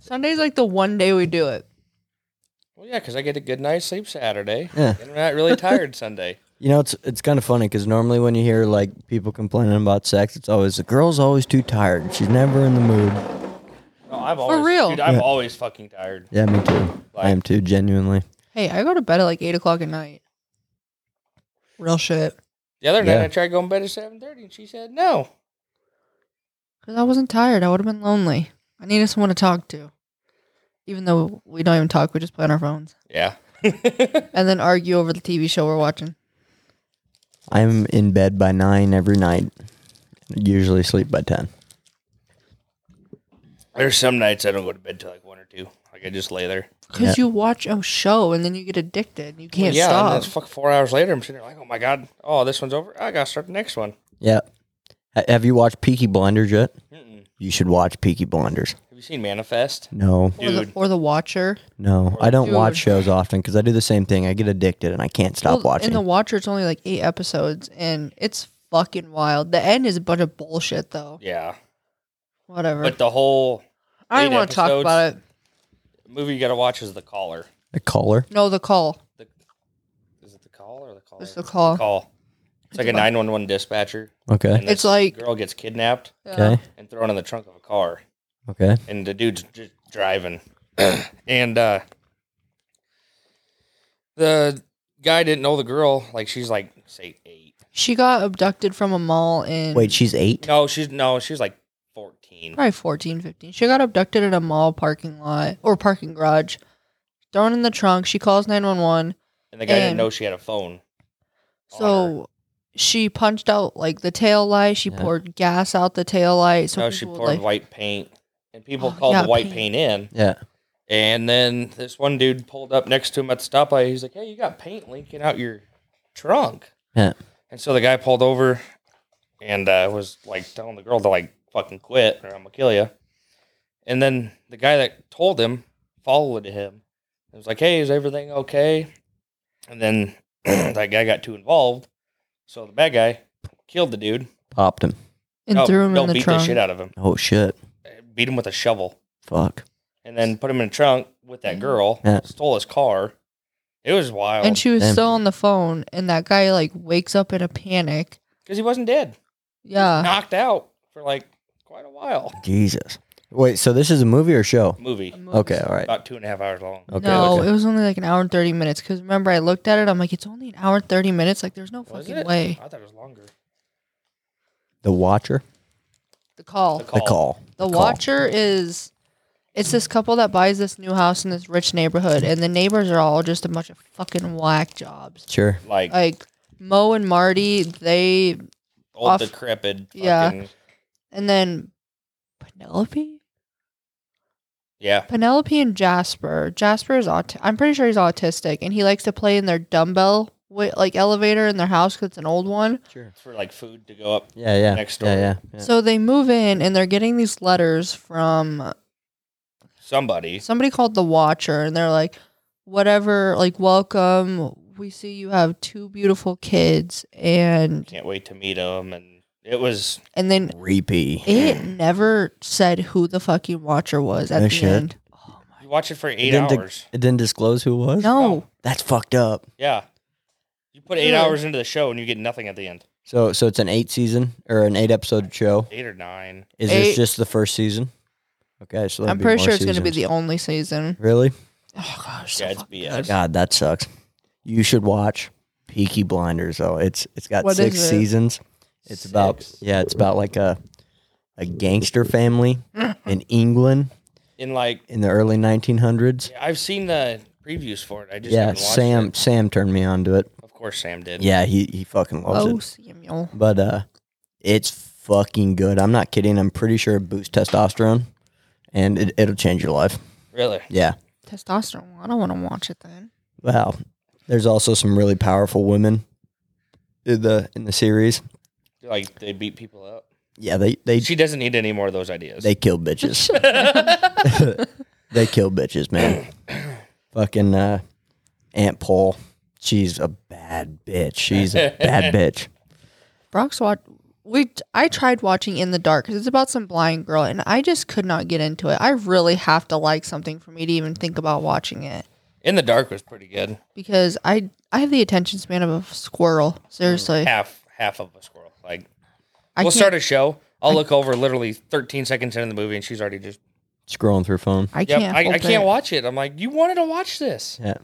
Sunday's like the one day we do it. Well, yeah, because I get a good night's sleep Saturday. Yeah. And I'm not really tired Sunday. You know, it's it's kind of funny because normally when you hear like people complaining about sex, it's always the girl's always too tired. She's never in the mood. No, I've always, real. Dude, I'm Yeah. always fucking tired. Yeah, me too. I am too, genuinely. Hey, I go to bed at like eight o'clock at night. Real shit. The other night Yeah. I tried going to bed at seven thirty, and she said no. Because I wasn't tired. I would have been lonely. I needed someone to talk to. Even though we don't even talk, we just play on our phones Yeah. and then argue over the TV show we're watching. I'm in bed by nine every night. Usually sleep by ten. There's some nights I don't go to bed till like one or two. Like I just lay there. Because you watch a show and then you get addicted. and You can't yeah, and stop. it's fuck four hours later. I'm sitting there like, oh my god, oh this one's over. I gotta start the next one. Yeah. Ha- Have you watched Peaky Blinders yet? Mm-mm. You should watch Peaky Blinders. Have you seen Manifest? No, Or the, Dude. or the Watcher. no, I don't watch Dude. shows often because I do the same thing. I get addicted and I can't stop Well, watching. In the Watcher, it's only like eight episodes, and it's fucking wild. The end is a bunch of bullshit, though. Yeah, Whatever. but the whole I don't eight want to talk episodes. about it. movie you gotta watch is The Caller. the caller. No, the call. The, is it The Call or The Caller? It's the call. Call. It's like a nine one one dispatcher. Okay. It's like- girl gets kidnapped Yeah. Okay. and thrown in the trunk of a car. Okay. and the dude's just driving, and uh, the guy didn't know the girl. Like she's like say eight. She got abducted from a mall in Wait, she's eight. No, she's no, she's like fourteen. probably 14, 15. She got abducted at a mall parking lot or parking garage, thrown in the trunk. She calls 911. And the guy didn't And- know she had a phone. on her. So she punched out like the tail light. She Yeah. poured gas out the tail light. So no, Oh, she people, poured like, white paint, and people Oh, called yeah, the white paint. paint. in. Yeah. And then this one dude pulled up next to him at the stoplight. He's like, "Hey, you got paint leaking out your trunk." Yeah. And so the guy pulled over and uh, was like telling the girl to like fucking quit or I'm gonna kill you. And then the guy that told him followed him. It was like, hey, is everything okay? And then that guy got too involved. So the bad guy killed the dude Popped him. and No, threw him no, in the Oh, beat trunk. the shit out of him. Oh shit. Beat him with a shovel Fuck. and then put him in a trunk with that girl. Yeah. Stole his car. It was wild. Mm. And she was Damn. still on the phone, and that guy like wakes up in a panic. Because he wasn't dead. Yeah, Knocked out for like quite a while. Jesus. Wait. So this is a movie or show? Movie. Okay. All right. About two and a half hours long. Okay. no, okay. it was only like an hour and thirty minutes. Because remember, I looked at it. I'm like, it's only an hour and thirty minutes. Like, there's no Was fucking it? way. I thought it was longer. The Watcher. The call. The The, call. The Call. Call. watcher is. It's this couple that buys this new house in this rich neighborhood, and the neighbors are all just a bunch of fucking whack jobs. Sure. Like Like Mo and Marty, they old off- decrepit. Yeah. Fucking, and then Penelope. yeah. Penelope and Jasper. Jasper is aut- I'm pretty sure he's autistic, and he likes to play in their dumbbell wi- like elevator in their house because it's an old one. Sure. For like food to go up. Yeah. Yeah. Next Yeah. door. Yeah. yeah. So they move in, and they're getting these letters from Somebody. somebody called the Watcher, and they're like, "Whatever, like welcome. We see you have two beautiful kids, and Can't wait to meet him. And it was. and then Creepy. it never said who the fucking Watcher was at No the shit. end. Oh my You watch it for eight didn't di- hours. It didn't disclose who it was. no, That's fucked up. yeah. You put eight Really? hours into the show and you get nothing at the end. So so it's an eight season or an eight episode show. Eight or nine. Is Eight. this just the first season? Okay, so I'm that'd be pretty more sure it's going to be seasons. the only season. really. Oh gosh, so Yeah, it's fuck- BS. God, that sucks. You should watch Peaky Blinders though. It's it's got What six is it? seasons. It's about Six. yeah, it's about like a a gangster family in England In like. in the early 1900s. I've seen the previews for it. I just Yeah, haven't watched Sam it. Sam turned me onto it. Of course, Sam did. Yeah, he he fucking loves oh it. Samuel. But uh it's fucking good. I'm not kidding. I'm pretty sure it boosts testosterone and it, it'll change your life. Really. Yeah. testosterone. I don't want to watch it then. Wow. There's also some really powerful women in the in the series. Like they beat people up. Yeah, they they She doesn't need any more of those ideas. they kill bitches. they kill bitches, man. Fucking uh, Aunt Paul, she's a bad bitch. She's a bad bitch. Brock's watch. we t- I tried watching In the Dark because it's about some blind girl, and I just could not get into it. I really have to like something for me to even think about watching it In the Dark was pretty good. because I I have the attention span of a squirrel. Seriously, Half half of a squirrel. Like I Mm. we'll can't. start a show. I'll look over literally 13 seconds into the movie, and she's already just. Scrolling through phone. I Yep, can't. I, I hold can't it. watch it. I'm like, you wanted to watch this, Yeah.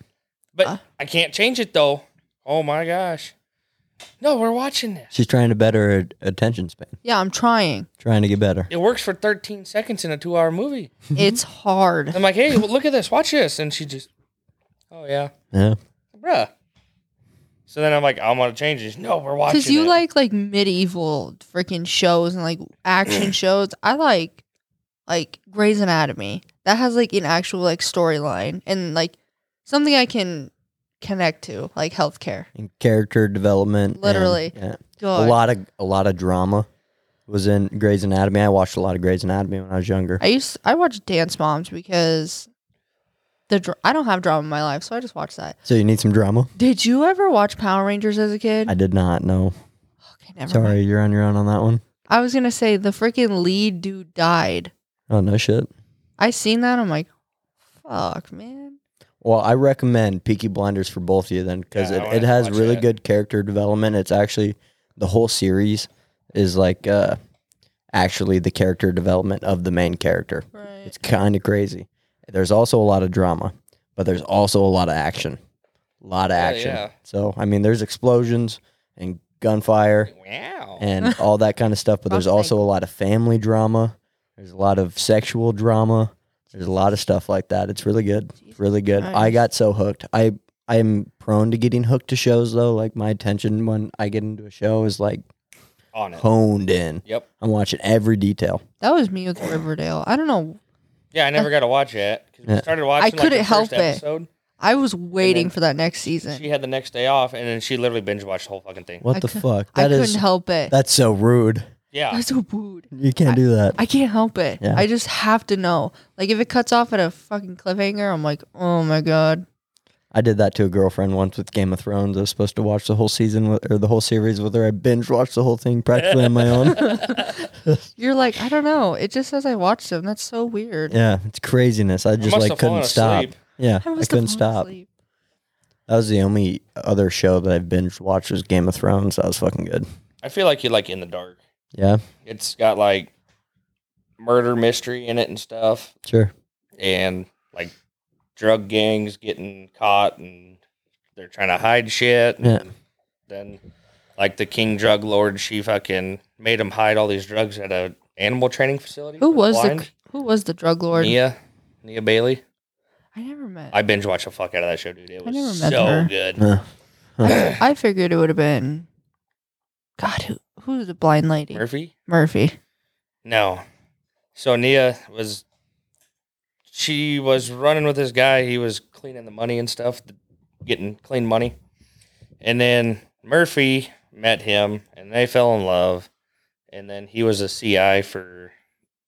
but Uh. I can't change it though. Oh my gosh! No, we're watching this. She's trying to better her attention span. Yeah, I'm trying. Trying to get better. It works for 13 seconds in a two-hour movie. it's hard. I'm like, hey, well, look at this. Watch this, and she just, oh yeah, Yeah. bruh. So then I'm like, I'm gonna change this. No, we're watching. Because you it. like like medieval freaking shows and like Mm. action shows. I like like Grey's Anatomy. That has like an actual like storyline and like something I can connect to, like healthcare. And character development. and- Literally. yeah. God. A lot of a lot of drama was in Grey's Anatomy. I watched a lot of Grey's Anatomy when I was younger. I used I watched Dance Moms because the dr- I don't have drama in my life, so I just watch that. so you need some drama? Did you ever watch Power Rangers as a kid? I did not. No. okay, never Sorry, mind. you're on your own on that one. I was gonna say the freaking lead dude died. Oh no shit. I seen that. I'm like, fuck, man. Well, I recommend Peaky Blinders for both of you then because Yeah, I wanna it, it has watch really it. good character development. It's actually the whole series is like uh actually the character development of the main character. Right. It's kind of crazy. There's also a lot of drama, but there's also a lot of action. A lot of Yeah, action. yeah. So, I mean, there's explosions and gunfire wow. and all that kind of stuff, but there's I'll also a lot of family drama. There's a lot of sexual drama. There's a lot of stuff like that. It's really good. It's really good. I Christ. got so hooked. I I'm prone to getting hooked to shows though. Like my attention when I get into a show is like On it. honed in. Yep. I'm watching every detail. That was me with Riverdale. I don't know. Yeah, I never got to watch it. 'cause we Yeah. started watching. like, the Uh, couldn't first help it. episode. I was waiting then for that next season. She had the next day off, and then she literally binge watched the whole fucking thing. What I the cou- fuck? I That couldn't is help it. that's so rude. Yeah, I'm so rude. You can't do that. I can't help it. Yeah. I just have to know. Like if it cuts off at a fucking cliffhanger, I'm like, oh my god. I did that to a girlfriend once with Game of Thrones. I was supposed to watch the whole season with, or the whole series with her. I binge watched the whole thing practically on my own. You're like, I don't know. It just says I watched them. That's so weird. Yeah, it's craziness. I just must like have fallen couldn't stop. asleep. Yeah, I, I, must have fallen couldn't stop. asleep. That was the only other show that I've binge watched was Game of Thrones. That was fucking good. I feel like you like in the dark. Yeah, It's got like murder mystery in it and stuff, sure. and like drug gangs getting caught and they're trying to hide shit. And Yeah. Then, like the king drug lord, she fucking made him hide all these drugs at a animal training facility. Who for was the blind. Who was the drug lord? Nia? Nia Bailey. I never met. I binge watched the fuck out of that show, dude. It was never met so her. good. Huh. I, I figured it would have been. God, who who's the blind lady? Murphy. Murphy. No. So Nia was she was running with this guy. He was cleaning the money and stuff, getting clean money. And then Murphy met him and they fell in love. And then he was a CI for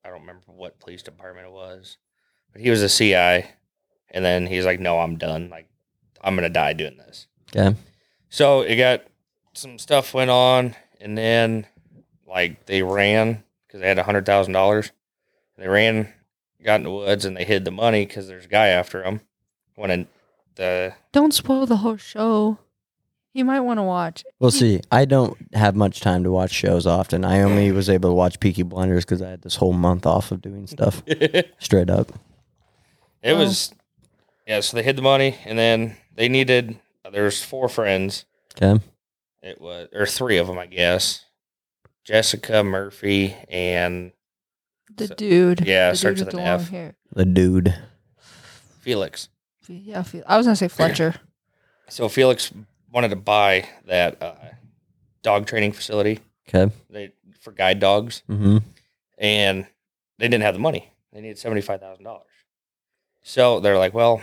I don't remember what police department it was. But he was a CI. And then he's like, "No, I'm done. Like I'm going to die doing this." Okay. So it got some stuff went on, and then like they ran because they had a hundred thousand dollars. They ran, got in the woods, and they hid the money because there's a guy after them. When in the Don't spoil the whole show. You might want to watch. We'll see. I don't have much time to watch shows often. I Mm. only was able to watch Peaky Blinders because I had this whole month off of doing stuff. it Straight up. Wow. was yeah, so they hid the money, and then they needed there's four friends. Okay. It was or three of them, I guess. Jessica Murphy and The So- dude. yeah, the dude starts with with the an long F. hair. The dude. Felix. Fe- Yeah, Fe- I was gonna say Fletcher. So Felix wanted to buy that uh, dog training facility Okay. they, for guide dogs, Mm-hmm. and they didn't have the money. They needed seventy five thousand dollars. So they're like, "Well,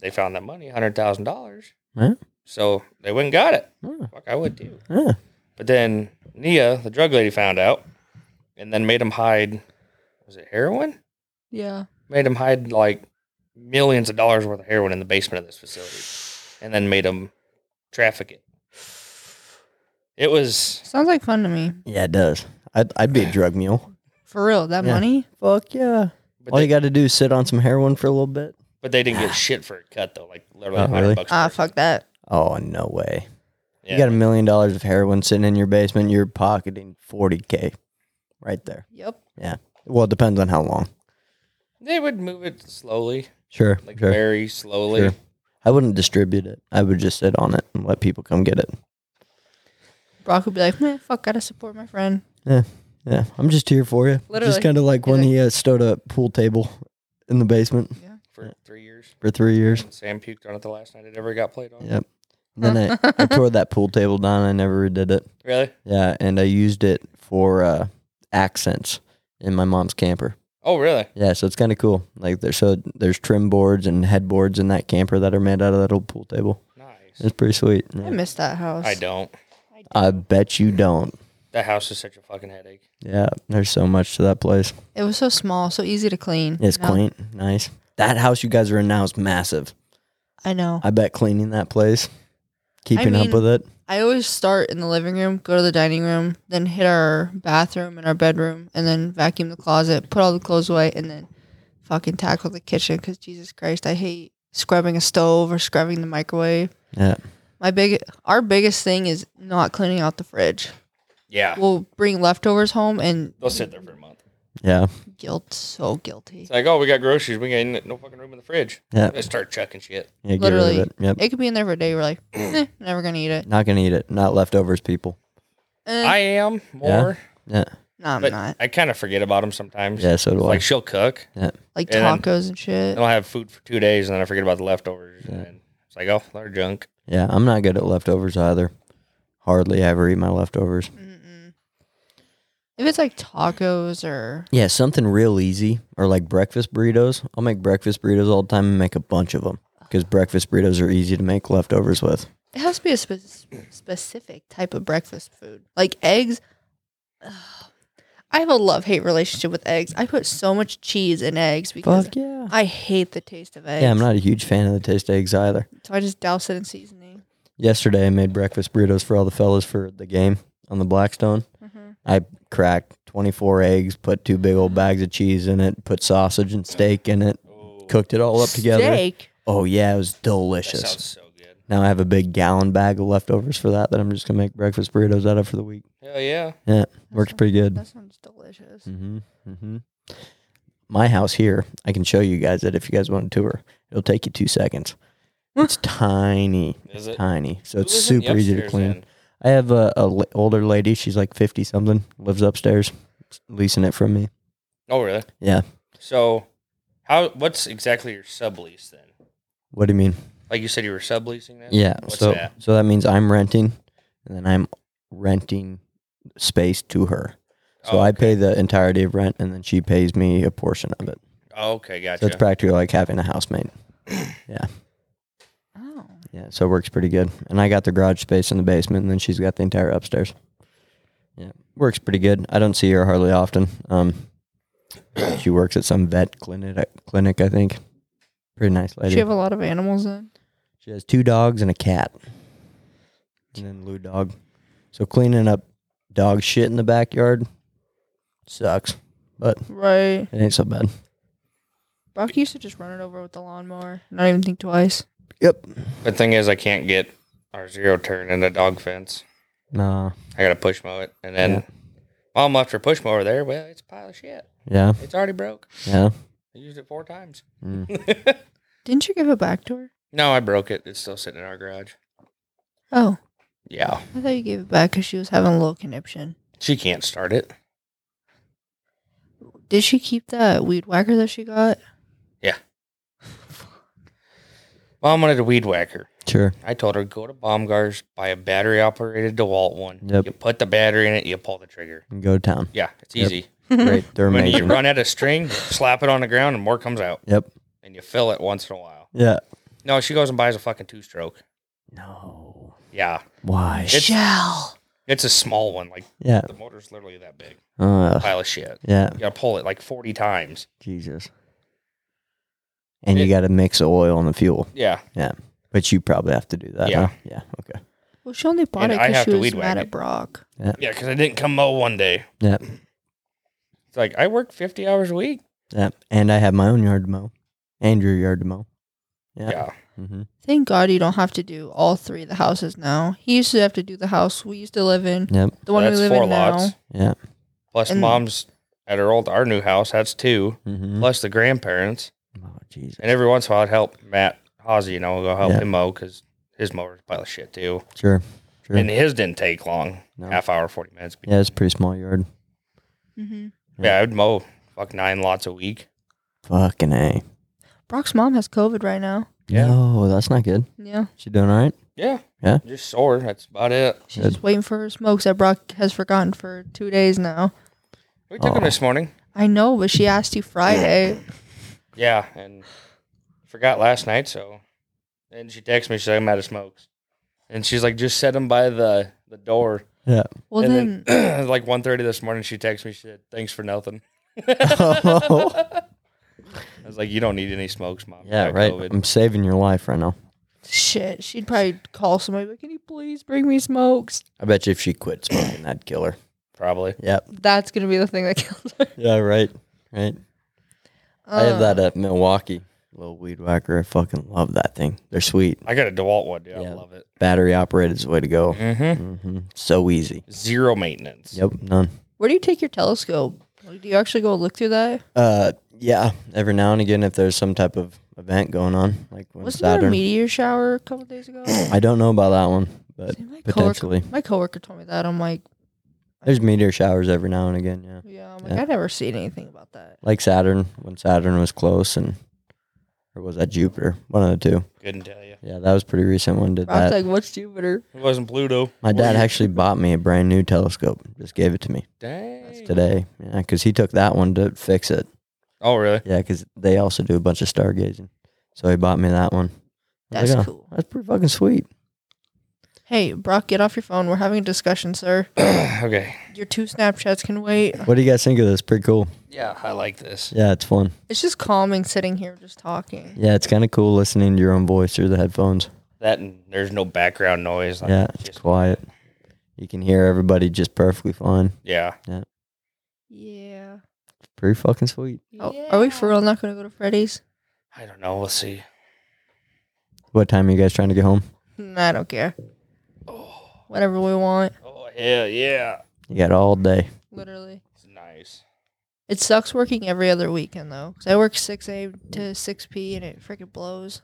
they found that money, hundred thousand dollars." Yeah. So they went and got it. Yeah. Fuck, I would too. Yeah. But then Nia, the drug lady, found out, and then made him hide. Was it heroin? Yeah. Made him hide like millions of dollars worth of heroin in the basement of this facility, and then made him traffic it. It was Sounds like fun to me. Yeah, it does. I'd, I'd be a drug mule. For real, that Yeah. money? Fuck yeah. But All they, you got to do is sit on some heroin for a little bit. but they didn't get shit for a cut though. Like literally Oh, a hundred really? bucks. Ah, per- fuck that. Oh, no way. Yeah. You got a million dollars of heroin sitting in your basement, you're pocketing 40K right there. Yep. Well, it depends on how long. they would move it slowly, Sure. like sure. very slowly. Sure. I wouldn't distribute it. I would just sit on it and let people come get it. Brock would be like, man, fuck, gotta support my friend. Yeah, I'm just here for you. Literally. Just kind of like when He's he uh, stood at a pool table in the basement for three years. for three years. And Sam puked on it the last night it ever got played on. Yep. Then I, I tore that pool table down. I never did it. Really? Yeah, and I used it for uh, accents in my mom's camper. Oh, really? Yeah, so it's kind of cool. Like there's so there's trim boards and headboards in that camper that are made out of that old pool table. Nice. It's pretty sweet. I Yeah. miss that house. I don't. I bet you don't. That house is such a fucking headache. Yeah, there's so much to that place. It was so small, so easy to clean. It's you know? quaint, nice. That house you guys are in now is massive. I know. I bet cleaning that place, keeping mean- up with it. I always start in the living room, go to the dining room, then hit our bathroom and our bedroom, and then vacuum the closet, put all the clothes away, and then fucking tackle the kitchen. Because Jesus Christ, I hate scrubbing a stove or scrubbing the microwave. Yeah. My big, our biggest thing is not cleaning out the fridge. Yeah. We'll bring leftovers home, and They'll sit there for a month. Yeah, guilt, so guilty. It's like, oh, we got groceries. We ain't got no fucking room in the fridge. yeah. Let's start chucking shit. yeah get rid Literally, of it. Yep. it could be in there for a day. We're like, eh, never gonna eat it. Not gonna eat it. Not leftovers, people. Eh, I am more. Yeah, no, I'm But not. I kind of forget about them sometimes. yeah. So do I. Like she'll cook, Like and then- tacos and shit. and I'll have food for two days, and then I forget about the leftovers. Yeah. And then it's like, oh, they're junk. Yeah, I'm not good at leftovers either. Hardly ever eat my leftovers. Mm-mm. If it's like tacos or Yeah, something real easy or like breakfast burritos. I'll make breakfast burritos all the time and make a bunch of them because breakfast burritos are easy to make leftovers with. it has to be a spe- specific type of breakfast food, like eggs. Ugh. I have a love hate relationship with eggs. I put so much cheese in eggs because Fuck yeah. I hate the taste of eggs. Yeah, I'm not a huge fan of the taste of eggs either. So I just douse it in seasoning. Yesterday, I made breakfast burritos for all the fellas for the game on the Blackstone. Mhm. I cracked 24 eggs, put two big old bags of cheese in it, put sausage and steak in it, Oh, cooked it all up together. Steak. Oh, yeah, it was that delicious. sounds so good. Now I have a big gallon bag of leftovers for that that I'm just gonna make breakfast burritos out of for the week. Hell yeah. Works sounds- pretty good. That sounds delicious. hmm hmm My house here, I can show you guys it if you guys want a tour. It'll take you two seconds. It's tiny, Is it? tiny, so Who it's lives in the super easy to upstairs clean. then? I have a, a l- older lady. She's like fifty something. Lives upstairs, leasing it from me. Oh, really? Yeah. So, how? What's exactly your sublease then? What do you mean? Like you said, you were subleasing that. Yeah. What's so that? so that means I'm renting, and then I'm renting space to her. So Oh, I okay. pay the entirety of rent, and then she pays me a portion of it. Oh, okay, So gotcha. it's practically like having a housemate. Oh, Yeah, so it works pretty good. And I got the garage space in the basement, and then she's got the entire upstairs. Yeah, works pretty good. I don't see her hardly often. Um, she works at some vet clinic. Clinic, I think. Pretty nice Does lady. she have a lot of animals in. She has two dogs and a cat. And then Lou dog. So cleaning up dog shit in the backyard sucks. Right. It ain't so bad. Brock used to just run it over with the lawnmower, not even think twice. Yep. the thing is, I can't get our zero turn in the dog fence. Nah. I gotta push mow it, and then Yeah. mom left her push mower there. Well, it's a pile of shit. Yeah. It's already broke. Yeah. I used it four times. Mm. Didn't you give it back to her? No, I broke it. It's still sitting in our garage. Oh, Yeah, I thought you gave it back because she was having a little conniption. she can't start it. Did she keep that weed whacker that she got? Mom wanted a weed whacker. Sure. I told her go to Baumgart's, buy a battery operated DeWalt one. Yep. You put the battery in it, you pull the trigger. And go to town. Yeah, it's Yep. easy. Great. They're When you amazing. run out of string, slap it on the ground, and more comes out. Yep. And you fill it once in a while. Yeah. No, she goes and buys a fucking two stroke. No. Yeah, Why? It's- Shell. it's a small one. Like yeah. the motor's literally that big. Uh, Pile of shit. yeah. You gotta pull it like forty times. Jesus. And It- you got to mix the oil and the fuel, Yeah, but you probably have to do that. Yeah. huh? Yeah. Okay. Well, she only bought And it I because have she to was weed whack mad it. at Brock. Yeah, because I didn't come mow one day. Yep. It's like I work fifty hours a week. Yep. And I have my own yard to mow, and your yard to mow. Yep. Yeah, Mm-hmm. Thank God you don't have to do all three of the houses now. He used to have to do the house we used to live in, Yep. the one we that's live four in now. lots. Yeah. Plus And- mom's at her old our new house. That's two. Mm-hmm. Plus the grandparents. Oh Jesus. And every once in a while, I'd help Matt Hawsey. You know, go help Yeah. him mow because his mower's a pile of shit too. Sure. Sure. And his didn't take long. No. Half hour, forty minutes. Yeah, it's a pretty small yard. hmm Yeah, I would mow fuck nine lots a week. Fucking a. Brock's mom has COVID right now. Yeah. No, that's not good. Yeah, She doing all right? Yeah. Yeah. Just sore. That's about it. she's Good. just waiting for her smokes that Brock has forgotten for two days now. We took him Oh. this morning. I know, but she asked you Friday. Yeah, and forgot last night. So, and she texted me. She's like, "I'm out of smokes," and she's like, "Just set them by the the door." Yeah. Well, and then, like 1.30 this morning, she texted me. She said, "Thanks for nothing." Oh. I was like, "You don't need any smokes, mom. You Yeah, got right. COVID." I'm saving your life right now. shit, she'd probably call somebody. Like, Can you please bring me smokes? I bet you if she quit smoking, that'd kill her. Probably. Yep. That's gonna be the thing that kills her. Um, Yeah, right. Right. I have Uh. that at Milwaukee. Little weed whacker. I fucking love that thing. They're sweet. I got a Dewalt one, dude. I Yeah. love it. Battery operated is the way to go. Mm-hmm. hmm So easy. Zero maintenance. Yep. None. Where do you take your telescope? Like, do you actually go look through that? Uh, yeah. Every now and again, if there's some type of event going on, like when Wasn't there a Saturn. meteor shower a couple days ago? I don't know about that one, but See, my coworker, potentially my coworker told me that. I'm like, there's meteor showers every now and again. Yeah. yeah, I'm like, Yeah. I never seen anything about that. like Saturn when Saturn was close and or was that Jupiter? One of the two. Couldn't tell you. Yeah, that was a pretty recent one. Did Brock's that? like, what's Jupiter? It wasn't Pluto. My dad Wasn't- actually bought me a brand new telescope. Just gave it to me Dang. today. Yeah, because he took that one to fix it. Oh, really? Yeah, because they also do a bunch of stargazing. So he bought me that one. I That's was like, "Oh, cool. That's pretty fucking sweet. Hey, Brock, get off your phone. We're having a discussion, sir. okay. Your two Snapchats can wait. What do you guys think of this? Pretty cool. Yeah, I like this. Yeah, it's fun. It's just calming sitting here just talking. Yeah, it's kind of cool listening to your own voice through the headphones. That and there's no background noise. Like, Yeah, it's just- quiet. You can hear everybody just perfectly fine. yeah. Yeah. Pretty fucking sweet. Oh, Are we for real not going to go to Freddy's? I don't know. We'll see. What time are you guys trying to get home? Nah, I don't care. Oh, Whatever we want, oh hell yeah. You got all day. literally. It's nice. It sucks working every other weekend, though, because I work 6 a.m. to 6 p. and it freaking blows.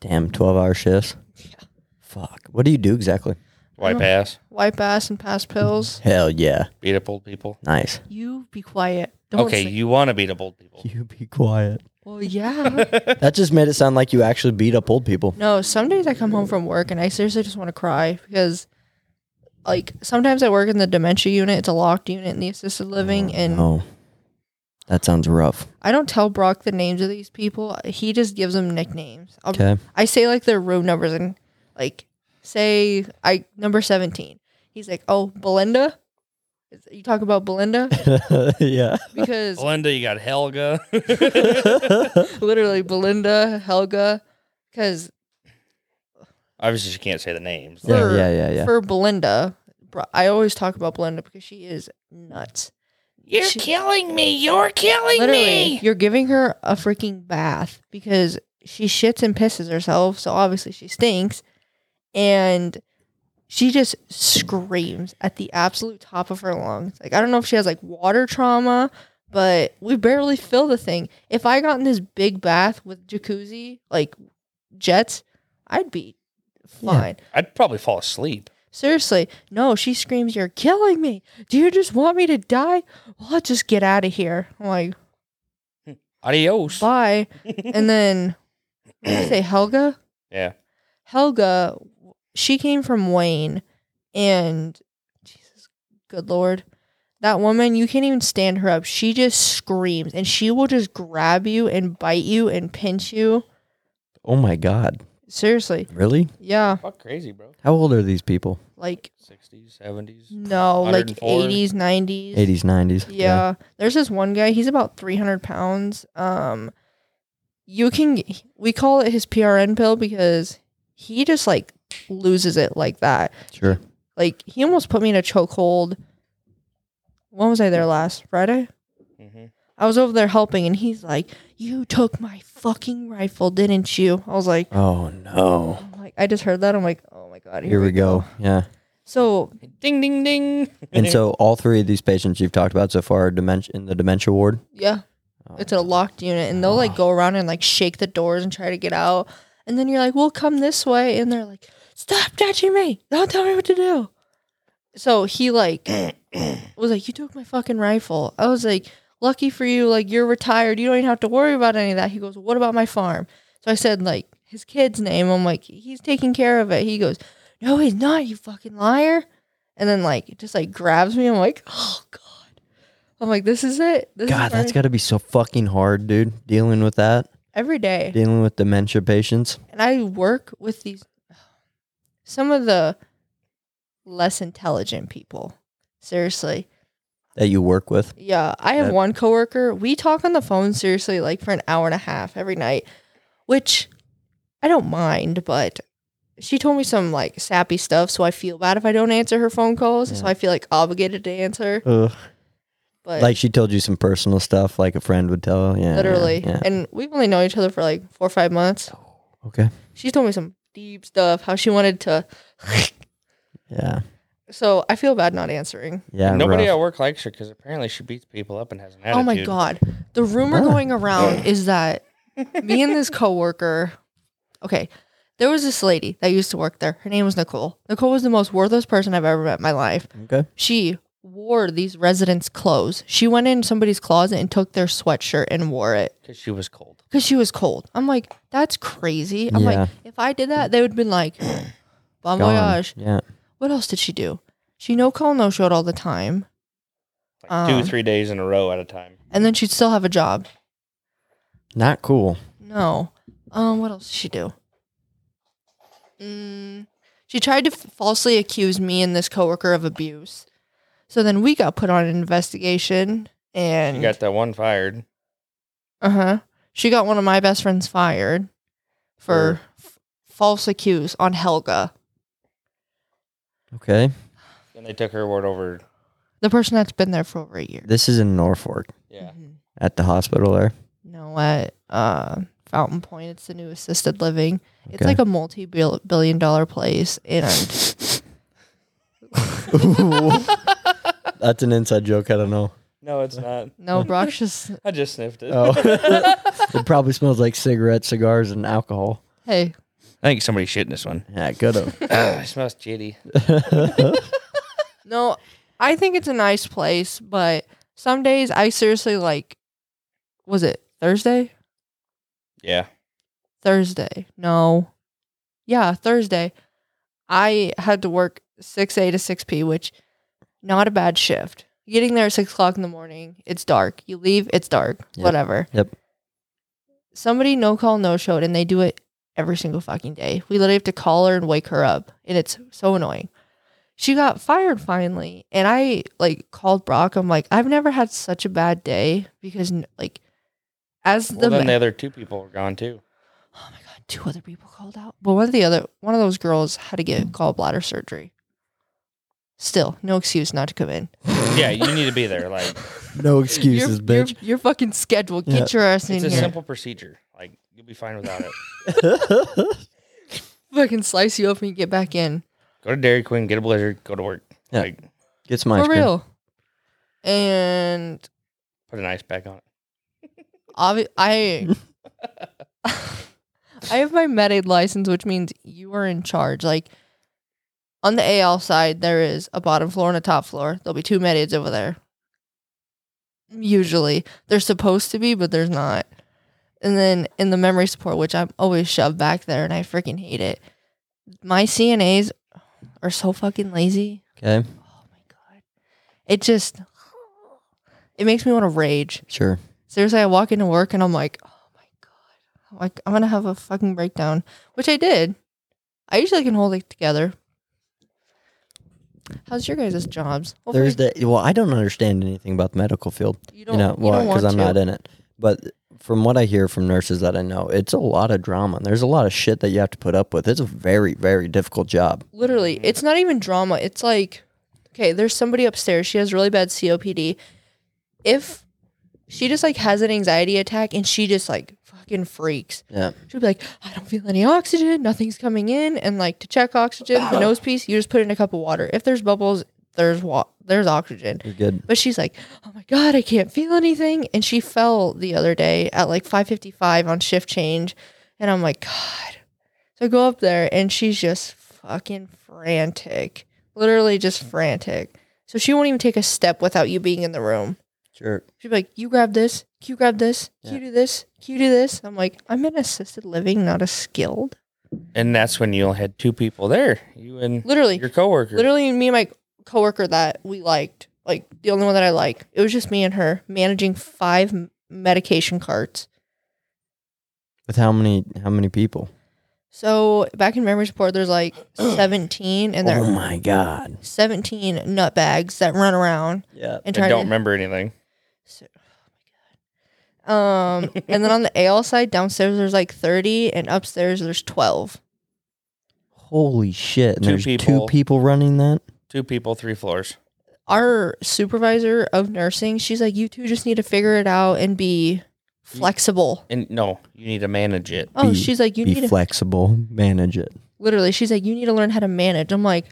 Damn, 12 hour shifts. Yeah. Fuck. What do you do exactly? White Oh. ass. Wipe ass and pass pills. Hell yeah. Beat up old people. Nice. You be quiet. Don't okay, say- you want to beat up old people. You be quiet. Well, yeah. That just made it sound like you actually beat up old people. no, some days I come home from work and I seriously just want to cry because, like, sometimes I work in the dementia unit. It's a locked unit in the assisted living, Oh, and No. That sounds rough. I don't tell Brock the names of these people. He just gives them nicknames. I'll, Okay. I say like their room numbers and like say I number seventeen. He's like, oh, Belinda. Is- You talk about Belinda yeah. because Belinda, you got Helga. literally Belinda Helga, because Obviously, she can't say the names. Yeah, For- yeah, yeah, yeah. for Belinda, Bro- I always talk about Belinda because she is nuts. You're She- killing me. You're killing Literally, you're giving her a freaking bath because she shits and pisses herself, so obviously she stinks, and she just screams at the absolute top of her lungs. Like I don't know if she has like water trauma, but we barely fill the thing. If I got in this big bath with jacuzzi, like jets, I'd be Yeah. fine. I'd probably fall asleep. Seriously, no, she screams, You're killing me. Do you just want me to die? Well, I'll just get out of here. I'm like, Adios. bye. and then, what did I say, Helga? Yeah. Helga, she came from Wayne, and Jesus, good lord, that woman, you can't even stand her up. She just screams, and she will just grab you and bite you and pinch you. Oh my God. Seriously, Really? yeah, Fuck crazy, bro. How old are these people? like 60s, 70s. no, like 104. 80s, 90s, 80s, 90s. Yeah. There's this one guy, he's about 300 pounds. Um, you can, we call it his PRN pill because he just like loses it like that. Sure. Like he almost put me in a chokehold. When was I there last Friday? hmm I was over there helping, and he's like, "You took my fucking rifle, didn't you?" I was like, Oh no. I'm like I just heard that. I'm like, "Oh my god, Here, we go. Yeah. So Ding, ding, ding. And so all three of these patients you've talked about so far are dementia in the dementia ward. yeah, Oh, it's a locked unit, and they'll like Ah. go around and like shake the doors and try to get out, and then you're like, "We'll come this way," and they're like, "Stop touching me! Don't tell me what to do." So he like was like, "You took my fucking rifle." I was like, "Lucky for you, like you're retired. You don't even have to worry about any of that." He goes, "What about my farm?" So I said like his kid's name. I'm like, "He's taking care of it." He goes, "No, he's not. You fucking liar!" And then like just like grabs me. I'm like, "Oh god." I'm like, "This is it." This God, is that's my- got to be so fucking hard, dude. Dealing with that, every day. dealing with dementia patients. and I work with these some of the less intelligent people. Seriously. that you work with. Yeah, I have That- one coworker. We talk on the phone seriously like for an hour and a half every night, which I don't mind, but she told me some like sappy stuff, so I feel bad if I don't answer her phone calls, so Yeah. I feel like obligated to answer. But Like she told you some personal stuff, like a friend would tell. Yeah, yeah, literally, Yeah. Oh. and we've only known each other for like 4 or 5 months. Okay. She told me some deep stuff how she wanted to Yeah. so I feel bad not answering. Yeah. Nobody rough. at work likes her because apparently she beats people up and has an attitude. Oh my god. The rumor What? going around is that me and this coworker okay. There was this lady that used to work there. Her name was Nicole. Nicole was the most worthless person I've ever met in my life. Okay. She wore these residents' clothes. She went in somebody's closet and took their sweatshirt and wore it Because she was cold. because she was cold. I'm like, that's crazy. I'm Yeah. like, if I did that, they would have been like, bon Gone. voyage. Yeah. What else did she do? She no call, no showed all the time. Like two, Uh. three days in a row at a time. And then she'd still have a job. Not cool. No. Um, what else did she do? Mm, she tried to f- falsely accuse me and this coworker of abuse. So then we got put on an investigation, You and got that one fired. uh huh. She got one of my best friends fired for f- false accuse on Helga, Okay. And they took her word over. the person that's been there for over a year. This is in Norfolk Yeah. Mhm. at the hospital there. No, at uh, Fountain Point, it's the new assisted living. It's Okay. like a multi-billion-dollar place, and That's an inside joke. I don't know. No, it's not. no, Brock's just I just sniffed it. Oh. it probably smells like cigarettes, cigars, and alcohol. hey, I think somebody shit in this one. Yeah, good. Ah, it smells shitty. No, I think it's a nice place, but some days I seriously like was it Thursday? Yeah. Thursday. No. Yeah, Thursday. I had to work six A to six P, which not a bad shift. Getting there at six o'clock in the morning, it's dark. You leave, it's dark. Yep. Whatever. Yep. Somebody no call, no showed, and they do it every single fucking day. We literally have to call her and wake her up, and it's so annoying. She got fired finally, and I like called Brock. I'm like, I've never had such a bad day because n- like, as Well, the then ma- the other two people were gone too. oh my god, two other people called out, but one of the other one of those girls had to get gallbladder surgery. Still, no excuse not to come in. Yeah, you need to be there. Like no your, excuses, bitch. Your, your fucking schedule. Get your ass in it's a here. simple procedure. Like you'll be fine without it. fucking slice you open and get back in. Go to Dairy Queen, get a blizzard, go to work. Yeah. Like Get some ice For cream. real. And put an ice pack on it. obvi- I I have my med aid license, which means you are in charge. Like on the AL side, there is a bottom floor and a top floor. There'll be two med aids over there. Usually, there's supposed to be, but there's not. And then in the memory support, which I'm always shoved back there, and I freaking hate it. My CNAs are so fucking lazy. Okay, Oh my god, it just it makes me want to rage. sure. Seriously, I walk into work and I'm like, oh my god, I'm like I'm gonna have a fucking breakdown, which I did. I usually can hold it together. How's your guys' jobs? Hopefully There's the well, I don't understand anything about the medical field. you you know, well, want because I'm to. not in it. But from what I hear from nurses that I know, it's a lot of drama. And there's a lot of shit that you have to put up with. It's a very, very difficult job. Literally, it's not even drama. It's like, okay, there's somebody upstairs. She has really bad COPD. If she just like has an anxiety attack and she just like fucking freaks, Yeah. she'll be like, I don't feel any oxygen. Nothing's coming in. And like to check oxygen, the nose piece, you just put in a cup of water. If there's bubbles, there's wa- there's oxygen. You're good. But she's like, "Oh my god, I can't feel anything." And she fell the other day at like 5:55 on shift change, and I'm like, "God." So I go up there and she's just fucking frantic. Literally just frantic. So she won't even take a step without you being in the room. Sure. She'd be like, "You grab this, you grab this, you Yeah. do this, you do this." I'm like, "I'm in assisted living, not a skilled." And that's when you only had two people there, you and Literally, your coworker. literally me and my coworker that we liked like the only one that i like it was just me and her managing five m- medication carts With how many how many people? so back in memory support there's like 17 and there oh are my god. 17 nut bags that run around Yeah. and I try don't to remember anything. so, oh my God. um and then on the al side downstairs there's like 30 and upstairs there's 12 Holy shit. And Two there's people. two people running that? Two people, three floors. our supervisor of nursing she's like you two just need to figure it out and be flexible And no, you need to manage it. oh Be- she's like you need Be to flexible. Manage it. literally she's like you need to learn how to manage i'm like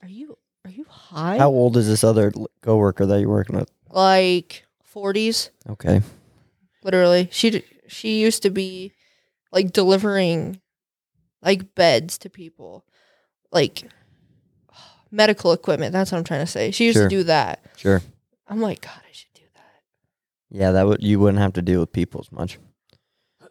are you are you high How old is this other l- coworker that you're working with? like 40s Okay. literally she d- she used to be like delivering like beds to people like medical equipment that's what i'm trying to say she used Sure. to do that Sure. i'm like god i should do that Yeah, that would you wouldn't have to deal with people as much.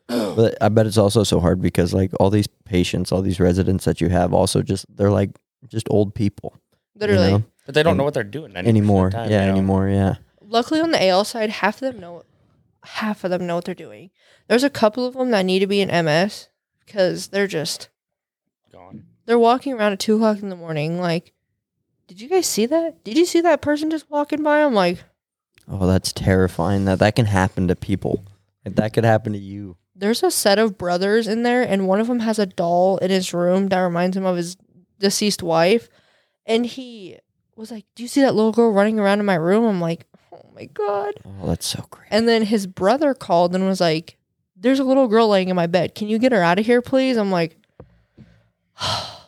but I bet it's also so hard because like all these patients, all these residents that you have also just they're like just old people you literally know, But they don't And- know what they're doing 90% of the anymore. time, yeah, you know? anymore, yeah. luckily on the al side half of them know half of them know what they're doing there's a couple of them that need to be in ms because they're just Gone. they're walking around at two o'clock in the morning. Like, did you guys see that? Did you see that person just walking by? I'm like, Oh, that's terrifying that that can happen to people. Like, that could happen to you. there's a set of brothers in there, and one of them has a doll in his room that reminds him of his deceased wife. And he was like, Do you see that little girl running around in my room? I'm like, Oh my God. Oh, that's so crazy. And then his brother called and was like, There's a little girl laying in my bed. Can you get her out of here, please? I'm like,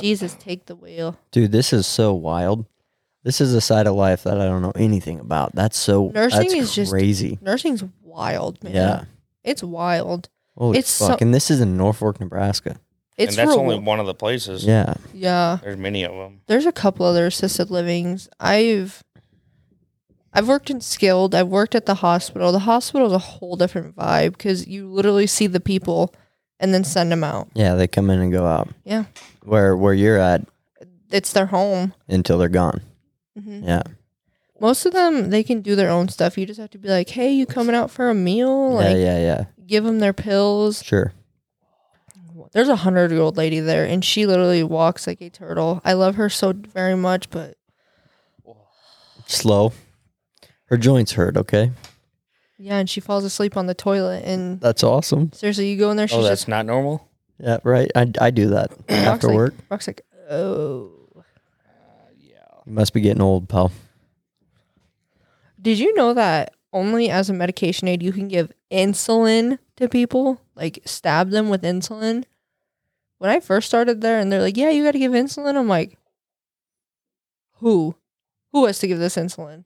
Jesus, take the wheel. Dude, this is so wild. This is a side of life that I don't know anything about. That's so Nursing that's is just- crazy. Nursing's wild, man. yeah. It's wild. Holy it's so- fuck. and this is in Norfolk, Nebraska. It's and that's rural. only one of the places. Yeah. yeah. There's many of them. There's a couple other assisted livings. I've I've worked in skilled. I've worked at the hospital. The hospital is a whole different vibe because you literally see the people and then send them out. Yeah, they come in and go out. Yeah. Where where you're at It's their home. until they're gone. Mhm. Yeah. Most of them they can do their own stuff. You just have to be like, "Hey, you coming out for a meal?" Like, yeah, yeah, yeah. give them their pills. Sure. There's a hundred year old lady there, and she literally walks like a turtle. I love her so very much, but Oh, Oh, Slow. Her joints hurt, okay? yeah, and she falls asleep on the toilet. And That's awesome. seriously, you go in there, she's Oh, just that's not normal? Yeah, right. I, I do that after like- work. Rock's like, oh. You must be getting old, pal. Did you know that only as a medication aid you can give insulin to people? Like stab them with insulin? When I first started there and they're like, yeah, you got to give insulin. I'm like, who? Who has to give this insulin?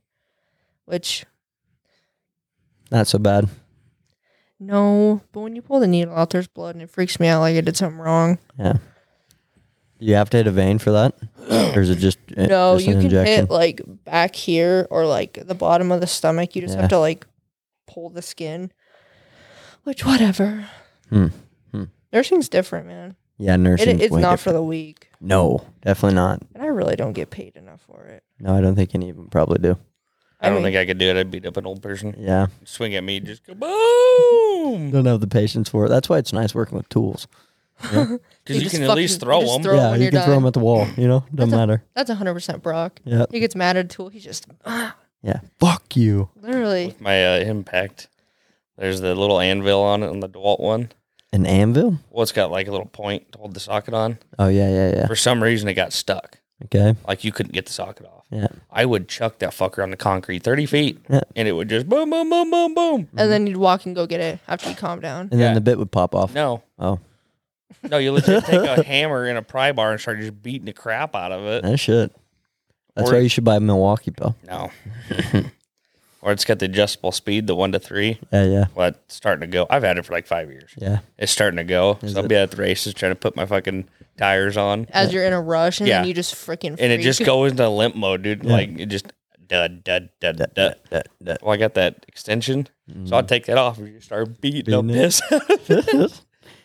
Which, Not so bad. no. But when you pull the needle out, there's blood and it freaks me out like I did something wrong. Do you have to hit a vein for that? or is it just eh, no, just you an can injection? hit like back here or like the bottom of the stomach. You just Yeah. have to like pull the skin, which whatever. Hmm. Hmm. Nursing's different, man. Yeah, It, nursing. it's not for the weak, No, definitely not. and I really don't get paid enough for it. No, I don't think any of them probably do. I don't mean, think I could do it. I'd beat up an old person. Yeah, Swing at me, just go boom. don't have the patience for it. That's why it's nice working with tools. You Because you just can at least fucking- you throw just them. throw- it yeah, when you you're can throw done. them at the wall. You know, doesn't That's a- matter. that's 100 percent Brock. Yeah, He gets mad at a tool. He just "Ah, Yeah. Fuck you. Literally. with my uh, impact. There's the little anvil on it on the Dewalt one. An anvil? Well, it's got like a little point to hold the socket on. Oh yeah, yeah, yeah. For some reason, it got stuck. Okay. Like you couldn't get the socket off. Yeah. I would chuck that fucker on the concrete 30 feet Yeah. and it would just boom, boom, boom, boom, boom. And then you'd walk and go get it after you calm down. And Yeah. then the bit would pop off. No, Oh, no, you legit take a hammer and a pry bar and start just beating the crap out of it. that shit. That's Or- why you should buy a Milwaukee bell. No. or it's got the adjustable speed, the one to three. Yeah, yeah, Well, it's starting to go. I've had it for like five years. yeah. It's starting to go. Is so I'll it- be at the races trying to put my fucking tires on. As you're in a rush and Yeah. then you just freaking and it just goes into limp mode, dude. Yeah. Like it just dud dud dud dud. That- that- Well, I got that extension, so I'll take that off and just start beating up Mm. Beating it. this.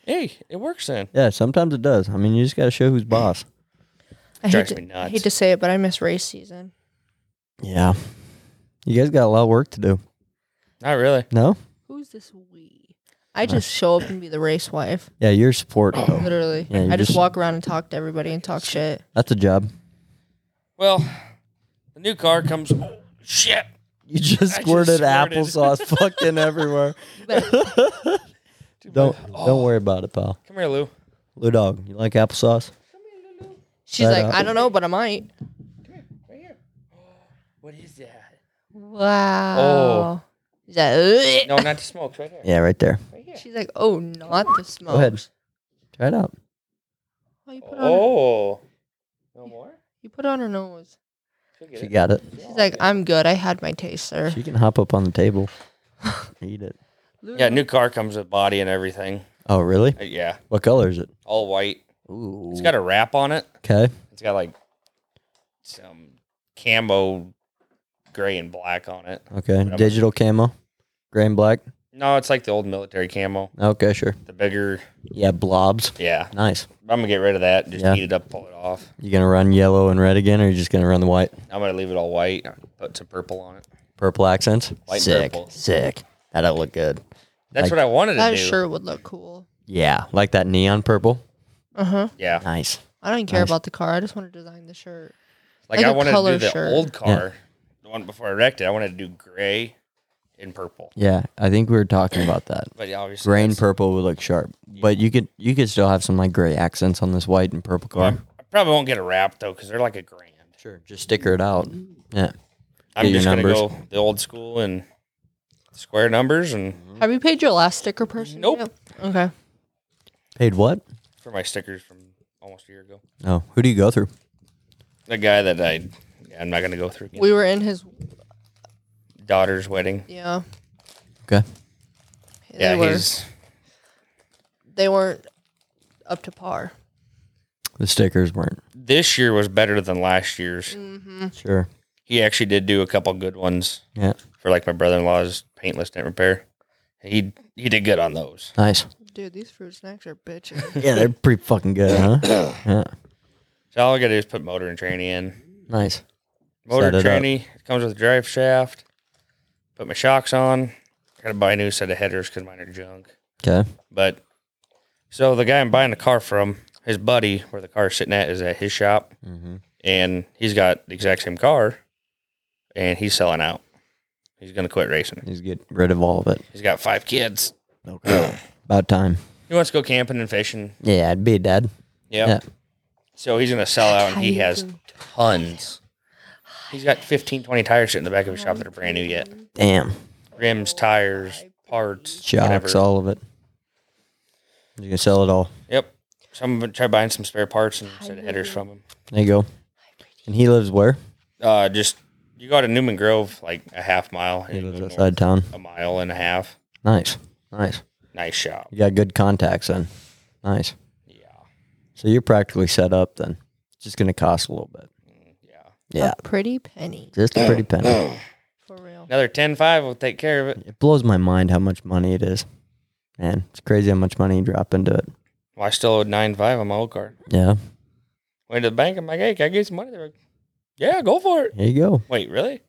hey, it works then. yeah, sometimes it does. I mean, you just got to show who's boss. I hate, drives to, me I nuts. hate to say it, but I miss race season. Yeah. You guys got a lot of work to do. Not really. No? Who's this we? I just show up and be the race wife. Yeah, your support. Oh. though. Literally. Yeah, you I just, just- walk around and talk to everybody and talk shit. That's a job. Well, the new car comes. Oh, shit. You just I just squirted squirted. applesauce fucking everywhere. Dude, Don't my- oh, don't worry about it, pal. Come here, Lou. Lou Dog, you like applesauce? She's Right like, on. I don't know, but I might. What is that? Wow. Oh. She's like, No, not the smoke. Right here. Yeah, right there. Right here. She's like, oh, not the smoke. Go ahead. Try it out. Oh, you, put on, Oh. No more. you put on her nose. She'll get She it. got it. She's like, I'm good. I had my taste, sir. She can hop up on the table. Eat it. Yeah, new car comes with body and everything. Oh, really? Uh, yeah, What color is it? all white. Ooh. It's got a wrap on it. Okay. It's got like some camo gray and black on it. Okay. Whatever. Digital camo. Gray and black. No, it's like the old military camo. Okay, sure. The bigger, Yeah, blobs. yeah. Nice. I'm gonna get rid of that. Just Yeah. heat it up, pull it off. You gonna run yellow and red again or you just gonna run the white? I'm gonna leave it all white. Put some purple on it. Purple accents. White and Sick. purple. Sick. That'll look good. That's Like- what I wanted to That do. sure would look cool. Yeah. Like that neon purple. Uh huh. Yeah, Nice. I don't care Nice. about the car. I just want to design the shirt. like, Like I a wanted to color do the shirt. old car, the one before I wrecked it. I wanted to do gray and purple. Yeah. I think we were talking about that. But yeah, obviously, Gray and that's- purple would look sharp. But you could you could still have some like gray accents on this white and purple car. I probably won't get a wrap though, because they're like a grand. Sure. Mm-hmm. Just sticker it out. Yeah. I'm Get your just numbers. gonna go the old school and square numbers and Mm-hmm. Have you paid your last sticker person? Hmm? Nope. yet? Okay. Paid what? for my stickers from almost a year ago. Oh, who do you go through? The guy that I, yeah, I'm not gonna go through. Again. We were in his. Daughter's wedding. Yeah. Okay. They yeah, were. he's They weren't up to par. The stickers weren't. this year was better than last year's. Mm. Sure. He actually did do a couple good ones Yeah. for like my brother-in-law's paintless dent repair. He he did good on those. Nice. Dude, these fruit snacks are bitches. Yeah, they're pretty fucking good, huh? yeah. So all I gotta do is put motor and tranny in. Nice. Motor Set it up. tranny it comes with a drive shaft. Put my shocks on. Gotta buy a new set of headers because mine are junk. Okay. But so the guy I'm buying the car from, his buddy, where the car's sitting at, is at his shop, Mm-hmm. and he's got the exact same car, and he's selling out. He's gonna quit racing. He's get rid of all of it. He's got five kids. Okay. About time. He wants to go camping and fishing. Yeah, I'd be a dad. Yep. Yeah. So he's gonna sell out, and he has Hiding. tons. He's got 15, 20 tires sitting in the back of his shop that are brand new yet. Damn. Rims, tires, parts, Shocks, whatever. all of it. You can sell it all. Yep. So I'm gonna try buying some spare parts and set of headers from him. There you go. And he lives where? Uh, just you go to Newman Grove, like a half mile. He and lives go north outside town. A mile and a half. Nice. Nice. Nice shop. You got good contacts then. Nice. Yeah, So you're practically set up then. It's just going to cost a little bit. Mm, yeah. Yeah. A pretty penny. Just a pretty penny. For real. Another ten five will take care of it. It blows my mind how much money it is. Man, it's crazy how much money you drop into it. Well, I still owe nine five on my old card. Yeah. Went to the bank. I'm like, hey, can I get some money? They're like, yeah, go for it. Here you go. Wait, really?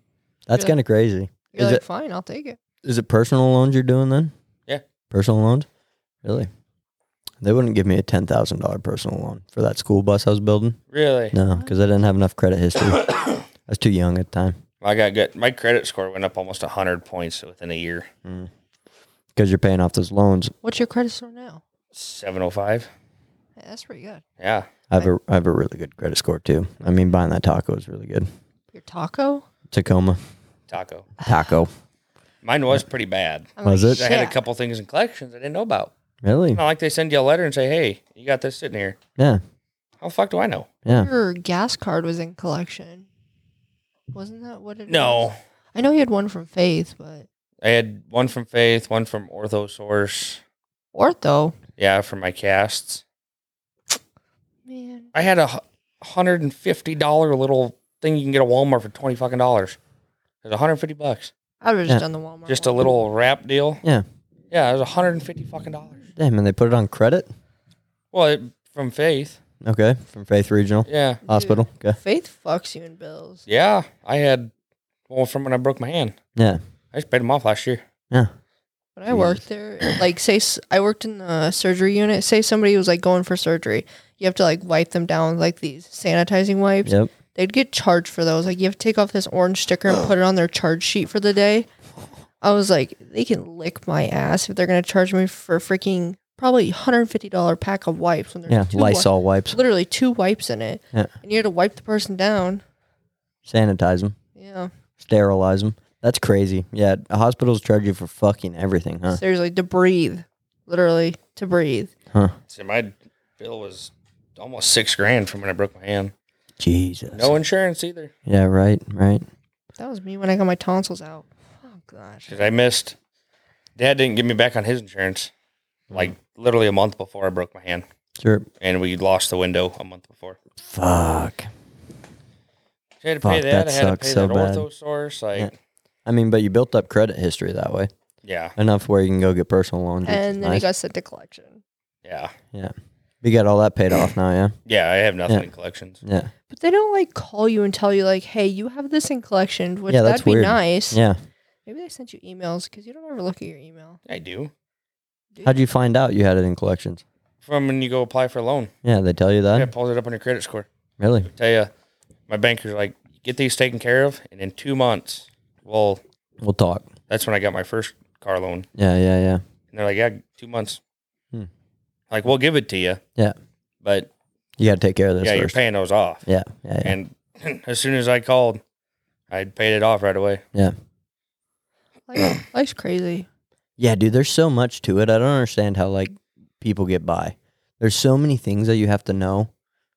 That's Yeah. kind of crazy. You're Is like, it- fine, I'll take it. Is it personal loans you're doing then? Yeah. Personal loans? Really? They wouldn't give me a ten thousand dollar personal loan for that school bus I was building. Really? No, because I didn't have enough credit history. I was too young at the time. I got good. My credit score went up almost hundred points within a year. because Mm. you're paying off those loans. What's your credit score now? Seven oh five. Hey, that's pretty good. Yeah. I have a I have a really good credit score too. I mean, buying that taco is really good. Your taco? Tacoma Taco. taco, Mine was pretty bad. I'm Was it? I had a "Shit." couple things in collections I didn't know about. really? Not like they send you a letter and say, "Hey, you got this sitting here." Yeah, How the fuck do I know? yeah. Your gas card was in collection. Wasn't that what it was? No, I know you had one from Faith, but I had one from Faith, one from Orthosource. ortho. Yeah, for my casts. Man. I had a hu- hundred and fifty dollar little thing you can get at Walmart for twenty fucking dollars. It was one hundred fifty bucks. I would have Yeah. just done the Walmart. Just a one. little wrap deal. Yeah. Yeah, it was one hundred and fifty fucking dollars. Damn, and they put it on credit. Well, it, from Faith. Okay, from Faith Regional Yeah. Dude, Hospital. Okay, Faith fucks you in bills. Yeah, I had well from when I broke my hand. yeah, I just paid them off last year. yeah. When I worked there, like say s- I worked in the surgery unit, say somebody was like going for surgery, you have to like wipe them down with like these sanitizing wipes. Yep. They'd get charged for those. Like you have to take off this orange sticker and put it on their charge sheet for the day. I was like, they can lick my ass if they're gonna charge me for a freaking probably hundred fifty dollar pack of wipes when there's Yeah, two wi- Lysol wipes. literally two wipes in it, Yeah. and you had to wipe the person down. Sanitize them, Yeah, sterilize them. That's crazy. Yeah, hospitals charge you for fucking everything, huh? seriously, to breathe, literally to breathe. Huh. See, my bill was almost six grand from when I broke my hand. Jesus. No insurance either. Yeah, right, right. That was me when I got my tonsils out. Oh gosh. Because I missed. Dad didn't give me back on his insurance, like literally a month before I broke my hand, Sure. and we lost the window a month before. Fuck. So I had to Fuck, pay that. that I had to sucks pay so that bad. ortho source. Like, I mean, but you built up credit history that way yeah, enough where you can go get personal loans. which is And then nice. it got sent to collection. yeah, We got all that paid off now, yeah? yeah. I have nothing Yeah. in collections. Yeah. But they don't like call you and tell you like, hey, you have this in collection, which Yeah, that's that'd be weird. nice. Yeah. Maybe they sent you emails because you don't ever look at your email. I do. do How'd you find out you had it in collections? From when you go apply for a loan, Yeah, they tell you that? yeah, pulls it up on your credit score. Really? tell you, my banker's like, get these taken care of, and in two months, well, We'll talk. that's when I got my first car loan. Yeah, yeah, yeah. And they're like, yeah, two months. Hmm. Like, we'll give it to you. Yeah. But You got to take care of this yeah, you you're first. paying those off. yeah, yeah, yeah. And as soon as I called, I paid it off right away. Like, life's crazy. Yeah, dude, there's so much to it. I don't understand how, like, people get by. There's so many things that you have to know,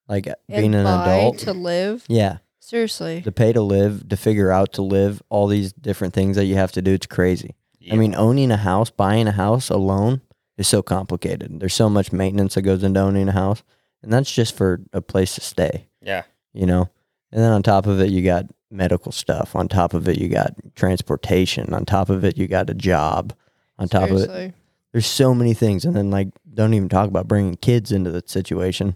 like uh, being an buy adult. to live. yeah. Seriously. To pay to live, to figure out to live, all these different things that you have to do. It's crazy. I mean, owning a house, buying a house alone is so complicated. There's so much maintenance that goes into owning a house, and that's just for a place to stay, yeah, you know? And then on top of it, you got medical stuff. On top of it, you got transportation. On top of it, you got a job. On top of it, Seriously. there's so many things. And then, like, don't even talk about bringing kids into the situation.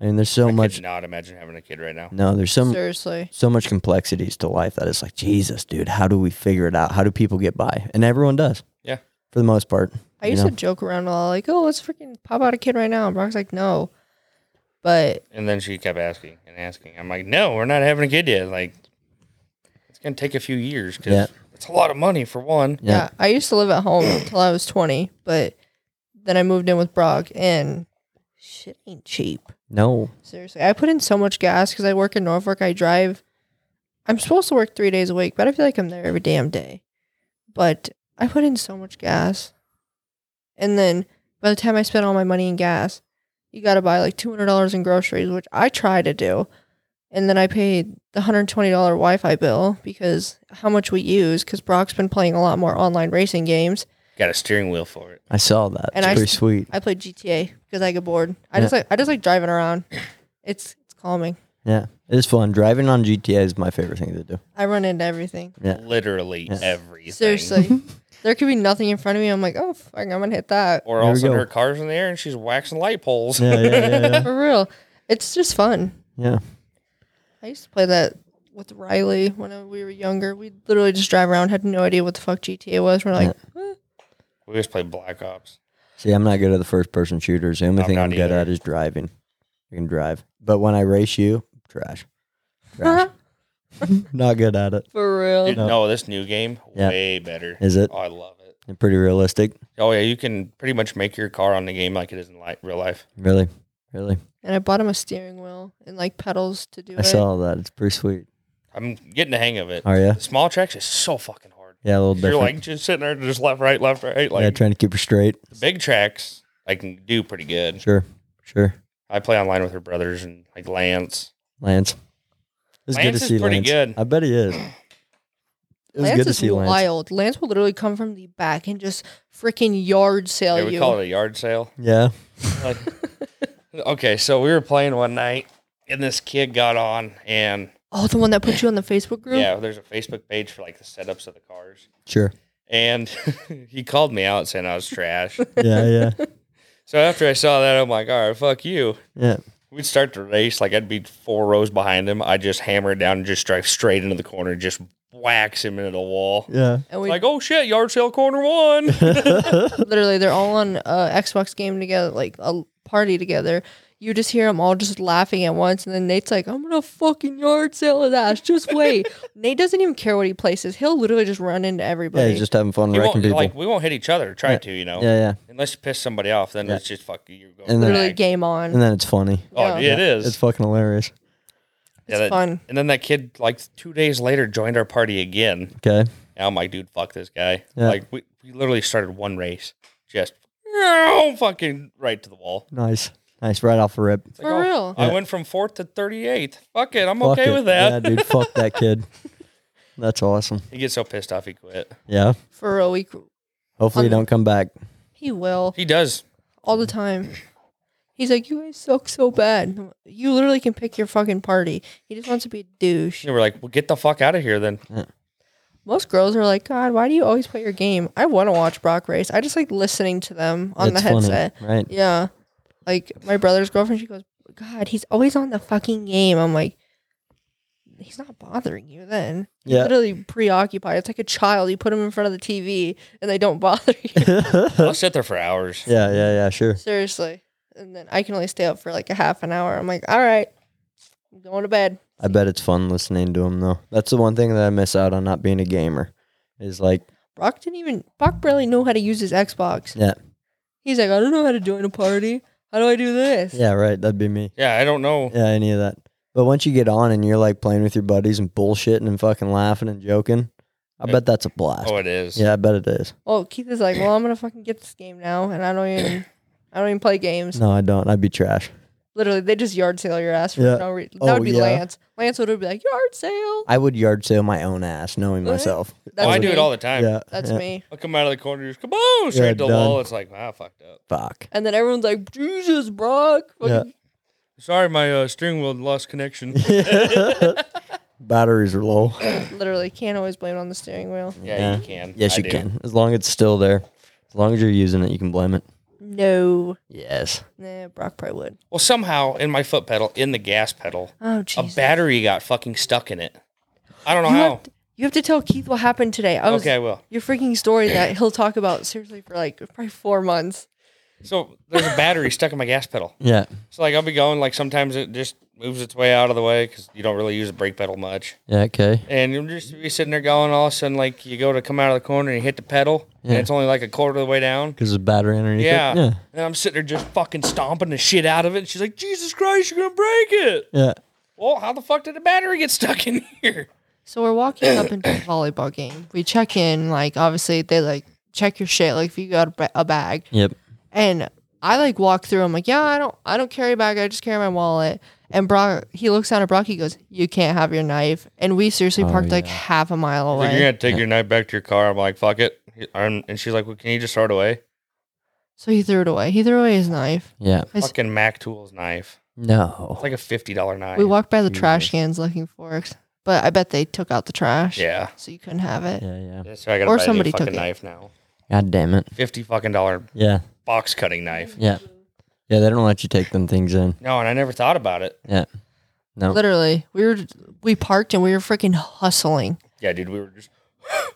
I mean, there's so I much. could not imagine having a kid right now. No, there's so, Seriously. so much complexities to life that it's like, Jesus, dude, how do we figure it out? How do people get by? And everyone does. Yeah. For the most part. I you used know? to joke around a lot, like, oh, let's freaking pop out a kid right now. And Brock's like, no. But And then she kept asking and asking. I'm like, no, we're not having a kid yet. Like, it's gonna take a few years because Yeah. it's a lot of money for one. yeah. I used to live at home until I was 20, but then I moved in with Brock and shit ain't cheap. No. Seriously, I put in so much gas because I work in Norfolk. I drive. I'm supposed to work three days a week, but I feel like I'm there every damn day. But I put in so much gas, and then by the time I spent all my money in gas, you got to buy like two hundred dollars in groceries, which I try to do, and then I paid the hundred twenty dollar Wi-Fi bill because how much we use. Because Brock's been playing a lot more online racing games. Got a steering wheel for it. I saw that. And it's I- pretty sweet. I play GTA because I get bored. I just like I just like driving around. It's it's calming. Yeah. It is fun. Driving on GTA is my favorite thing to do. I run into everything. Yeah. Literally Yeah. everything. Seriously. there could be nothing in front of me. I'm like, oh, fuck, I'm going to hit that. Or There we also go. her car's in the air and she's waxing light poles. Yeah, yeah, yeah, yeah. For real. It's just fun. Yeah. I used to play that with Riley when we were younger. We literally just drive around, had no idea what the fuck GTA was. We're like, eh. we just play Black Ops. See, I'm not good at the first person shooters. The only I'm thing not I'm good either. at is driving. I can drive. But when I race you, trash. Trash. Not good at it. For real. Dude, No. no, this new game Yeah. way better. Is it Oh, I love it. pretty realistic? Oh yeah, you can pretty much make your car on the game like it is in li- real life. Really, really. And I bought him a steering wheel and like pedals to do I it. saw that. It's pretty sweet. I'm getting the hang of it. Are you? The small tracks is so fucking hard. Yeah, a little You're different. like just sitting there, just left, right, left, right. yeah, Like trying to keep her straight. the big tracks, I can do pretty good. Sure, sure. I play online with her brothers and like Lance. Lance. It's good Lance to is see pretty Lance. good. I bet he is. It was Lance good to is see Lance. wild. Lance will literally come from the back and just freaking yard sale Yeah, we you. call it a yard sale. Yeah. Like, okay, so we were playing one night, and this kid got on, and oh, the one that put you on the Facebook group. yeah, there's a Facebook page for like the setups of the cars, Sure. and he called me out saying I was trash. Yeah, yeah, so after I saw that, I'm like, all right, fuck you. yeah. We'd start the race, like I'd be four rows behind him. I just hammer it down and just drive straight into the corner, just whacks him into the wall. Yeah. And we Like, oh shit, yard sale corner one. literally they're all on uh, Xbox game together, like a party together. You just hear them all just laughing at once, and then Nate's like, "I'm gonna fucking yard sale his ass. Just wait." Nate doesn't even care what he places. He'll literally just run into yeah, everybody. he's just having fun we wrecking won't, people. like, we won't hit each other. Try to, you know. yeah, yeah. Unless you piss somebody off, then Yeah. it's just fuck you. You're going And then- literally back. game on. And then it's funny. Oh, yeah, it is. It's fucking hilarious. it's that- fun. And then that kid, like two days later, joined our party again. Okay. And I'm like, dude, fuck this guy. Yeah. Like, we, we literally started one race, just "Meow," fucking right to the wall. Nice. Nice. Right off the rip. It's like, For oh, real. I Yeah. went from fourth to 38th. Fuck it. I'm Fuck okay it. with that. Yeah, dude. Fuck that kid. That's awesome. He gets so pissed off, he quit. Yeah. For real, we, Hopefully you Um, don't come back. he will He does. all the time. He's like, "You guys suck so bad. You literally can pick your fucking party." He just wants to be a douche. And we're like, well, get the fuck out of here then. Most girls are like, "God, why do you always play your game?" I want to watch Brock race. I just like listening to them on It's the funny, headset. right? Yeah. Like my brother's girlfriend, she goes, God, he's always on the fucking game. I'm like, he's not bothering you then. Yeah. Literally preoccupied. It's like a child. You put him in front of the TV and they don't bother you. I'll yeah, sit there for hours. yeah, yeah. Sure. Seriously. And then I can only stay up for like a half an hour. I'm like, all right, I'm going to bed. I bet it's fun listening to him though. That's the one thing that I miss out on not being a gamer. Is like Brock didn't even, Brock barely knew how to use his Xbox. Yeah. He's like, I don't know how to join a party. How do I do this? yeah, right, that'd be me. Yeah, I don't know. Yeah, any of that. But once you get on and you're like playing with your buddies and bullshitting and fucking laughing and joking, I Yeah. bet that's a blast. Oh, it is. yeah, I bet it is. Well, Keith is like, well, I'm going to fucking get this game now. And I don't even, I don't even play games. No, I don't. I'd be trash. Literally, they just yard sale your ass for Yeah. no reason. That Oh, would be yeah. Lance. Lance would be like, yard sale. I would yard sale my own ass, knowing Really? myself. That's oh, I do me. it all the time. yeah, That's yeah. me. I come out of the corner, just kaboom, straight Yeah, to the wall. done. It's like, wow, I fucked up. Fuck. And then everyone's like, Jesus, Brock. Yeah. Fucking- Sorry, my uh, steering wheel lost connection. Batteries are low. Literally, can't always blame it on the steering wheel. Yeah, Yeah. you can. Yes, I you do. can. As long as it's still there. As long as you're using it, you can blame it. No. Yes. Nah, Brock probably would. Well, somehow in my foot pedal, in the gas pedal, Oh, a Jesus. battery got fucking stuck in it. I don't know you, how. have to, you have to tell Keith what happened today. I was, okay, I will. Your freaking story that he'll talk about seriously for like probably four months. So there's a battery stuck in my gas pedal. Yeah. So like I'll be going, like sometimes it just moves its way out of the way because you don't really use the brake pedal much, Yeah, okay. and you'll just be sitting there going. All of a sudden, like you go to come out of the corner and you hit the pedal, Yeah. and it's only like a quarter of the way down. Because there's battery underneath Yeah. it. Yeah. And I'm sitting there just fucking stomping the shit out of it. And she's like, Jesus Christ, you're gonna break it. Yeah. Well, how the fuck did the battery get stuck in here? So we're walking up into the volleyball game. We check in, like, obviously, they like check your shit, like, if you got a, ba- a bag. Yep. And I like walk through. I'm like, yeah, I don't, I don't carry a bag. I just carry my wallet. And Brock, he looks down at Brock. He goes, "You can't have your knife." And we seriously Oh, parked like yeah. half a mile Like, you're away. gonna take your knife back to your car. I'm like, fuck it. I'm, and she's like, well, can you just throw it away? So he threw it away. He threw away his knife. Yeah. I s- Fucking Mac Tools knife. It's No. like a fifty dollar knife. We walked by the trash Jesus. cans looking for it, but I bet they took out the trash. Yeah. So you couldn't have it. Yeah, yeah. Yeah, So I gotta Or buy somebody a new took fucking it. knife now. God damn it. Fifty fucking dollar Yeah. box cutting knife. Yeah. Yeah, they don't let you take them things in. No, and I never thought about it. No. Literally, we were we parked and we were freaking hustling. Yeah, dude, we were just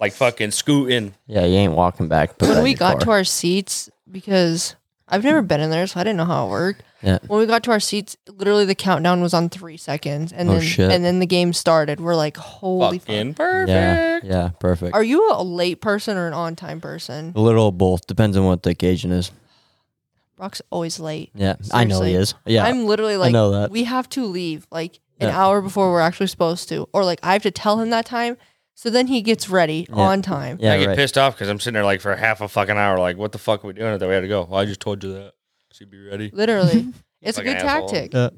like fucking scooting. Yeah, you ain't walking back. when we got to our seats because I've never been in there, so I didn't know how it worked. Yeah. When we got to our seats, literally the countdown was on three seconds, and Oh, then shit. and then the game started. We're like, holy fuck. Fucking perfect. Yeah, yeah, perfect. Are you a late person or an on time person? a little of both depends on what the occasion is. Brock's always late. Yeah, I know he Seriously. is. Yeah, I'm literally like, know that. we have to leave like an Yeah. hour before we're actually supposed to, or like I have to tell him that time, so then he gets ready Yeah. on time. yeah, I get right. pissed off because I'm sitting there like for half a fucking hour, like, what the fuck are we doing? That we had to go. Well, I just told you that. So you be ready. Literally, it's a Fucking good asshole. tactic. Uh,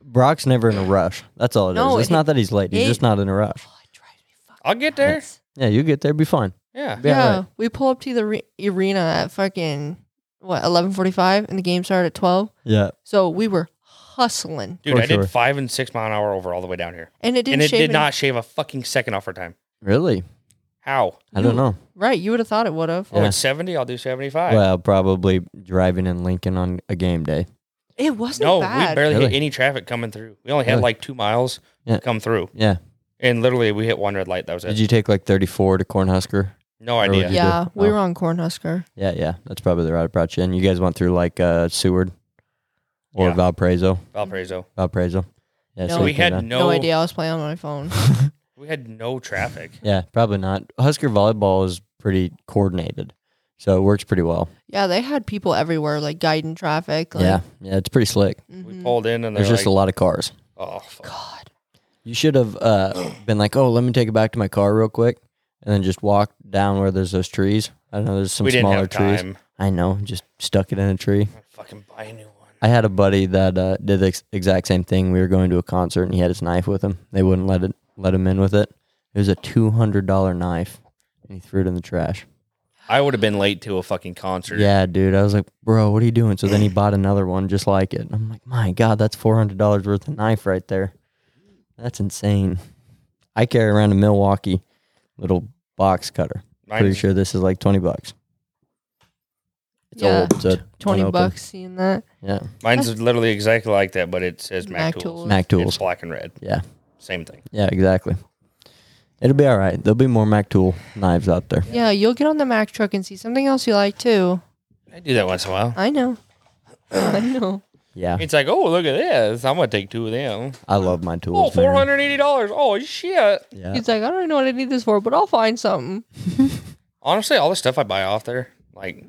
Brock's never in a rush. That's all it is. No, It's it- not that he's late. He's it- just not in a rush. Oh, it drives me fucking I'll get there. nuts. Yeah, you get there, be fine. Yeah. Yeah, Yeah, right. we pull up to the re- arena at fucking what eleven forty five, and the game started at twelve. Yeah, So we were hustling, Dude, For I sure. did five and six mile an hour over all the way down here. and it didn't. and it shave did any- not shave a fucking second off our time. really. How? I don't You- know. Right, you would have thought it would have. Oh, Yeah. it's 70? I'll do 75. Well, probably driving in Lincoln on a game day. It wasn't no, bad. we barely hit Really? any traffic coming through. We only had Really? like two miles Yeah. come through. Yeah. And literally, we hit one red light. That was it. Did you take like 34 to Cornhusker? no would idea. you- yeah, did. we Oh. were on Cornhusker. Yeah, yeah. That's probably the route it brought you in. You guys went through like uh, Seward or Yeah. Valparaiso. Valparaiso. Valparaiso. Yeah, No. you we came had down. No. no, idea. I was playing on my phone. We had no traffic. Yeah, probably not. Husker volleyball is pretty coordinated, so it works pretty well. yeah, they had people everywhere, like guiding traffic. Like, yeah, yeah, it's pretty slick. We mhm. pulled in and they're There's just a like, lot of cars. oh, fuck. God. You should have uh, been like, "Oh, let me take it back to my car real quick," and then just walk down where there's those trees. I don't know. There's some we didn't smaller have trees. time. I know. Just stuck it in a tree. I'm gonna fucking buy a new one. I had a buddy that uh, did the ex- exact same thing. We were going to a concert and he had his knife with him. They wouldn't let it let him in with it. It was a two hundred dollar knife, and he threw it in the trash. I would have been late to a fucking concert. Yeah, dude. I was like, bro, what are you doing? So then he bought another one just like it. And I'm like, my God, that's four hundred dollars worth of knife right there. That's insane. I carry around a Milwaukee little box cutter. Pretty Mine's- sure this is like twenty bucks. It's Yeah. old. So 20 bucks seeing that. Yeah. Mine's is literally exactly like that, but it says Mac, Mac Tools. Tools. Mac It's tools. black and red. Yeah. Same thing. Yeah, exactly. It'll be all right. There'll be more Mac Tool knives out there. Yeah, you'll get on the Mac truck and see something else you like too. I do that once in a while. I know. I know. Yeah, It's like, oh, look at this. I'm going to take two of them. I love my Oh, tools. man. $480. Oh, shit. Yeah, He's like, I don't even know what I need this for, but I'll find something. Honestly, all the stuff I buy off there, like,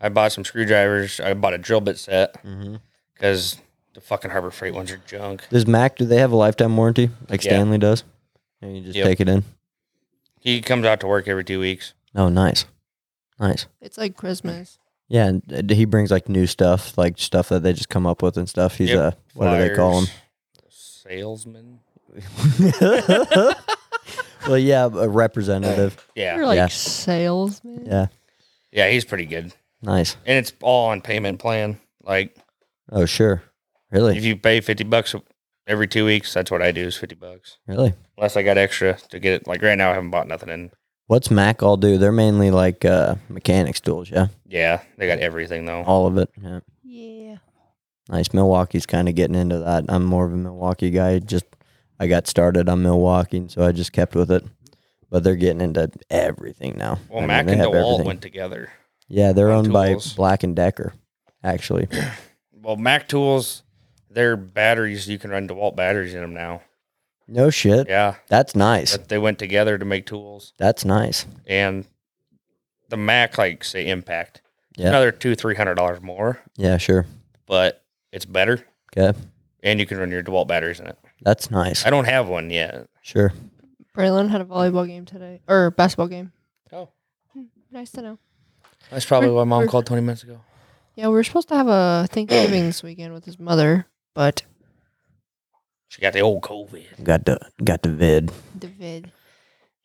I bought some screwdrivers. I bought a drill bit set Mhm. because the fucking Harbor Freight ones are junk. Does Mac? Do they have a lifetime warranty like Yeah. Stanley does? And you just Yep. take it in. He comes out to work every two weeks. Oh, nice, nice. It's like Christmas. Yeah, and uh, he brings like new stuff, like stuff that they just come up with and stuff. He's Yep. a what do they call him? Flyers, Salesman. well, yeah, a representative. You're Yeah. like Yeah. salesman. Yeah, Yeah, he's pretty good. nice. And it's all on payment plan. Like, Oh, sure. Really, if you pay 50 bucks every two weeks, that's what I do is 50 bucks. really. Unless I got extra to get it. Like, right now, I haven't bought nothing in. What's Mac all do? They're mainly like uh, mechanics tools. Yeah, Yeah, they got everything, though. all of it. Yeah. Yeah. Nice. Milwaukee's kind of getting into that. I'm more of a Milwaukee guy. Just I got started on Milwaukee, and so I just kept with it. But they're getting into everything now. I Well, mean, Mac they and have DeWalt everything. went together. Yeah, they're on owned by tools. Black and Decker, actually. Well, Mac Tools, their batteries, you can run DeWalt batteries in them now. No shit. Yeah. That's nice. But they went together to make tools. That's nice. And the Mac, like, say, Impact, Yeah. another two, $300 more, Yeah, sure. but it's better. Okay, And you can run your DeWalt batteries in it. that's nice. I don't have one yet. Sure. Braylon had a volleyball game today, or basketball game. Oh, Nice to know. that's probably why mom We're- called 20 minutes ago. Yeah, we were supposed to have a Thanksgiving this weekend with his mother, but She got the old COVID. Got the got the vid. David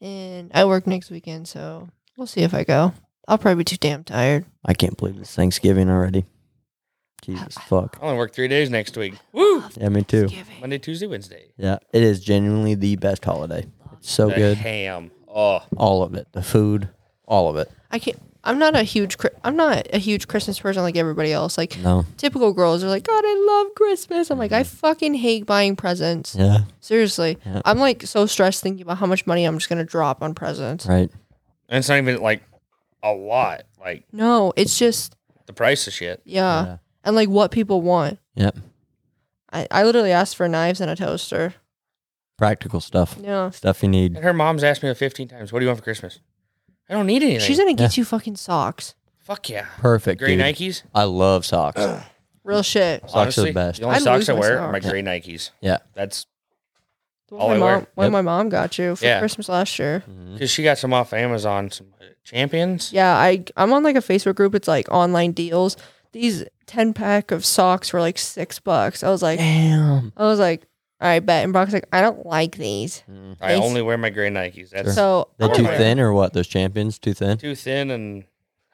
and I work next weekend, so we'll see if I go. I'll probably be too damn tired. I can't believe it's Thanksgiving already. Jesus fuck. I only work three days next week. Woo! Yeah, me too. Thanksgiving. Monday, Tuesday, Wednesday. Yeah, it is genuinely the best holiday. It's so The good. ham. Oh, All of it. The food. All of it. I can't. I'm not a huge. Chri- I'm not a huge Christmas person like everybody else. Like No. Mm-hmm. typical girls are like, God, I love Christmas. I'm like, I fucking hate buying presents. Yeah. Seriously, Yeah. I'm like so stressed thinking about how much money I'm just gonna drop on presents. Right. and it's not even like a lot. Like No, it's just the price of shit. yeah. Yeah. and like what people want. Yep. I, I literally asked for knives and a toaster. Practical stuff. Yeah. Stuff you need. And her mom's asked me 15 times, What do you want for Christmas? I don't need anything. She's gonna get you fucking socks. Fuck yeah. Perfect. Gray dude. Nikes. I love socks. Real shit. Socks are the Honestly, best. The only I lose socks I my wear socks. are my Yeah. gray Nikes. Yeah. That's The All one my I mom, wear. one Yep. my mom got you for Yeah. Christmas last year. Mhm. because she got some off Amazon, some uh, champions. Yeah, I I'm on like a Facebook group. It's like online deals. These ten pack of socks were like six bucks. I was like, Damn. I was like, all right, bet. And Brock's like, I don't like these. Mm. I Thanks. only wear my gray Nikes. That's So They Oh, too yeah. thin or what? Those champions too thin? too thin and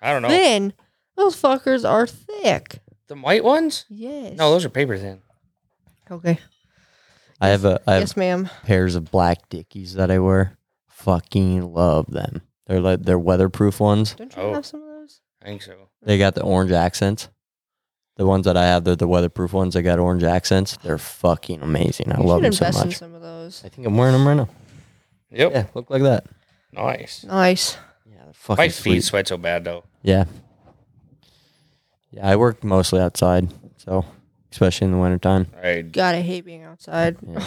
I don't know. then those fuckers are thick. The white ones? Yes. No, those are paper thin. Okay. I have a I have Yes, ma'am. pairs of black dickies that I wear. Fucking love them. They're like they're weatherproof ones. Don't you Oh. have some of those? I think so. They got the orange accents. The ones that I have, they're the weatherproof ones. They got orange accents. They're fucking amazing. I you love should them so invest in much. some of those. I think I'm wearing them right now. Yep. Yeah, look like that. Nice. Nice. Yeah, they're fucking My sweet. feet sweat so bad though. Yeah. Yeah, I work mostly outside, so especially in the wintertime. I God, I hate being outside. Yeah.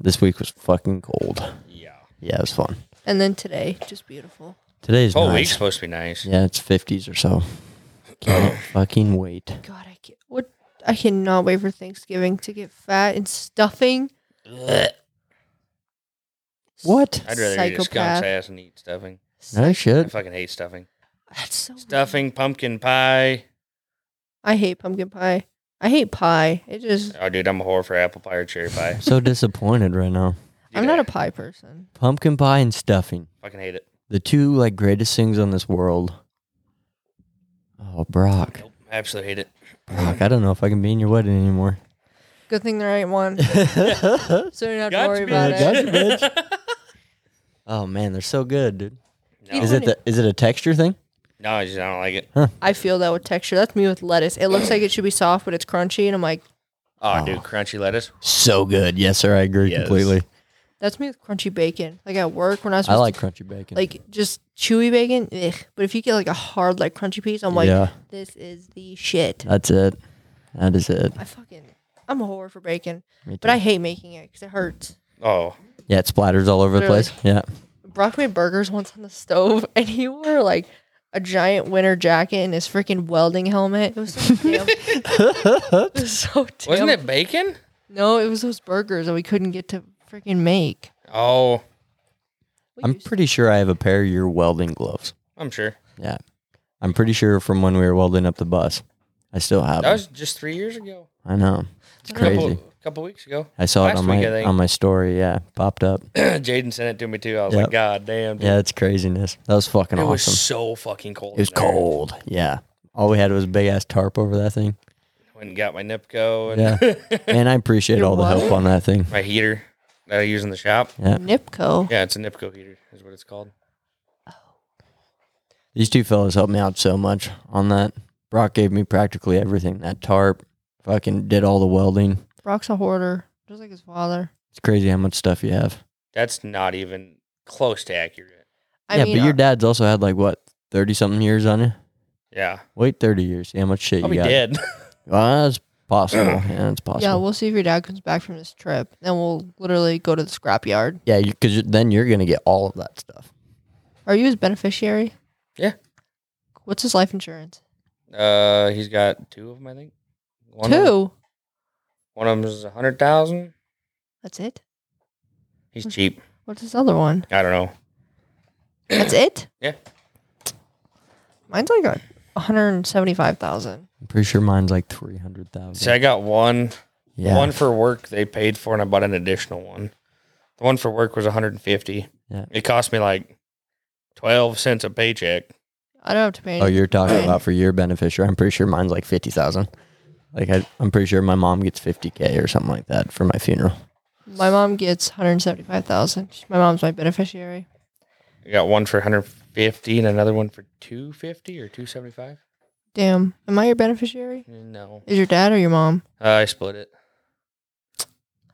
this week was fucking cold. yeah. Yeah, it was fun. And then today, just beautiful. Today's This whole nice. week's supposed to be nice. Yeah, it's fifties or so. Can't fucking wait. God, I can't. What? I cannot wait for Thanksgiving to get fat and stuffing. I'd What? rather eat a skunk's ass and eat stuffing. No I shit. fucking hate stuffing. That's so Stuffing, pumpkin pie. I hate pumpkin pie. I hate pie. It just. Oh, dude, I'm a whore for apple pie or cherry pie. I'm so disappointed right now. I'm Dude, not I a pie person. Pumpkin pie and stuffing. fucking hate it. The two like greatest things on this world. Oh, Brock. Nope, I absolutely hate it. Brock, I don't know if I can be in your wedding anymore. Good thing there ain't one, oh so you don't have Gotcha, to worry about bitch. Gotcha. it. Oh, man, they're so good, dude. no, Is it the is it a texture thing? no, I just I don't like it. I feel that with texture. That's me with lettuce. It looks like it should be soft, but it's crunchy, and I'm like, Oh, Oh. dude, crunchy lettuce. So good. Yes, sir. I agree Yes. completely. that's me with crunchy bacon. Like at work, we're not I supposed like to, crunchy bacon. like just chewy bacon. Ugh. But if you get like a hard like crunchy piece, I'm like, yeah, this is the shit. that's it. That is it. I fucking, I'm a whore for bacon, Me but I too. hate making it because it hurts. Oh, yeah, it splatters all over the Really? place. Yeah. Brock made burgers once on the stove, and he wore like a giant winter jacket and his freaking welding helmet. It was so damn. it was so damn. wasn't it bacon? No, it was those burgers that we couldn't get to freaking make. Oh, We I'm used- pretty sure I have a pair of your welding gloves. I'm sure. Yeah. I'm pretty sure from when we were welding up the bus. I still have That them. was just three years ago. I know. It's I don't Couple- crazy. couple weeks ago. I saw it last on week, I my think. on my story. Yeah. Popped up. Jaden sent it to me too. I was Yep. like, God damn. Dude. Yeah, it's craziness. That was fucking it was awesome. so fucking cold. it was in there. cold. Yeah. All we had was a big ass tarp over that thing. Went and got my Nipco and Yeah. And I appreciate Your all the help what? on that thing. my heater that I use in the shop. Yeah. Nipco. Yeah, it's a Nipco heater, is what it's called. These two fellas helped me out so much on that. Brock gave me practically everything. That tarp, fucking did all the welding. Brock's a hoarder, just like his father. It's crazy how much stuff you have. That's not even close to accurate. I yeah, mean, but your uh, dad's also had like what, thirty something years on you? Yeah. Wait thirty years. See how much shit I'll you be got. dead. Well, that's possible. yeah, it's possible. yeah, we'll see if your dad comes back from this trip, and we'll literally go to the scrapyard. Yeah, because then you're gonna get all of that stuff. Are you his beneficiary? Yeah. What's his life insurance? uh, he's got two of them, I think. One Of them, Two. one of them is a hundred thousand. That's it. Hmm. He's cheap. What's this other one? I don't know. That's it. Yeah. Mine's like a one hundred seventy-five thousand. I'm pretty sure mine's like three hundred thousand. See, I got one. yeah, One for work they paid for, and I bought an additional one. The one for work was 150. Yeah. It cost me like 12 cents a paycheck. I don't have to pay. oh, Any- you're talking about for your beneficiary. I'm pretty sure mine's like fifty thousand. Like I, I'm pretty sure my mom gets fifty k or something like that for my funeral. my mom gets one hundred seventy-five thousand. My mom's my beneficiary. I got one for 150 and another one for 250 or 275. Damn. Am I your beneficiary? No, Is your dad or your mom? uh, I split it.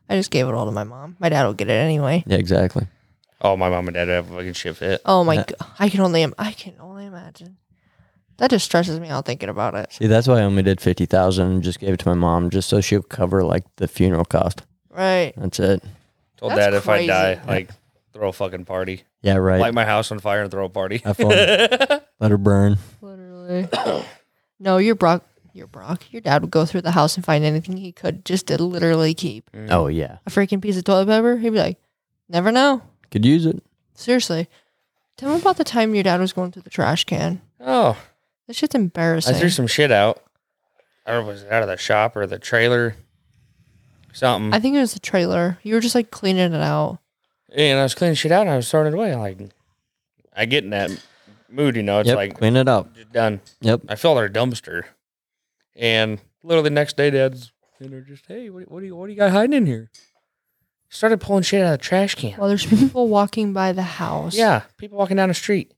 I just gave it all to my mom. My dad will get it anyway. Yeah, exactly. Oh, my mom and dad have a fucking shit fit. Oh my Yeah. god! I can only im- I can only imagine. That just stresses me out thinking about it. See, that's why I only did fifty thousand and just gave it to my mom, just so she'll cover like the funeral cost. Right. That's it. Told That's dad if crazy. I die, like throw a fucking party, Yeah, right. Uh, light my house on fire and throw a party. Have fun. Let her burn. Literally. no, your Brock, your Brock, your dad would go through the house and find anything he could just to literally keep Oh yeah, a freaking piece of toilet paper. He'd be like, "Never know." could use it. Seriously. Tell me about the time your dad was going through the trash can. Oh, That shit's embarrassing. I threw some shit out. I don't know, was it out of the shop or the trailer, something. I think it was the trailer. You were just like cleaning it out. and I was cleaning shit out and I was throwing it away. Like, I get in that mood, you know. It's yep, like clean it up. just done. Yep. I filled our dumpster, and literally the next day, Dad's in there just, hey, what, what do you what do you got hiding in here? Started pulling shit out of the trash can. Well, there's people walking by the house. Yeah, people walking down the street.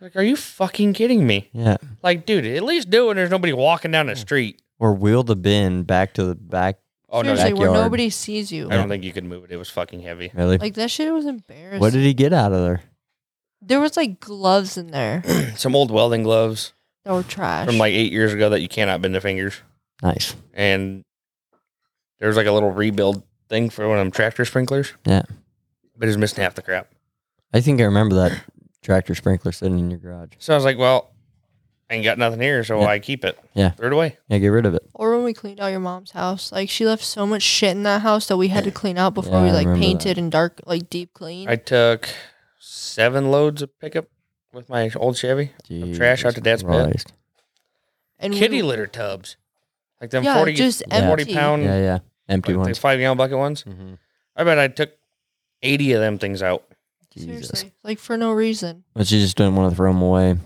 Like, are you fucking kidding me? Yeah. Like, dude, at least do it when there's nobody walking down the street. Or wheel the bin back to the back. Oh no, Seriously, that- where Backyard. nobody sees you. I don't think you could move it. It was fucking heavy. Really? Like that shit was embarrassing. what did he get out of there? there was like gloves in there Some old welding gloves that were trash. from like eight years ago that you cannot bend the fingers, Nice. and there was like a little rebuild thing for one of them tractor sprinklers. Yeah. but it's missing half the crap. I think I remember that tractor sprinkler sitting in your garage. So I was like, well, I ain't got nothing here, so Yeah. I keep it. Yeah. Throw it away. Yeah, get rid of it. or when we cleaned out your mom's house, like she left so much shit in that house that we had to clean out before Yeah, we I like remember painted and dark, like deep clean. I took seven loads of pickup with my old Chevy. trash out to dad's Jesus pit. Christ. and Kitty we, litter tubs. Like them Yeah, 40, just 40 empty. pound, Yeah, yeah. Empty like, ones. the five gallon bucket ones. Mhm. I bet I took 80 of them things out. Jesus. seriously, like for no reason. But she just didn't want to throw them away.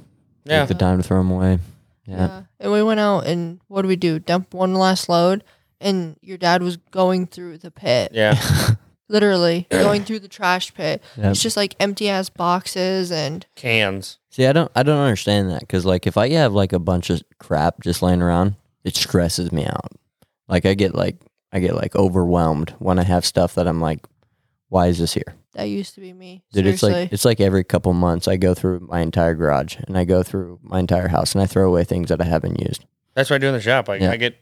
Yeah. Take the time to throw them away. Yeah. And we went out and what did we do? Dump one last load, and your dad was going through the pit, Yeah. literally going through the trash pit. Yeah. It's just like empty ass boxes and Cans. See, I don't, I don't understand that because, like, if I have like a bunch of crap just laying around, it stresses me out. Like, I get like, I get like overwhelmed when I have stuff that I'm like, why is this here? that used to be me. Dude, it's Seriously. like, it's like every couple months I go through my entire garage and I go through my entire house and I throw away things that I haven't used. That's what I do in the shop. Like, Yeah. I get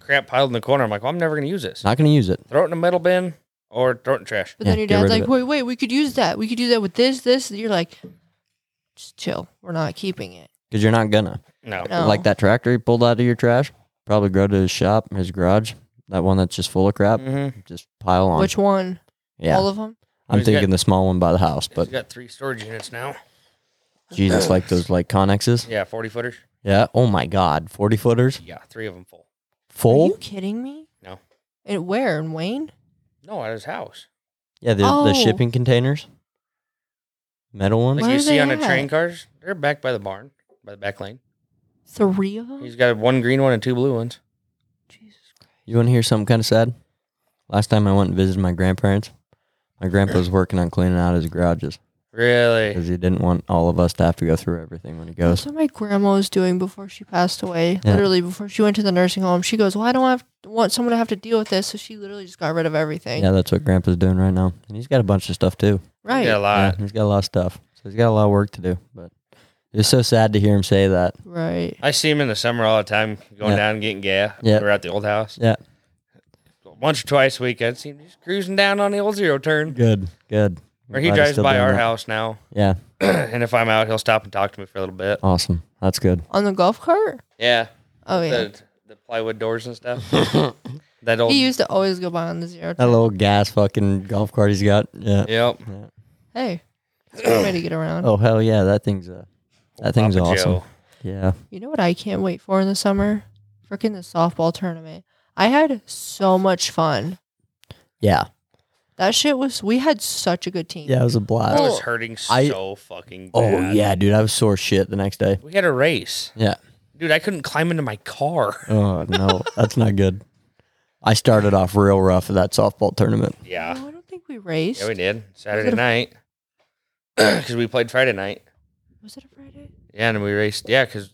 crap piled in the corner. I'm like, well, I'm never going to use this. Not gonna use it. Throw it in the metal bin or throw it in trash. But Yeah, then your get dad's rid of like, it. wait, wait, we could use that. We could do that with this, this. And you're like, just chill. We're not keeping it. Cause you're not gonna No. No. like that tractor you pulled out of your trash. Probably go to his shop, his garage, that one that's just full of crap. Mm-hmm. Just pile on. Mm. Which one? yeah, All of them? I'm He's got- thinking the small one by the house, But but He's got three storage units now. Jesus, like those like Connexes. Yeah, 40 footers. Yeah. Oh my God. 40 footers. Yeah, three of them full. Are Full. you kidding me? No. And where? In Wayne? No, at his house. Yeah. The, Oh. the shipping containers. Metal ones. Like Where you are see they on the at? train cars, they're back by the barn, by the back lane. Three of them? He's got one green one and two blue ones. Jesus Christ. You want to hear something kind of sad? Last time I went and visited my grandparents, my grandpa was working on cleaning out his garages Really? because he didn't want all of us to have to go through everything when he That's goes. what my grandma was doing before she passed away. Yeah. Literally, before she went to the nursing home, she goes, "Well, I don't have, want someone to have to deal with this." So she literally just got rid of everything. Yeah, that's what grandpa's doing right now. And he's got a bunch of stuff too. Right. Yeah, a Yeah, lot. he's got a lot of stuff. So he's got a lot of work to do. But it's so sad to hear him say that. Right. I see him in the summer all the time, going Yeah. down and getting gas. Yeah. We're at the old house. Yeah. Once or twice a week, I'd see him just cruising down on the old zero turn. Good. Good. Or he Glad he's drives still by doing our that. house now. Yeah. and if I'm out, he'll stop and talk to me for a little bit. Awesome. That's good. On the golf cart. Yeah. Oh yeah. The, the plywood doors and stuff. that old. He used to always go by on the zero. That little gas fucking golf cart he's got. Yeah. Yep. Hey, it's a good way to get around. Oh hell yeah, that thing's uh, that thing's Papa awesome. Joe. Yeah. You know what I can't wait for in the summer? Freaking the softball tournament. I had so much fun. Yeah. That shit was. We had such a good team. Yeah, it was a I blast. was hurting I- so fucking Oh bad. yeah, dude, I was sore shit the next day. We had a race. Yeah. Dude, I couldn't climb into my car. Oh no, that's not good. I started off real rough at that softball tournament. Yeah. No, I don't think we raced. Yeah, we did. Saturday it a- night. Because we played Friday night. Was it a Friday? Yeah, and we raced. Yeah, because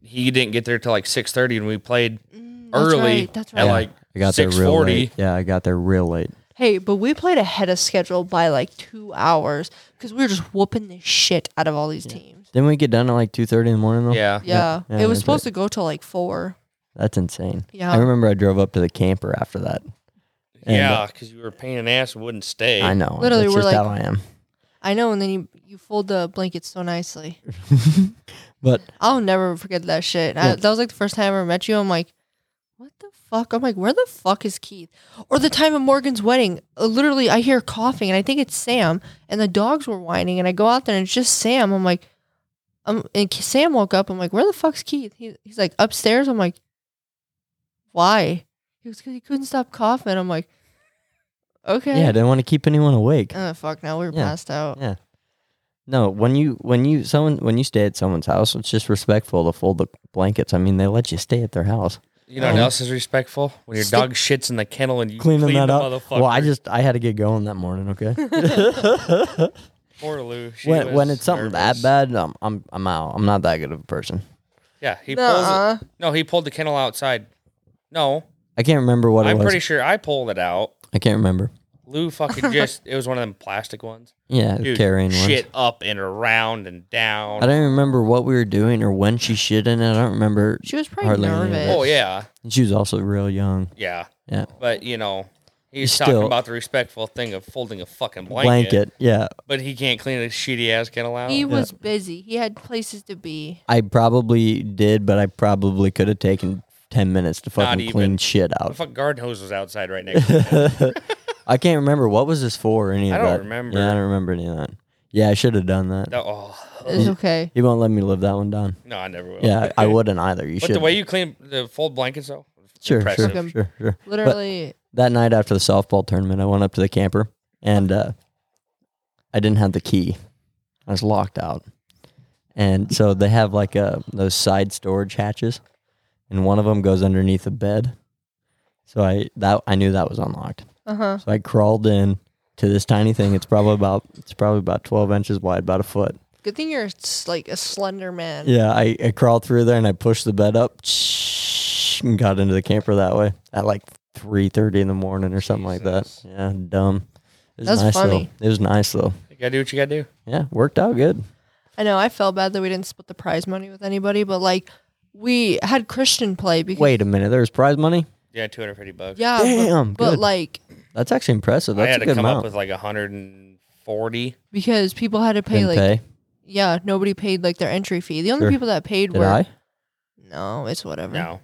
he didn't get there till like 6.30 and we played Mm, that's early right, That's at right. like I got there real 6:40. late. Yeah, I got there real late. Hey, but we played ahead of schedule by like two hours because we were just whooping the shit out of all these teams. Didn't we get done at like two thirty in the morning though? Yeah. Yeah. Yeah, it was that's supposed to go till like four. That's insane. Yeah. I remember I drove up to the camper after that. And, Yeah, because you were a pain in the ass and wouldn't stay. I know. Literally, that's we're just like- how I am. I know. And then you, you fold the blanket so nicely. But I'll never forget that shit. I, Yeah. that was like the first time I ever met you. I'm like, what the fuck? I'm like, where the fuck is Keith? Or the time at Morgan's wedding. uh, Literally, I hear coughing and I think it's Sam. And the dogs were whining. And I go out there and it's just Sam. I'm like, um, and K- Sam woke up. I'm like, where the fuck's Keith? He, he's like, upstairs. I'm like, why? He was because he couldn't stop coughing. I'm like, okay. yeah, I didn't want to keep anyone awake. Oh, fuck. Now we were Yeah. passed out. Yeah. No, when you when you someone when you stay at someone's house, it's just respectful to fold the blankets. I mean, they let you stay at their house. You know what Um, else is respectful? When your Stick- dog shits in the kennel and you clean Cleaning that the up. Well, I motherfucker. just I had to get going that morning. Okay. Poor Lou. She when when was it's something nervous. that bad, I'm, I'm I'm out. I'm not that good of a person. Yeah, he pulls it. Nuh-uh. No, he pulled the kennel outside. No, I can't remember what I'm it was. pretty sure I pulled it out. I can't remember. Lou fucking just, it was one of them plastic ones. Yeah, Dude, carrying ones. shit up and around and I down. don't even remember what we were doing or when she shit in it. I don't remember. She was probably Hardly any of nervous. it. Oh, yeah. She was also real young. Yeah. Yeah. But, you know, he's He's talking still- about the respectful thing of folding a fucking blanket. Blanket. Yeah. But he can't clean a shitty ass kennel out. He was busy. He had places to be. I probably did, but I probably could have taken 10 minutes to Not fucking even. clean shit the out. fucking garden hose was outside right next to him. I can't remember. What was this for or any of I that? don't remember. Yeah, I don't remember any of that. Yeah, I should have done that. That- oh, It's Mm. okay. He won't let me live that one down. no, I never will. Yeah, I wouldn't either. You But should. the way you clean the fold blankets, though, sure, sure, impressive. sure, sure, But Literally, that night after the softball tournament, I went up to the camper and uh, I didn't have the key. I was locked out. And so they have like uh those side storage hatches, and one of them goes underneath a bed. So I that I knew that was unlocked. uh huh. So I crawled in to this tiny thing. It's probably about it's probably about twelve inches wide, about a foot. Good thing you're s- like a slender man. Yeah, I, I crawled through there and I pushed the bed up and got into the camper that way at like three thirty in the morning or something Jesus. like that. Yeah, dumb. It was That's nice funny. Though. It was nice though. you gotta do what you gotta do. Yeah, worked out good. I know. I felt bad that we didn't split the prize money with anybody, but like we had Christian play because Wait a minute, there was prize money. Yeah, 250 bucks. yeah, but- Damn, but, good. like That's actually impressive. I That's had a to good come up amount. with like 140. because people had to pay Didn't like pay. yeah, nobody paid like their entry fee. The only Sure. people that paid Did were I? no, it's Mm-hmm. whatever. No.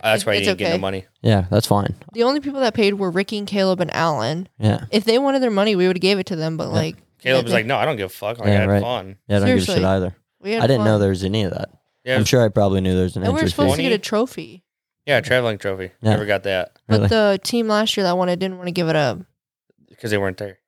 Uh, that's why you It's didn't get okay. no money. Yeah, that's fine. The only people that paid were Ricky and Caleb and Alan. Yeah, If they wanted their money, we would have gave it to them. But like Caleb was they- like, no, I don't give a fuck. Like, Yeah, I had right. fun. yeah. I don't give a shit Seriously. either. we had I didn't fun. know there was any of that. Yeah, it I'm was- sure I probably knew there was an And we were entry supposed to fee. get a trophy, yeah, traveling trophy. Yeah. Never got that Really? but the team last year that won it didn't want to give it up. because they weren't there.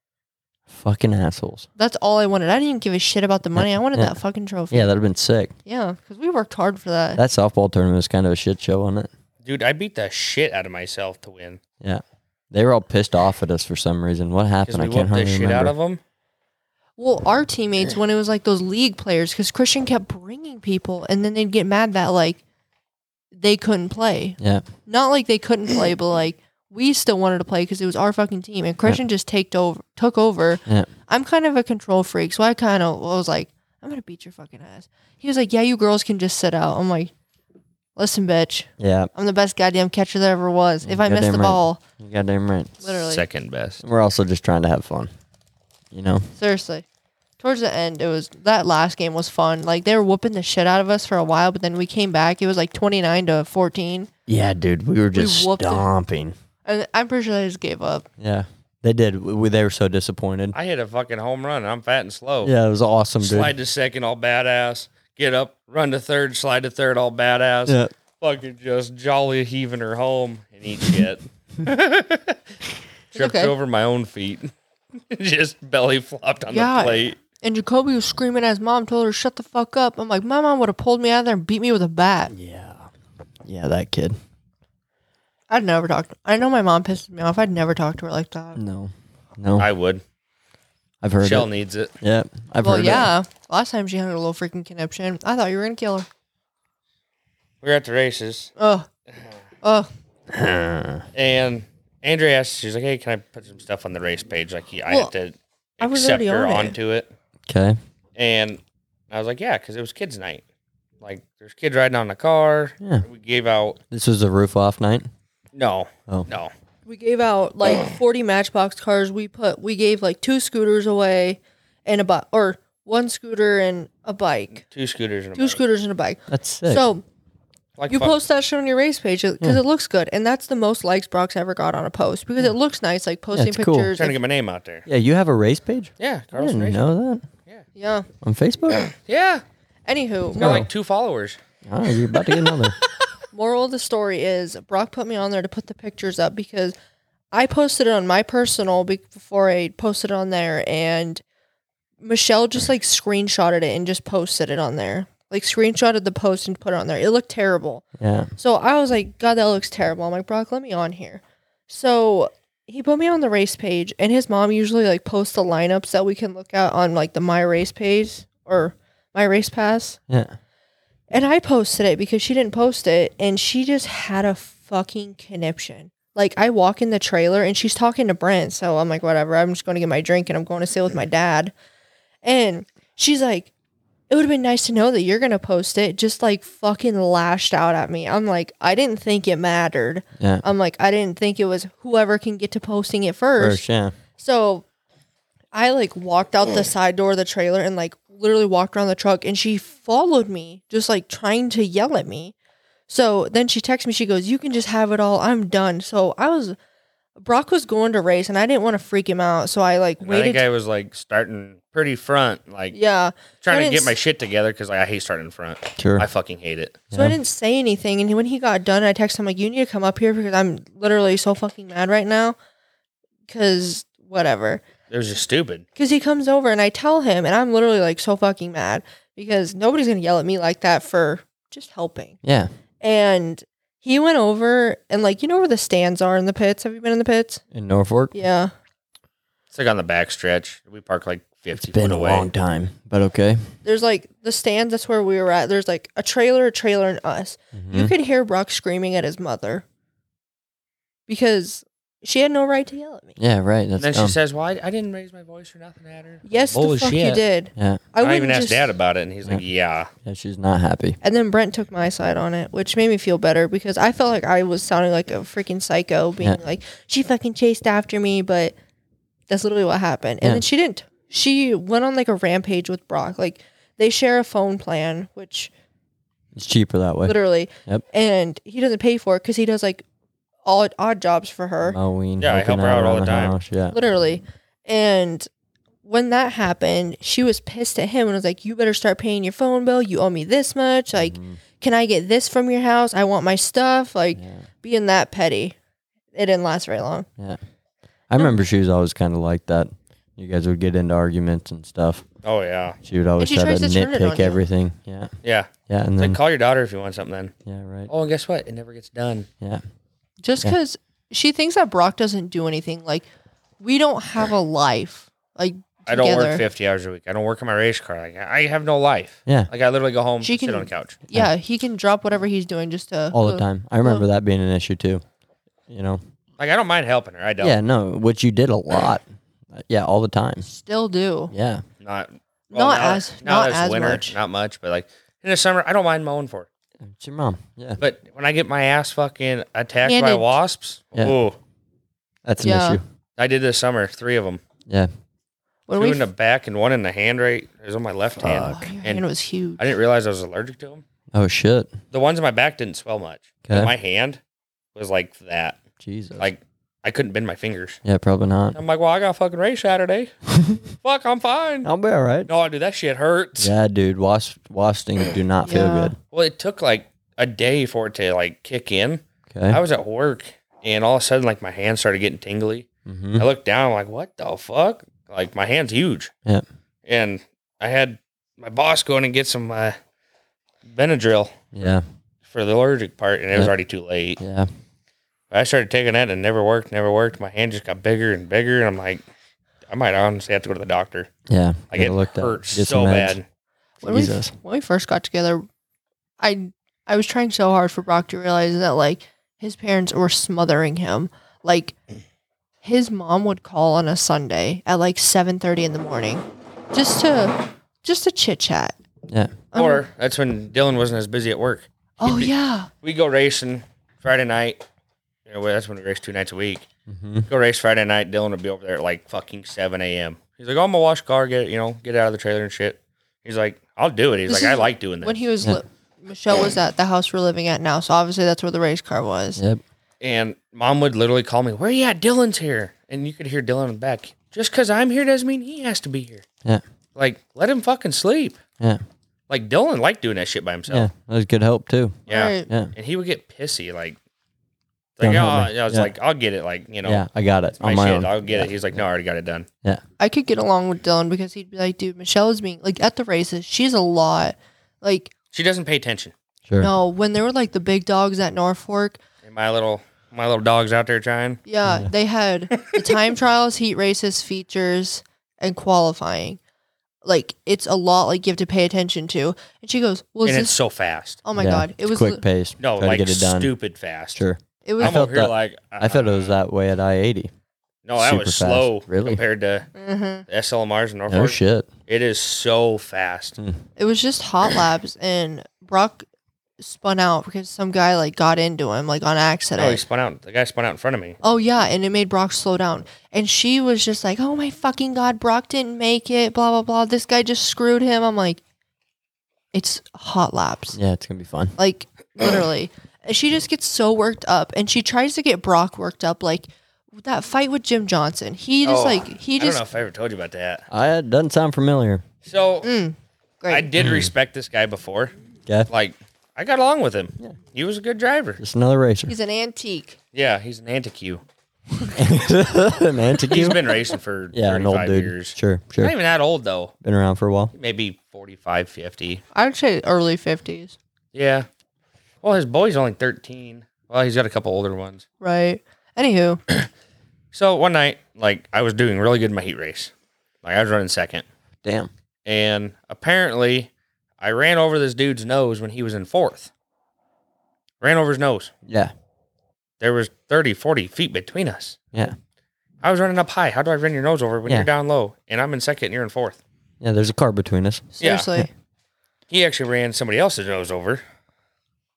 Fucking assholes. That's all I wanted. I didn't give a shit about the money. I wanted yeah. that fucking trophy. Yeah, that'd have been sick. Yeah, because we worked hard for that. That softball tournament was kind of a shit show, wasn't it? Dude, I beat the shit out of myself to win Yeah. They were all pissed off at us for some reason. What because happened? I we whooped can't the hardly shit remember. out of them. well, our teammates, when it was like those league players, because Christian kept bringing people, and then they'd get mad that like they couldn't play. yeah. Not like they couldn't play, but like we still wanted to play because it was our fucking team, and Christian just taked over, took over. Yeah. I'm kind of a control freak, so I kind of was like, I'm gonna beat your fucking ass. He was like, Yeah, you girls can just sit out. I'm like, Listen, bitch, Yeah. I'm the best goddamn catcher there ever was. If I miss Goddamn the right. ball, You goddamn right. literally, Second best. We're also just trying to have fun. You know? Seriously. Towards the end, it was that last game was fun. Like they were whooping the shit out of us for a while, but then we came back. It was like twenty nine to fourteen, Yeah, dude. We were just whooped it. stomping. and I'm pretty sure they just gave up. Yeah. They did. We, we- they were so disappointed. I hit a fucking home run. I'm fat and slow. Yeah, it was awesome, dude. Slide to second, all badass. Get up, run to third, slide to third, all badass. Yeah. Fucking just jolly heaving her home and eat shit. Tripped okay. over my own feet. just belly flopped on Yeah. the plate. And Jacoby was screaming at his mom, told her shut the fuck up. I'm like, my mom would have pulled me out of there and beat me with a bat. Yeah. Yeah, that kid. I'd never talk. To, I know my mom pisses me off. I'd never talk to her like that. No. No. I, I would. have heard Shell it. needs it. Yeah. I've Well, heard it. yeah. Last time she had a little freaking conniption. I thought you were gonna kill her. We were at the races Ugh. Ugh. and Andrea asked, she's like, hey, can I put some stuff on the race page? Like, yeah, I Well, have to I was accept already her on it. onto it. Okay. And And I was like, yeah, because it was kids' night. Like, there's kids riding on the car. Yeah. We gave out, This was a roof off night. no, Oh. no. We gave out like 40 Matchbox cars. We put we gave like two scooters away and a bike or one scooter and a bike. Two scooters and a Two bike. scooters and a bike. That's sick. So Like, you fuck- post that shit on your race page because Yeah. it looks good, and that's the most likes Brock's ever got on a post because it looks nice, like posting it's cool. pictures. trying to and- get my name out there. yeah, you have a race page? Yeah, I Carlos didn't Racing. know that. yeah. On Facebook? Yeah, Anywho, got No. like two followers. oh, you're about to get another. Moral of the story is Brock put me on there to put the pictures up because I posted it on my personal be- before I posted it on there, and Michelle just like screenshotted it and just posted it on there. Like screenshotted the post and put it on there. It looked terrible. Yeah. So I was like, God, that looks terrible. I'm like, Brock, let me on here. So he put me on the race page, and his mom usually like posts the lineups that we can look at on like the My Race page or My Race Pass. Yeah. And I posted it because she didn't post it and she just had a fucking conniption. Like I walk in the trailer and she's talking to Brent, so I'm like, whatever, I'm just gonna get my drink and I'm going to stay with my dad. And she's like, It would have been nice to know that you're gonna post it, just like fucking lashed out at me. I'm like, I didn't think it mattered. Yeah. I'm like, I didn't think it was whoever can get to posting it first. First, yeah. So I like walked out the side door of the trailer and like literally walked around the truck and she followed me, just like trying to yell at me. So then she texts me, she goes, You can just have it all. I'm done. So I was Brock was going to race and I didn't want to freak him out. So I like And I think waited. I was like starting pretty front, like yeah. I trying to didn't get my s- shit together because like, I hate starting front. Sure. I fucking hate it. So I Yeah. didn't say anything. And when he got done, I texted him like, "You need to come up here because I'm literally so fucking mad right now." Because whatever. It was just stupid. Because he comes over and I tell him, and I'm literally like so fucking mad because nobody's gonna yell at me like that for just helping. yeah. And he went over and like you know where the stands are in the pits. Have you been in the pits? In Norfolk? Yeah. It's like on the back stretch. We park like 50 It's been foot a away. long time, but okay. There's like the stands. That's where we were at. There's like a trailer, a trailer, and us. You Mhm. could hear Brock screaming at his mother because she had no right to yell at me. Yeah, right. and That's then dumb. she says, "Well, I, I didn't raise my voice or nothing at her." Yes, the Bullshit. fuck you did. Yeah. I, even wouldn't asked just- dad about it, and he's like, "Yeah, yeah, she's not happy. And then Brent took my side on it, which made me feel better because I felt like I was sounding like a freaking psycho, being Yeah. like, she fucking chased after me, but that's literally what happened. And Yeah. then she didn't. She went on like a rampage with Brock. Like they share a phone plan, which It's cheaper that way. literally, Yep. and he doesn't pay for it because he does like odd, odd jobs for her, Mowing, Yeah, I helping help her out all the around time. house, Yeah. Uh, literally. And when that happened, she was pissed at him and was like, you better start paying your phone bill. You owe me this much. Like, Mhm. can I get this from your house? I want my stuff. Like, Yeah. being that petty, it didn't last very long. I remember she was always kind of like that. You guys would get into arguments and stuff. oh yeah, She would always she try to tries to turn it on nitpick you. everything. Yeah. yeah." Yeah. And It's then, like, call your daughter if you want something. Then, yeah, right. oh, and guess what? It never gets done. Yeah. Just Yeah. because she thinks that Brock doesn't do anything. Like, we don't have a life. Like, I don't together. work 50 hours a week. I don't work in my race car. Like, I have no life. Yeah. Like, I literally go home, She sit can- on the couch. Yeah, he can drop whatever he's doing just to. Uh, All the time. I remember that being an issue too. You know? Like, I don't mind helping her. I don't. Yeah, no, which you did a lot. Uh, Yeah, all the time. Still do. Yeah. Not, Not now- as- now not it's as winter, much. Not much, but like in the summer, I don't mind mowing for. her. It's your mom. Yeah. But when I get my ass fucking attacked by Handed. wasps, Yeah. ooh, That's an Yeah. issue. I did this summer, three of them. Yeah. When Two we in the back and one in the hand right. It was on my left oh, hand. your hand And was huge. I didn't realize I was allergic to them. Oh shit. The ones in my back didn't swell much. but Okay. My hand was like that. Jesus. Like, I couldn't bend my fingers. Yeah, probably not. I'm like, well, I got a fucking race Saturday. Fuck, I'm fine. I'll be all right. No, dude, that shit hurts. Yeah, dude. Wasp wasp stings do not feel Yeah. good. Well, it took like a day for it to like kick in. Okay. I was at work and all of a sudden, like my hands started getting tingly. hmm I looked down, like, what the fuck? Like my hand's huge. Yeah. And I had my boss going and get some uh, Benadryl Yeah. for the allergic part, and it was Yeah. already too late. Yeah. I started taking that, and it never worked, never worked. My hand just got bigger and bigger, and I'm like, I might honestly have to go to the doctor. Yeah. Like Gotta it look that- hurts get so some meds. bad. when, we, Jesus. when we first got together, I I was trying so hard for Brock to realize that like his parents were smothering him. Like his mom would call on a Sunday at like seven thirty in the morning, just to just to chit chat, Yeah. I Or that's when Dylan wasn't as busy at work. Oh yeah. We go racing Friday night. You know, that's when we race two nights a week. Mm-hmm. Go race Friday night. Dylan would be over there at like fucking seven a.m. He's like, oh, "I'm gonna wash car, get you know, get out of the trailer and shit." He's like, "I'll do it." He's This like, "I is like doing this." When he was Yeah. li- Michelle was at the house we're living at now, so obviously that's where the race car was. Yep. and mom would literally call me, "Where you at? Dylan's here," and you could hear Dylan in the back. Just because I'm here doesn't mean he has to be here. Yeah. Like, let him fucking sleep. Yeah. Like Dylan liked doing that shit by Yeah. himself. That was good help too. Yeah. Right. Yeah. And he would get pissy, like, Don't like oh, help me. I was Yeah. like, I'll get it, like you know, yeah. I got it my, on my shit, own. I'll get yeah. it. He's like, no, I already got it done. I could get along with Dylan because he'd be like, dude, Michelle is being like at the races, she's a lot. Like, She doesn't pay attention. Sure. no, when they were like the big dogs at Norfolk, And my little, my little dog's out there trying. Yeah, Yeah. they had the time trials, heat races, features, and qualifying. Like it's a lot. Like you have to pay attention to. And she goes, "Well, is and it's this?" so fast. Oh my Yeah, god, it It's was quick li- pace. No, Try like to get it done. stupid fast. Sure. it was I'm felt over here that- like I thought it was uh, that way at I eighty. No, that super was fast. slow Really? compared to Mhm. the SLMRs in Norfolk. Oh shit. It is so fast. it was just hot laps, and Brock spun out because some guy like got into him like on accident. No, Oh, he spun out. The guy spun out in front of me. Oh yeah, and it made Brock slow down. And she was just like, "Oh my fucking god, Brock didn't make it." Blah blah blah. This guy just screwed him. I'm like, it's hot laps. Yeah, it's gonna be fun. Like literally, And she just gets so worked up, and she tries to get Brock worked up. Like that fight with Jim Johnson, he just Oh, like he I don't know just if I ever told you about that. I it doesn't sound familiar. So mm, great. I did respect this guy before. Yeah. Like I got along with him. He was a good driver. Just another racer. He's an antique. Yeah, he's an antique. an antique. He's been racing for yeah, an 35 old dude. years. Sure, Not sure. even that old though. Been around for a while. Maybe 45, 50. I'd say early fifties, Yeah. Well, his boy's only 13. Well, he's got a couple older ones. right? Anywho, So one night, like I was doing really good in my heat race. Like I was running second. Damn. And apparently I ran over this dude's nose when he was in fourth. Ran over his nose. Yeah. There was 30, 40 feet between us. Yeah. I was running up high. How do I run your nose over when Yeah. you're down low? And I'm in second and you're in fourth. Yeah, there's a car between us. seriously, He actually ran somebody else's nose over,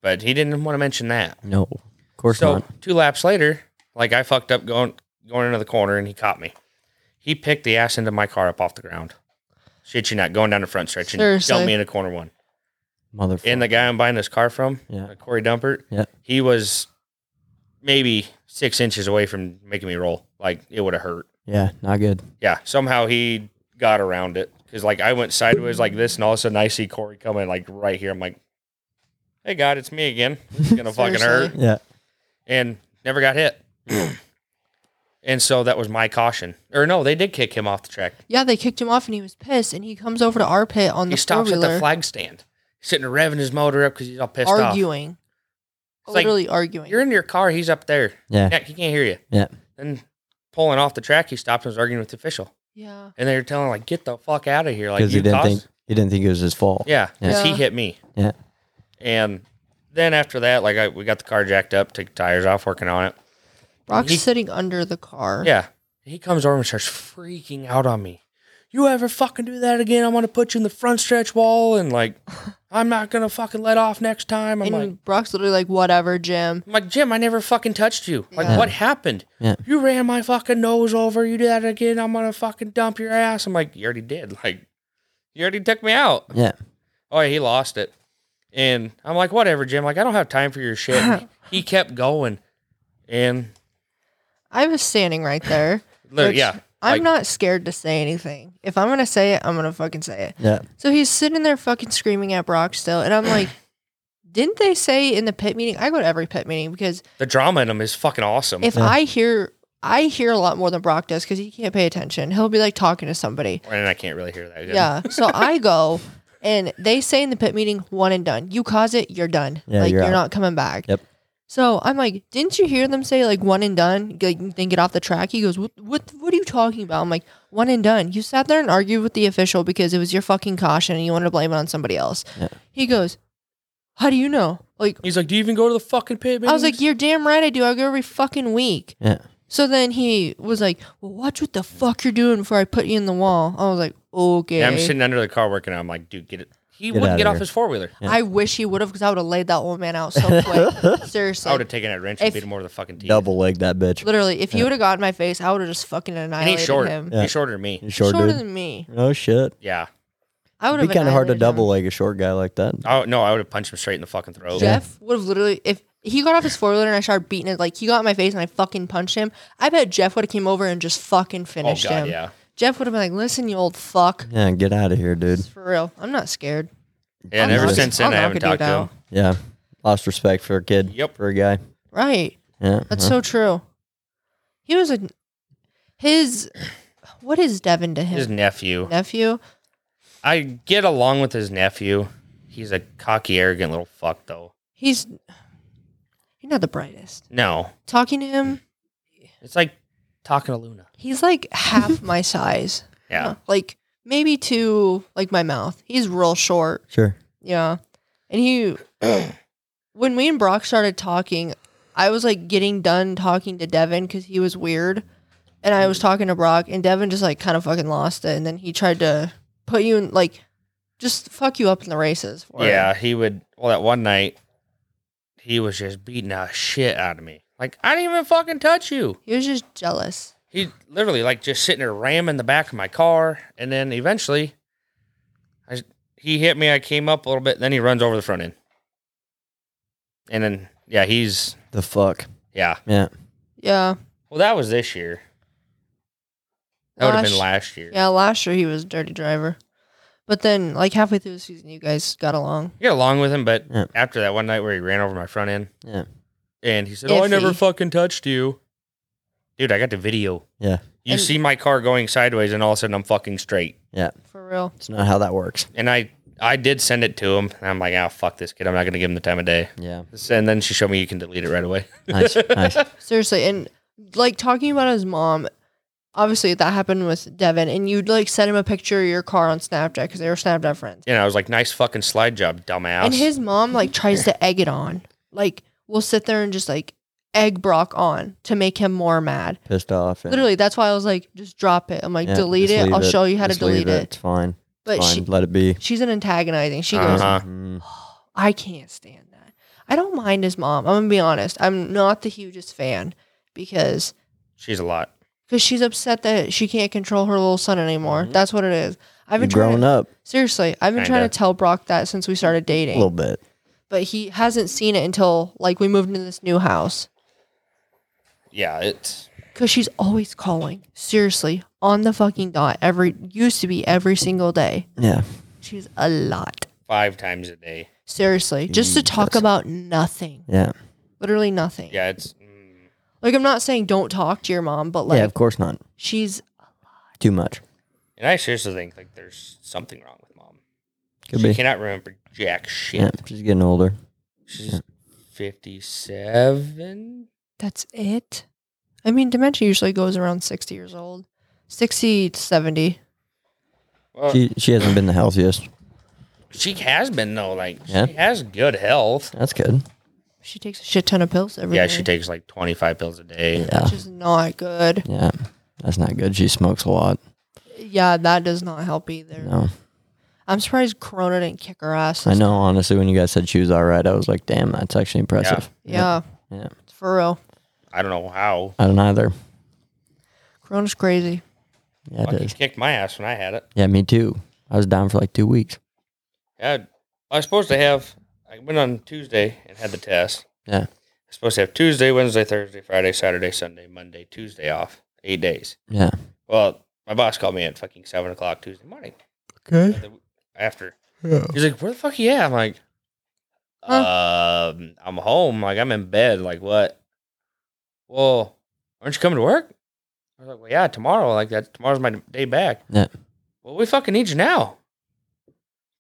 but he didn't want to mention that. No. Of course so not. two laps later, like I fucked up going going into the corner and he caught me. He picked the ass end of my car up off the ground. Shit you not, going down the front stretch and Seriously. dumped me in a corner one. Motherfucker. And the guy I'm buying this car from, Yeah. uh, Corey Dumpert, Yeah. he was maybe six inches away from making me roll. Like it would have hurt. yeah, not good. Yeah, somehow he got around it because like I went sideways like this, and all of a sudden I see Corey coming like right here. I'm like, "Hey God, it's me again. It's gonna fucking hurt," Seriously. Yeah. and never got hit. and so that was my caution. Or no, they did kick him off the track. yeah, they kicked him off, and he was pissed, and he comes over to our pit on He the four stops at the wheeler, flag stand, He's sitting there revving his motor up because he's all pissed arguing, It's like, literally off. arguing. You're in your car. He's up there. Yeah. Yeah, he can't hear you. Yeah. Then pulling off the track, he stopped and was arguing with the official, yeah, and they were telling him, like, "Get the fuck out of here!" Like Because you he didn't caused think he didn't think it was his fault. Yeah, 'cause Yeah. he hit me. Yeah. And then after that, like I, we got the car jacked up, took tires off, working on it. Brock's He- sitting under the car. Yeah. He comes over and starts freaking out on me. You ever fucking do that again? I'm gonna put you in the front stretch wall and like, I'm not gonna fucking let off next time. I'm and like, Brock's literally like, "Whatever, Jim." I'm like Jim, I never fucking touched you. Like, Yeah. what happened? Yeah. You ran my fucking nose over. You do that again. I'm gonna fucking dump your ass. I'm like, you already did. Like, you already took me out. Yeah. Oh, yeah, he lost it. And I'm like, whatever, Jim. Like, I don't have time for your shit. And he kept going. And I was standing right there. look, which yeah. I'm like- not scared to say anything. If I'm gonna say it, I'm gonna fucking say it. Yeah. So he's sitting there fucking screaming at Brock still, and I'm like, "Didn't they say in the pit meeting? I go to every pit meeting because The drama in him is fucking awesome. if Yeah. I hear, I hear a lot more than Brock does because he can't pay attention. He'll be like talking to somebody. and I can't really hear that. good. Yeah. So I go, and they say in the pit meeting, one and done. You cause it, you're done. Yeah, like you're you're, out. not coming back. Yep. So I'm like, didn't you hear them say like one and done? Like, then get off the track. He goes, what, what? What are you talking about? I'm like, one and done. You sat there and argued with the official because it was your fucking caution, and you wanted to blame it on somebody else. Yeah. He goes, how do you know? Like, He's like, do you even go to the fucking pit? I was like, meetings?" you're damn right, I do. I go every fucking week. Yeah. So then he was like, well, watch what the fuck you're doing before I put you in the wall. I was like, okay. yeah. I'm sitting under the car working. on it. I'm like, dude, get it. He Get wouldn't outta get off here. his four wheeler. Yeah. I wish he would have because I would have laid that old man out so quick. Seriously. I would have taken that wrench and If- beat him over the fucking teeth. Double leg that bitch. Literally, if he Yeah. would have got in my face, I would have just fucking And annihilated he's short. him. Yeah. He's shorter than me. You short Shorter dude. than me. Oh shit. Yeah. I would have It'd be kind of hard to annihilated him. double leg a short guy like that. Oh no, I would have punched him straight in the fucking throat. Jeff would have literally if he got off his four wheeler and I started beating it like he got in my face and I fucking punched him. I bet Jeff would have came over and just fucking Oh finished god, him. yeah. Jeff would have been like, "Listen, you old fuck, Yeah, get out of here, dude. It's for real. I'm not scared." Yeah, and I'll ever knock- since I'll then I knock haven't a dude talked to him. out. Yeah. Lost respect for a kid. Yep. For a guy. Right? Yeah. uh-huh. That's huh. so true. He was a his what is Devin to him His nephew. nephew? I get along with his nephew. He's a cocky, arrogant little fuck though. He's he's not the brightest. No. Talking to him, It's like talking to Luna. he's like half my size. Yeah. Like maybe to like my mouth. He's real short. Sure. Yeah. And he, when we and Brock started talking, I was like getting done talking to Devin because he was weird. And I was Mm. talking to Brock, and Devin just like kind of fucking lost it. And then he tried to put you in, like, just fuck you up in the races. For it. Yeah, he would well that one night he was just beating the shit out of me. Like I didn't even fucking touch you. He was just jealous. he literally like just sitting there ramming the back of my car and then eventually I, he hit me i came up a little bit and then he runs over the front end and then yeah he's The fuck. yeah Yeah. Yeah. well that was this year that would have been Last- last year Yeah. Last year he was a dirty driver. But then, like, halfway through the season, you guys got along. I get along with him but Yeah. after that one night where he ran over my front end Yeah. and he said oh i never Iffy. fucking touched you dude i got the video Yeah. you And- see my car going sideways and all of a sudden i'm fucking straight For real. It's not how that works. and i i did send it to him and i'm like oh fuck this kid i'm not gonna give him the time of day Yeah. And then she showed me you can delete it right away. Nice. nice. Seriously, and like talking about his mom, obviously that happened with Devin, and you'd like send him a picture of your car on Snapchat because they were Snapchat friends. And I was like, nice fucking slide job, dumbass. And his mom like tries to egg it on. Like we'll sit there and just like egg Brock on to make him more mad. Pissed off. yeah. Literally, that's why I was like, just drop it. I'm like, Yeah, delete just it. leave I'll show you how Just to leave delete it. It's fine. But fine. she, Let it be. she's an antagonizing. She goes, Uh-huh. Mhm. I can't stand that. I don't mind his mom. I'm gonna be honest. I'm not the hugest fan because She's a lot. because she's upset that she can't control her little son anymore. Mhm. That's what it is. I've been You've grown trying. up Seriously, I've been trying Kinda. to tell Brock that since we started a dating, little bit. but he hasn't seen it until like we moved into this new house. Yeah, it's Because she's always calling. Seriously, on the fucking dot. Every used to be every single day. Yeah. She's a lot. five times a day. Seriously, just to talk Jesus. about nothing. Yeah. Literally nothing. Yeah, it's mm, Like I'm not saying don't talk to your mom, but like yeah. Of course not. she's Too much. and I seriously think like there's something wrong with mom. Could she be. cannot remember jack shit. Yeah. She's getting older. She's fifty seven. That's it? I mean, dementia usually goes around 60 years old. 60 to 70. Well, she, She she hasn't been the healthiest. has been though. Like Yeah. she has good health. That's good. She takes a shit ton of pills every day. Yeah, she takes like twenty five pills a day. Yeah. Which is not good. Yeah. That's not good. She smokes a lot. Yeah, that does not help either. No. I'm surprised Corona didn't kick her ass. I know. Honestly, when you guys said she was all right, I was like, damn, that's actually impressive. Yeah. Yeah. For real. I don't know how. I don't either. Corona's crazy. Yeah, it Fucking is. kicked my ass when I had it. Yeah, me too. I was down for like two weeks. Yeah, I was supposed to have. I went on Tuesday and had the test. Yeah. I was supposed to have Tuesday, Wednesday, Thursday, Friday, Saturday, Sunday, Monday, Tuesday off. Eight days. Yeah. Well, my boss called me at fucking seven o'clock Tuesday morning Okay. the- after. Yeah. He's like, "Where the fuck you at?" I'm like, "Um, I'm home. Like I'm in bed. Like what? Well, aren't you coming to work?" I was like, "Well, yeah, tomorrow. Like that. Tomorrow's my day back." Yeah. Well, we fucking need you now,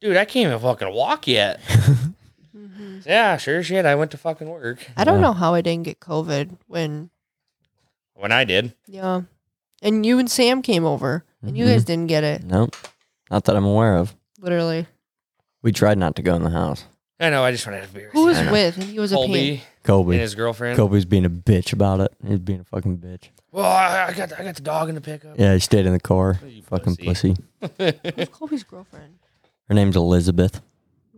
dude. I can't even fucking walk yet. Yeah, sure shit. I went to fucking work I don't Yeah. know how I didn't get COVID when, when I did. yeah. And you and Sam came over and Mm-hmm. you guys didn't get it, Nope. Not that I'm aware of. literally. We tried not to go in the house. I know. I just wanted to have a beer. Who was I know. with? And he was a pain. Colby and Kobe. his girlfriend? Kobe's being a bitch about it. He's being a fucking bitch. Well, I, I got the, I got the dog in the pickup. Yeah, he stayed in the car. You Fucking pussy. Who's Colby's girlfriend? Her Her name's Elizabeth.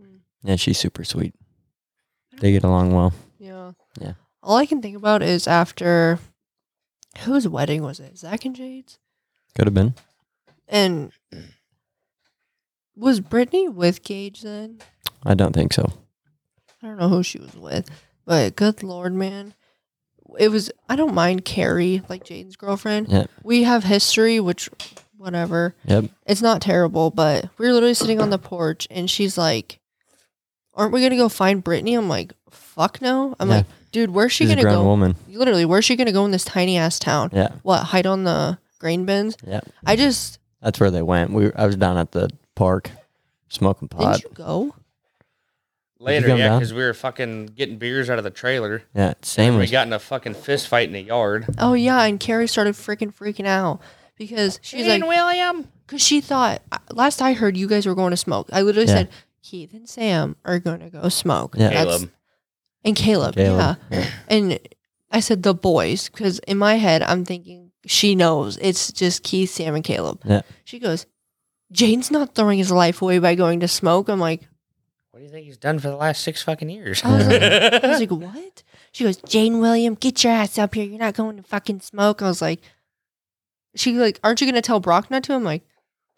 Hmm. Yeah, she's super sweet. They get along well. Yeah. Yeah. All I can think about is after whose wedding was it? Zach and Jade's? Could have been. And was Brittany with Gage then? I don't think so. I don't know who she was with, but good lord, man. It was I don't mind Carrie, like Jaden's girlfriend. Yeah. We have history, which whatever. Yep. It's not terrible, but we were literally sitting on the porch and she's like, Aren't we gonna go find Brittany? I'm like, fuck no. I'm Yeah. like, dude, where's she she's a gonna grown go? woman. Literally, where's she gonna go in this tiny ass town? Yeah. What, hide on the grain bins? Yeah. I just That's where they went. We I was down at the park smoking pot. didn't you go? Later, come yeah, down? because we were fucking getting beers out of the trailer. Yeah. Same We was got in a fucking fist fight in the yard. Oh yeah, and Carrie started freaking freaking out because she's like, William. because she thought last I heard you guys were going to smoke. I literally Yeah. said Keith and Sam are going to go smoke. Yeah. That's- Caleb. and Caleb, Caleb. yeah. And I said the boys because in my head I'm thinking she knows it's just Keith, Sam, and Caleb. Yeah. She goes, Jane's not throwing his life away by going to smoke. I'm like, What do you think he's done for the last six fucking years? Oh, I was like- I was like, what? She goes, Jane William, get your ass up here. You're not going to fucking smoke. I was like, she like, aren't you gonna tell Brock not to? I'm like,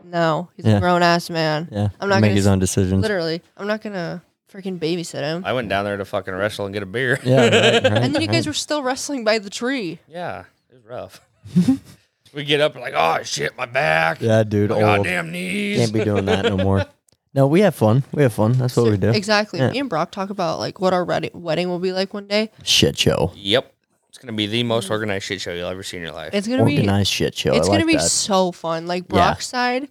no, he's Yeah. a grown ass man. yeah. I'm not make gonna his s- own decisions. Literally, I'm not gonna freaking babysit him. I went down there to fucking wrestle and get a beer. Yeah, right, right. And then you guys were still wrestling by the tree. yeah, it was rough. we get up and like, oh shit, my back, Yeah, dude. Oh my Old. goddamn knees. Can't be doing that no more. No, we have fun. We have fun. That's what we do. Exactly. Yeah. Me and Brock talk about like what our wedi- wedding will be like one day. Shit show. Yep, it's gonna be the most organized shit show you'll ever see in your life. It's gonna Organized shit show. be it's I like gonna be that. so fun. Like Yeah. Brock's side,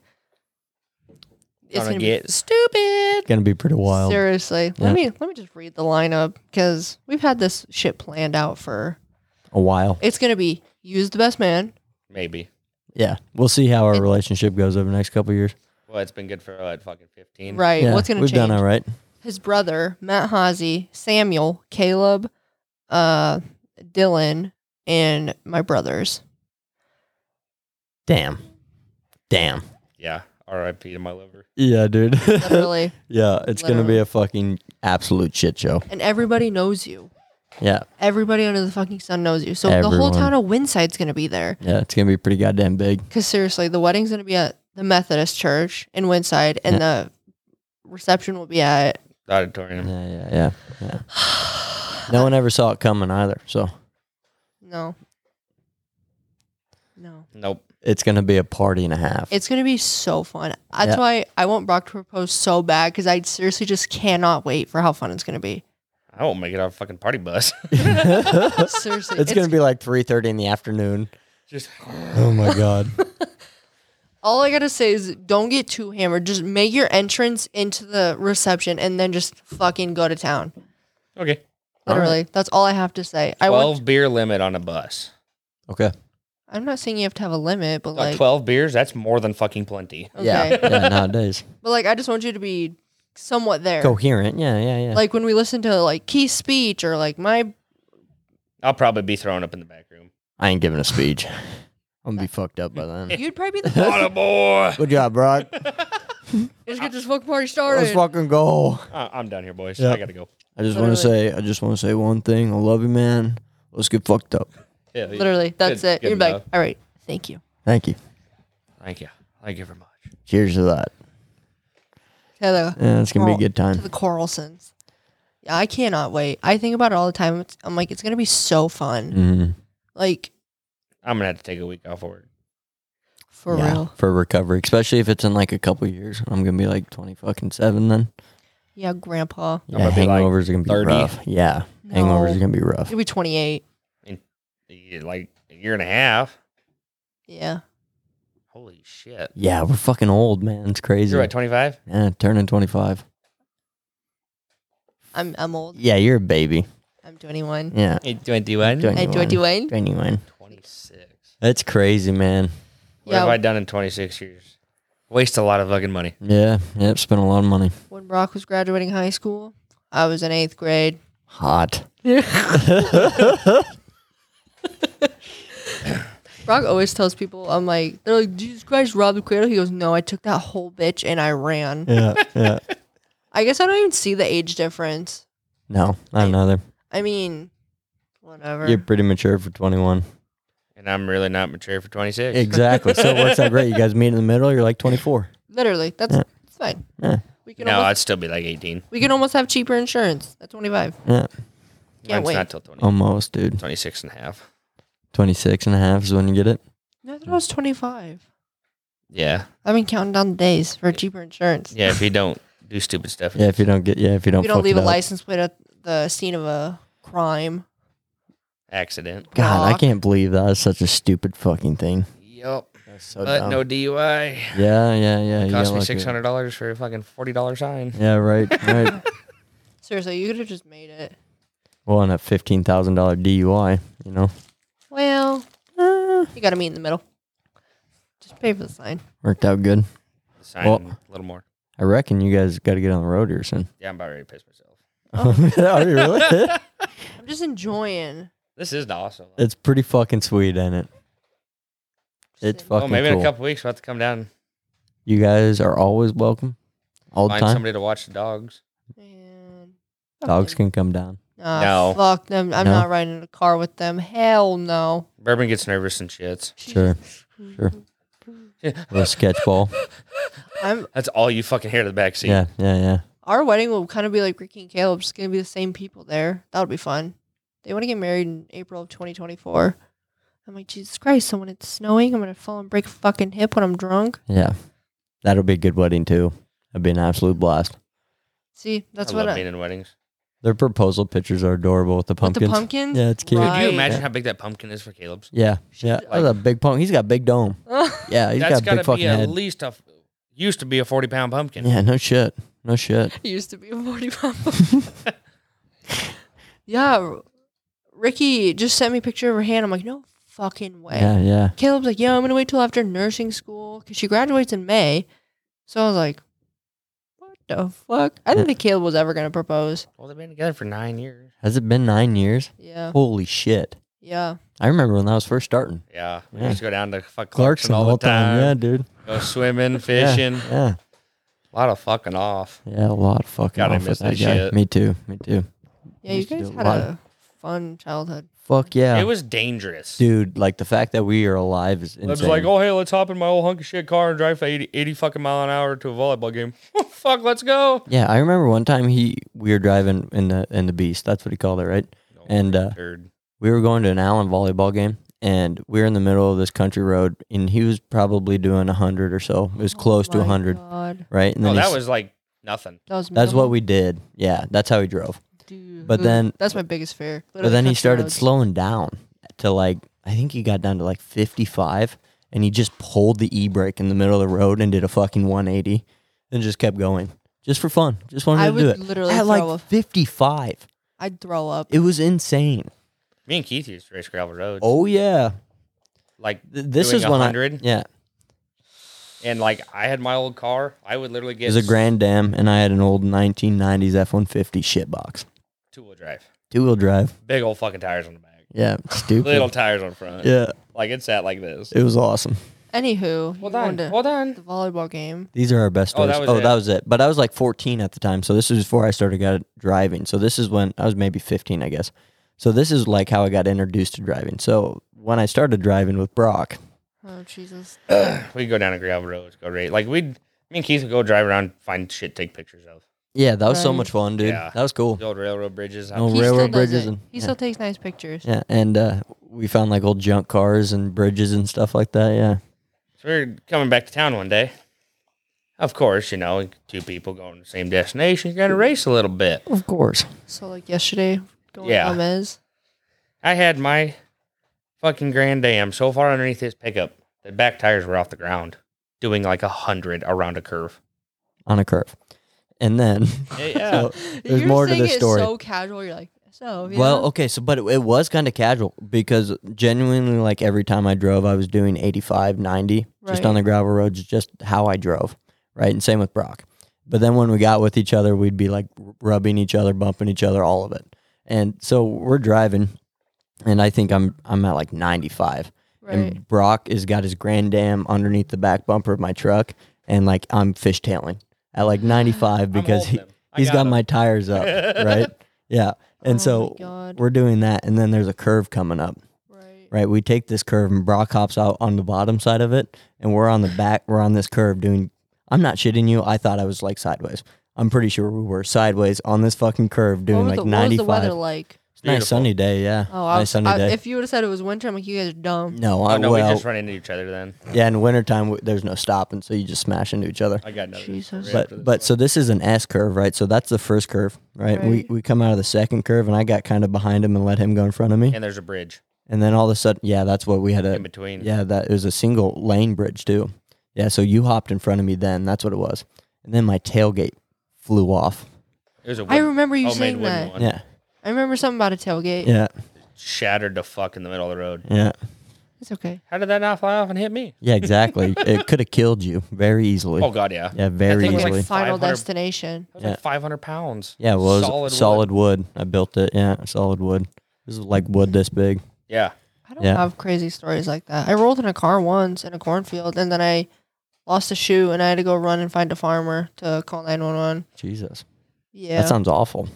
it's Gonna gonna, get be stupid. gonna be pretty wild. Seriously, Yeah. let me let me just read the lineup because we've had this shit planned out for. A while. It's gonna be use the best man. Maybe. Yeah. We'll see how our It- relationship goes over the next couple of years. Well, it's been good for what, fucking fifteen. Right. Yeah, What's gonna we've change? done all right. His brother Matt Hazy, Samuel, Caleb, uh, Dylan, and my brothers. Damn. Damn. Yeah. R.I.P. to my liver. Yeah, dude. Definitely. yeah, it's gonna be Literally. a fucking absolute shit show. and everybody knows you. Yeah. Everybody under the fucking sun knows you. So the whole Everyone. town of Windside's gonna be there. Yeah, it's gonna be pretty goddamn big. Cause seriously, the wedding's gonna be at the Methodist Church in Windside, and the reception will be at. The auditorium. Yeah, yeah, yeah, yeah. No one ever saw it coming either, so No. No. Nope. it's gonna be a party and a half. It's gonna be so fun. That's Yeah. why I want Brock to propose so bad because I seriously just cannot wait for how fun it's gonna be. I won't make it on a fucking party bus. it's, Seriously, gonna be like three thirty in the afternoon. Just Oh my god. All I gotta say is don't get too hammered. Just make your entrance into the reception and then just fucking go to town. okay. All right. Literally, that's all I have to say. I Twelve want. beer limit on a bus. okay. I'm not saying you have to have a limit, but Like, like, twelve beers. That's more than fucking plenty. okay. Yeah. Yeah, nowadays. But like, I just want you to be somewhat there. Coherent. Yeah, yeah, yeah. Like when we listen to like Key's speech or like my I'll probably be thrown up in the back room. I ain't giving a speech. I'm gonna be fucked up by then. You'd probably be the What a boy. Good job, Brock. Let's get this fuck party started. Let's fucking go. Uh, I'm done here, boys. Yeah. I gotta go. I just want to say, I just want to say one thing. I love you, man. Let's get fucked up. Yeah, yeah. Literally, that's Good- it. good You're like, enough. all right, thank you. Thank you. Thank you. Thank you very much. Cheers to that. Hello. Yeah, it's gonna be a good To time. the Carlsons. Yeah, I cannot wait. I think about it all the time. It's, I'm like, it's gonna be so fun. Mhm. Like I'm gonna have to take a week off of work. for Yeah, real. for recovery, especially if it's in like a couple years. I'm gonna be like twenty fucking seven then. Yeah, Grandpa. I'm Yeah, gonna be, like, hangovers are gonna be 30. rough. Yeah, No. hangovers are gonna be rough. He'll be 28. Yeah, Like a year and a half. Yeah. Holy shit. Yeah, we're fucking old, man. It's crazy. You're at 25? Yeah, turning twenty five. I'm I'm old. Yeah, you're a baby. I'm 21. Yeah, 21? And 21. twenty one. 26. That's crazy, man. What Yeah. have I done in 26 years? Waste a lot of fucking money. Yeah, yep. Spent a lot of money. When Brock was graduating high school, I was in eighth grade. Hot. Brock always tells people, I'm like, they're like, Jesus Christ, robbed the cradle. He goes, No, I took that whole bitch and I ran. Yeah, yeah. I guess I don't even see the age difference. No, not another. I mean, whatever. You're pretty mature for 21. and I'm really not mature for 26. Exactly. So it works out great. You guys meet in the middle. You're like 24. Literally, Literally, that's Yeah. it's fine. Yeah. We can No, almost I'd still be like 18. we can almost have cheaper insurance at 25. Yeah, Can't Mine's wait. not till 20, almost, dude. 26 and a half. 26 and a half is when you get it. No, I thought I was 25. Yeah. I've been counting down the days for cheaper insurance. Yeah, if you don't do stupid stuff. Yeah, if you don't get, yeah, if you don't, we don't fuck leave it a up. license plate at the scene of a crime. Accident. God, I Aw. can't believe that is such a stupid fucking thing. Yep. That's so But dumb. Uh, no DUI. yeah, yeah, yeah. you Cost got me lucky. $600 for a fucking $40 sign. Yeah, right, right. Seriously, you could have just made it. well, and a fifteen thousand dollar DUI, you know, Well, Uh. you got to meet in the middle. Just pay for the sign. worked out good. The sign Well- a little more. I reckon you guys got to get on the road here soon. Yeah, I'm about ready to piss myself. Are you really? I'm just enjoying. This is awesome. it's pretty fucking sweet, ain't it? It's Just fucking oh, maybe in cool. a couple weeks we'll have to come down and You guys are always welcome, all the find time. somebody to watch the dogs. en- Man. Dogs can come down. Nah, No. Fuck them. I'm No. not riding in a car with them. Hell no. Bourbon gets nervous and shits. Sure, sure. A little sketch ball. I'm. That's all you fucking hear in the back seat. Yeah, yeah, yeah. Our wedding will kind of be like Ricky and Caleb. Just gonna be the same people there. That'll be fun. They want to get married in April of 2024. I'm like Jesus Christ. So when it's snowing, I'm gonna fall and break a fucking hip when I'm drunk. Yeah. That'll be a good wedding too. That'd be an absolute blast. See, that's I what love I, being in weddings. Their proposal pictures are adorable with the with pumpkins. the pumpkins. Yeah, it's cute. Right. Could you imagine how big that pumpkin is for Caleb's? Yeah, yeah. Like- That's a big pumpkin. He's got a big dome. Yeah, That's he's got a big got to fucking be at head. least a used to be a forty pound pumpkin. Yeah, no shit. No shit. It used to be a 40 pound. yeah. R- Ricky just sent me a picture of her hand. I'm like, no fucking way. Yeah, yeah. Caleb's like, yeah, I'm going to wait till after nursing school because she graduates in May. So I was like, what the fuck? I didn't think Caleb was ever going to propose. Well, they've been together for nine years. Has it been nine years? Yeah. Holy shit. Yeah. I remember when that was first starting. Yeah, we Yeah. used to go down to fuck Clarkson Clarkson all the time. Yeah, dude. Go swimming, fishing, Yeah. a lot of fucking off. Yeah, a lot of fucking God, I off with miss that that guy. shit. Me too. Me too. Yeah. You Used to guys do a had lot. a fun childhood. Fuck yeah. It was dangerous. dude, like the fact that we are alive is It insane. was like, oh hey, let's hop in my old hunk of shit car and drive for 80, 80 fucking mile an hour to a volleyball game. Fuck, let's go. Yeah, I remember one time he we were driving in the in the beast. That's what he called it, right? And, uh, Turd. We were going to an Allen volleyball game, and we were in the middle of this country road, and he was probably doing hundred or so. It was close to Oh my hundred, God. Mm-hmm. right? And no, he Oh, that s- was like nothing. That was that's what middle. we did. Yeah, that's how he drove. Dude. Mm-hmm. but then- that's my biggest fear. but Literally then he country started roads. slowing down to like I think he got down to like fifty five, and he just pulled the e brake in the middle of the road and did a fucking one eighty, and just kept going just for fun. Just wanted I to do would it literally at throw like up. fifty five. I'd throw up. It was insane. Me and Keith used to race gravel roads. Oh yeah, Like Th- this Doing is when I 100? yeah. and like I had my old car. I would literally It get was a Grand Dam, and I had an old 1990s F-150 shit box, two wheel drive, two wheel drive. big old fucking tires on the back, Yeah, stupid. little tires on front. Yeah, Like it sat like this. it was awesome. Anywho, you Hold on, wanted to- hold on. the volleyball game. These are our best Oh, stories. that Oh, that was, was it. it. But I was like 14 at the time, so this is before I started got driving. So this is when I was maybe 15, I guess. So this is like how I got introduced to driving. So when I started driving with Brock, Oh Jesus! We'd go down to gravel roads, go rate. Like we'd me and Keith would go drive around, find shit, take pictures of yeah, that was so Right. much fun, dude. Yeah. That was cool. the old railroad bridges. No He railroad still does bridges it. and- he yeah. still takes nice pictures. Yeah, and uh, we found like old junk cars and bridges and stuff like that. Yeah, So we we're coming back to town one day. Of course, you know, two people going to the same destination, you're gonna race a little bit. of course. So like yesterday, going Yeah. to Gomez. I had my fucking Grand Am so far underneath his pickup, the back tires were off the ground, doing like a hundred around a curve. on a curve. And then, Yeah. so there's more to saying this it story. So casual, you're like, so Oh, yeah. well, okay, so but it, it was kind of casual because genuinely, like every time I drove, I was doing 85, 90 just Right. on the gravel roads, just how I drove, right? And same with Brock. But then when we got with each other, we'd be like rubbing each other, bumping each other, all of it. And so we're driving, and I think I'm I'm at like 95, Right. and Brock has got his grand dam underneath the back bumper of my truck, and like I'm fishtailing at like 95 because he, he's got, my tires up, right? Yeah, and Oh so my God. we're doing that, and then there's a curve coming up, Right. right? We take this curve, and Brock hops out on the bottom side of it, and we're on the back, we're on this curve doing. I'm not shitting you. I thought I was like sideways. I'm pretty sure we were sideways on this fucking curve What doing was like the, what was 95. the weather like? It's a nice sunny day, yeah. Oh, I nice was, sunny I, day. if you would have said it was winter, I'm like, you guys are dumb. no, I, Oh no, well, we just run into each other then. yeah, in wintertime, w- there's no stopping, so you just smash into each other. I got another. Jesus. story after But this one. but so this is an S curve, right? So that's the first curve, right? We Right. we come out of the second curve, and I got kind of behind him and let him go in front of me, and there's a bridge and then all of a sudden, yeah, that's what we had in a between. yeah that it was a single lane bridge too, yeah. So you hopped in front of me then, that's what it was, and then my tailgate flew off, it was a I wooden- remember you homemade saying wooden that. Oh, one. yeah, I remember something about a tailgate. yeah, shattered to fuck in the middle of the road. yeah, It's okay. How did that not fly off and hit me? yeah, exactly. it could have killed you very easily. Oh god, yeah. Yeah, very thing was, Like easily. like, final 500 destination. That was like 500 pounds. Yeah, well, it was solid solid, wood. wood. I built it. Yeah, solid wood. This is like wood this big. Yeah, I don't Yeah. have crazy stories like that. I rolled in a car once in a cornfield, and then I lost a shoe, and I had to go run and find a farmer to call nine one one. Jesus, Yeah, that sounds awful.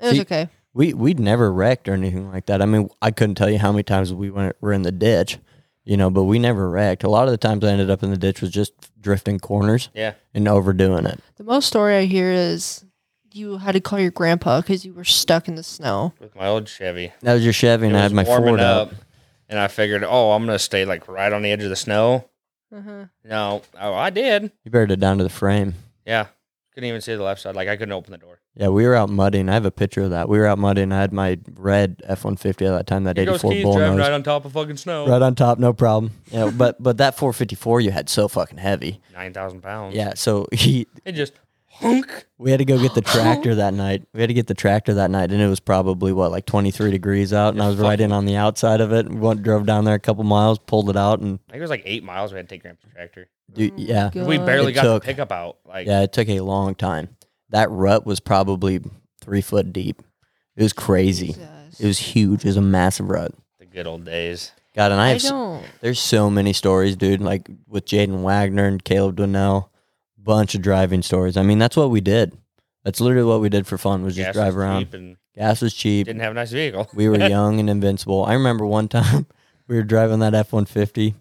it was See- okay. We we'd never wrecked or anything like that. I mean, I couldn't tell you how many times we went were in the ditch, you know, but we never wrecked. A lot of the times I ended up in the ditch was just drifting corners yeah. and overdoing it. The most story I hear is you had to call your grandpa because you were stuck in the snow. With my old Chevy, That was your Chevy, and It I had was my Ford up. and I figured, oh, I'm gonna stay like right on the edge of the snow. Uh-huh. No, oh, I did. You buried it down to the frame. Yeah, couldn't even see the left side. Like I couldn't open the door. Yeah, we were out mudding. I have a picture of that. We were out mudding. I had my red F one fifty at that time. That Here eighty goes four Keith bull driving nose. right on top of fucking snow. right on top, no problem. Yeah, but but that 454 you had so fucking heavy. Nine thousand pounds. Yeah, so he it just hunk. we had to go get the Oh. tractor that night. We had to get the tractor that night, and it was probably what like 23 degrees out, and I was right in on the outside of it. Went drove down there a couple miles, pulled it out, and I think it was like eight miles. We had to take Grandpa's tractor. Mm, dude, yeah, We God. barely It got took- the pickup out. Like yeah, it took a long time. That rut was probably three foot deep. It was crazy. Jesus. It was huge. It was a massive rut. the good old days. God, and I I have s- don't. There's so many stories, dude. Like with Jaden Wagner and Caleb Donnell, bunch of driving stories. I mean, that's what we did. That's literally what we did for fun was just Gas drive was around. cheap and Gas was cheap. didn't have a nice vehicle. We were young and invincible. I remember one time we were driving that F one fifty,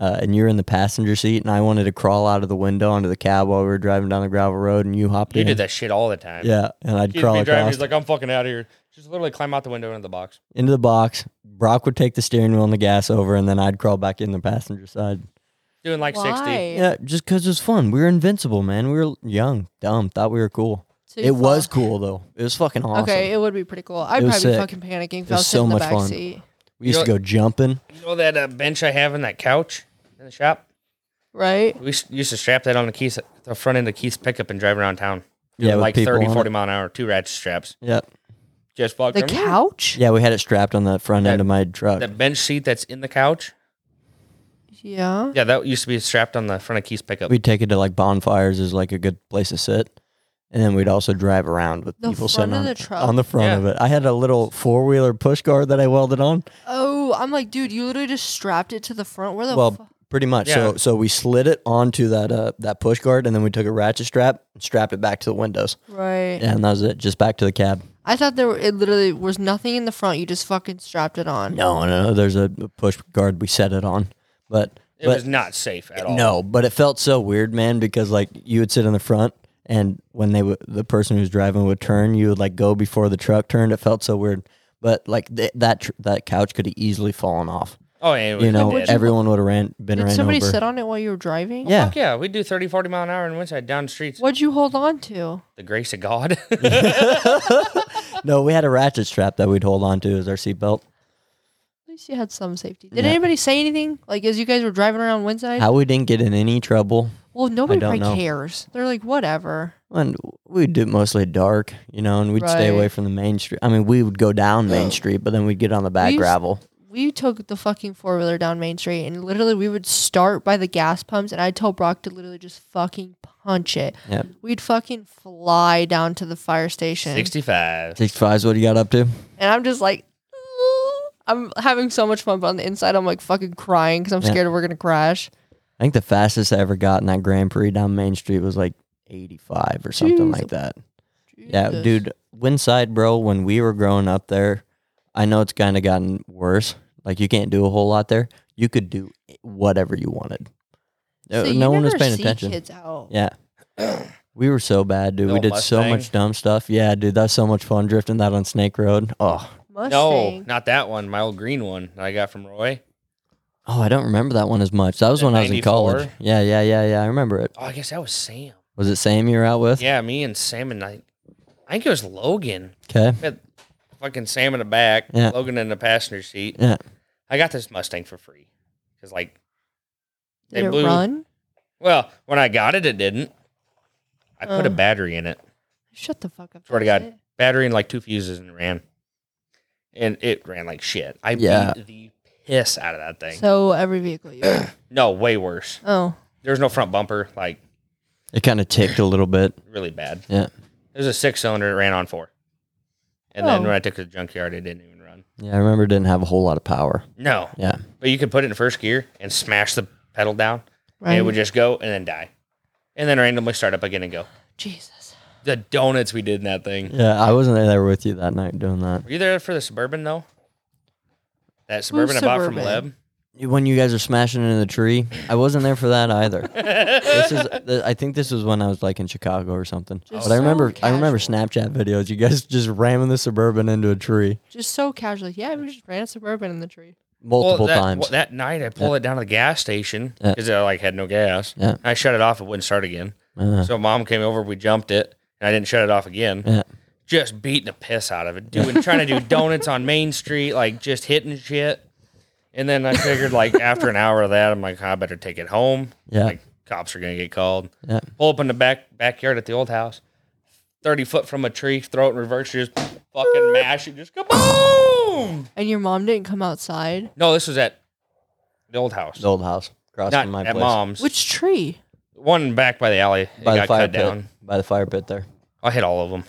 uh, and you were in the passenger seat, and I wanted to crawl out of the window onto the cab while we were driving down the gravel road, and you hopped You in. did that shit all the time. Yeah, and I'd Keith crawl be driving. across He's like, I'm fucking out of here. Just literally climb out the window into the box. into the box. Brock would take the steering wheel and the gas over, and then I'd crawl back in the passenger side. Doing like Why? 60. Yeah, just because it was fun. We were invincible, man. We were young, dumb, thought we were cool. So you it was thought- cool though. It was fucking awesome. Okay, it would be pretty cool. I'd It was probably be sick. fucking panicking if It I was was so sitting in the much back fun. seat. we used You to go jumping. You know that uh, bench I have and that couch in the shop? Right? We s- used to strap that on the Keith's, the front end of Keith's pickup and drive around town. Yeah, Doing with like people 30, on it. 40 mile an hour, two ratchet straps. Yeah, Just fucking. The couch? yeah. We had it strapped on the front end That- of my truck. That bench seat that's in the couch. Yeah. Yeah, that used to be strapped on the front of Keith's pickup. We'd take it to like bonfires as like a good place to sit, and then we'd also drive around with The people front sitting of on the it- truck? on the front Yeah. of it. I had a little four wheeler push guard that I welded on. Oh, I'm like, dude, you literally just strapped it to the front. Where the well, fu- pretty much. So Yeah. so we slid it onto that uh, that push guard, and then we took a ratchet strap and strapped it back to the windows. Right. Yeah, and that was it. Just back to the cab. I thought there were, it literally was nothing in the front. You just fucking strapped it on. No, no, there's a push guard we set it on, but It but was not safe at all. no, but it felt so weird, man, because like you would sit in the front, and when they would, the person who's driving would turn, you would like go before the truck turned. It felt so weird, but like th- that tr- that couch could have easily fallen off. Oh, yeah. it was- You know, would you- everyone would have ran been Did ran somebody over. sit on it while you were driving? yeah, Fuck yeah. We'd do 30, 40 mile an hour in Windside down the streets. What'd you hold on to? The grace of God. no, we had a ratchet strap that we'd hold on to as our seatbelt. At least you had some safety. Did Yeah. anybody say anything? Like as you guys were driving around Windside? How we didn't get in any trouble. well, nobody don't probably know. cares. They're like, whatever. And we'd do it mostly dark, you know, and we'd stay Right. away from the main street. I mean, we would go down Main Street, but then we'd get on the back used- gravel. We took the fucking four wheeler down Main Street, and literally we would start by the gas pumps, and I'd tell Brock to literally just fucking punch it. Yep. We'd fucking fly down to the fire station, 65. Six five's what you got up to? and I'm just like, I'm having so much fun, but on the inside, I'm like fucking crying because I'm Yeah. scared we're gonna crash. I think the fastest I ever got in that Grand Prix down Main Street was like 85 or something like Jesus. that. Yeah, Jesus. dude, Windside, bro, when we were growing up there, I know it's kind of gotten worse. Like, you can't do a whole lot there. You could do whatever you wanted. No, So you no one was never paying see attention. Kids out. Yeah. We were so bad, dude. we Little did so Mustang. much dumb stuff. Yeah, dude, that's so much fun drifting that on Snake Road. Oh, No, Mustang. not that one. My old green one that I got from Roy. oh, I don't remember that one as much. That was That when I was in college. 94? Yeah, yeah, yeah, yeah. I remember it. Oh, I guess that was Sam. Was it Sam you were out with? Yeah, me and Sam and I. I think it was Logan. Okay. Fucking Sam in the back, Yeah. Logan in the passenger seat. Yeah. I got this Mustang for free because, like, Did they it blew- run? well, when I got it, it didn't. I put a Oh. Uh. battery in it. Shut the fuck up. Swear to God. that's it. battery and like two fuses and ran. And it ran like shit. I Yeah. beat the piss out of that thing. So every vehicle you. no, way worse. oh, There's no front bumper, like It kind of ticked a little bit. really bad. Yeah. It was a six cylinder, it ran on four. And then Oh. when I took it to the junkyard, it didn't even run. Yeah, I remember it didn't have a whole lot of power. No. Yeah. But you could put it in first gear and smash the pedal down, and right. it would just go and then die. And then randomly start up again and go. Jesus. The donuts we did in that thing. Yeah, I wasn't there with you that night doing that. Were you there for the Suburban, though? That Suburban I bought from Suburban? Leb? When you guys are smashing into the tree, I wasn't there for that either. this is, th- I think this was when I was like in Chicago or something. Just but so I remember, I remember casual. Snapchat videos. You guys just ramming the suburban into a tree Just so casually. Yeah, we just ran a suburban in the tree. multiple that, times. well, that night, I pulled it down to the gas station Yeah. because I like had no gas. Yeah. I shut it off; it wouldn't start again. Uh, So mom came over, we jumped it, and I didn't shut it off again. Yeah. Just beating the piss out of it, doing trying to do donuts on Main Street, like just hitting shit. And then I figured, like after an hour of that, I'm like, I better take it home. yeah, Like cops are gonna get called. Yeah. Pull up in the back backyard at the old house, thirty foot from a tree, throw it in reverse, just fucking mash it, just kaboom. And your mom didn't come outside. No, this was at the old house. the old house across Not from my at place mom's. Which Which tree? one back by the alley it by the got fire cut pit. down. By the fire pit there. I hit all of them.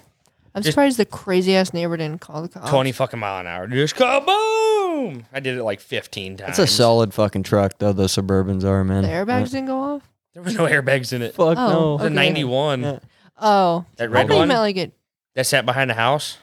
I'm Just- surprised the crazy ass neighbor didn't call the Oh. cops. Twenty fucking mile an hour. Just kaboom! I did it like fifteen times. That's a solid fucking truck though. Those Suburbans are man. The airbags didn't go off. There was no airbags in it. It Fuck Oh, no. was a okay. ninety-one Yeah. Oh, That I red thought you one? meant like it. that sat behind the house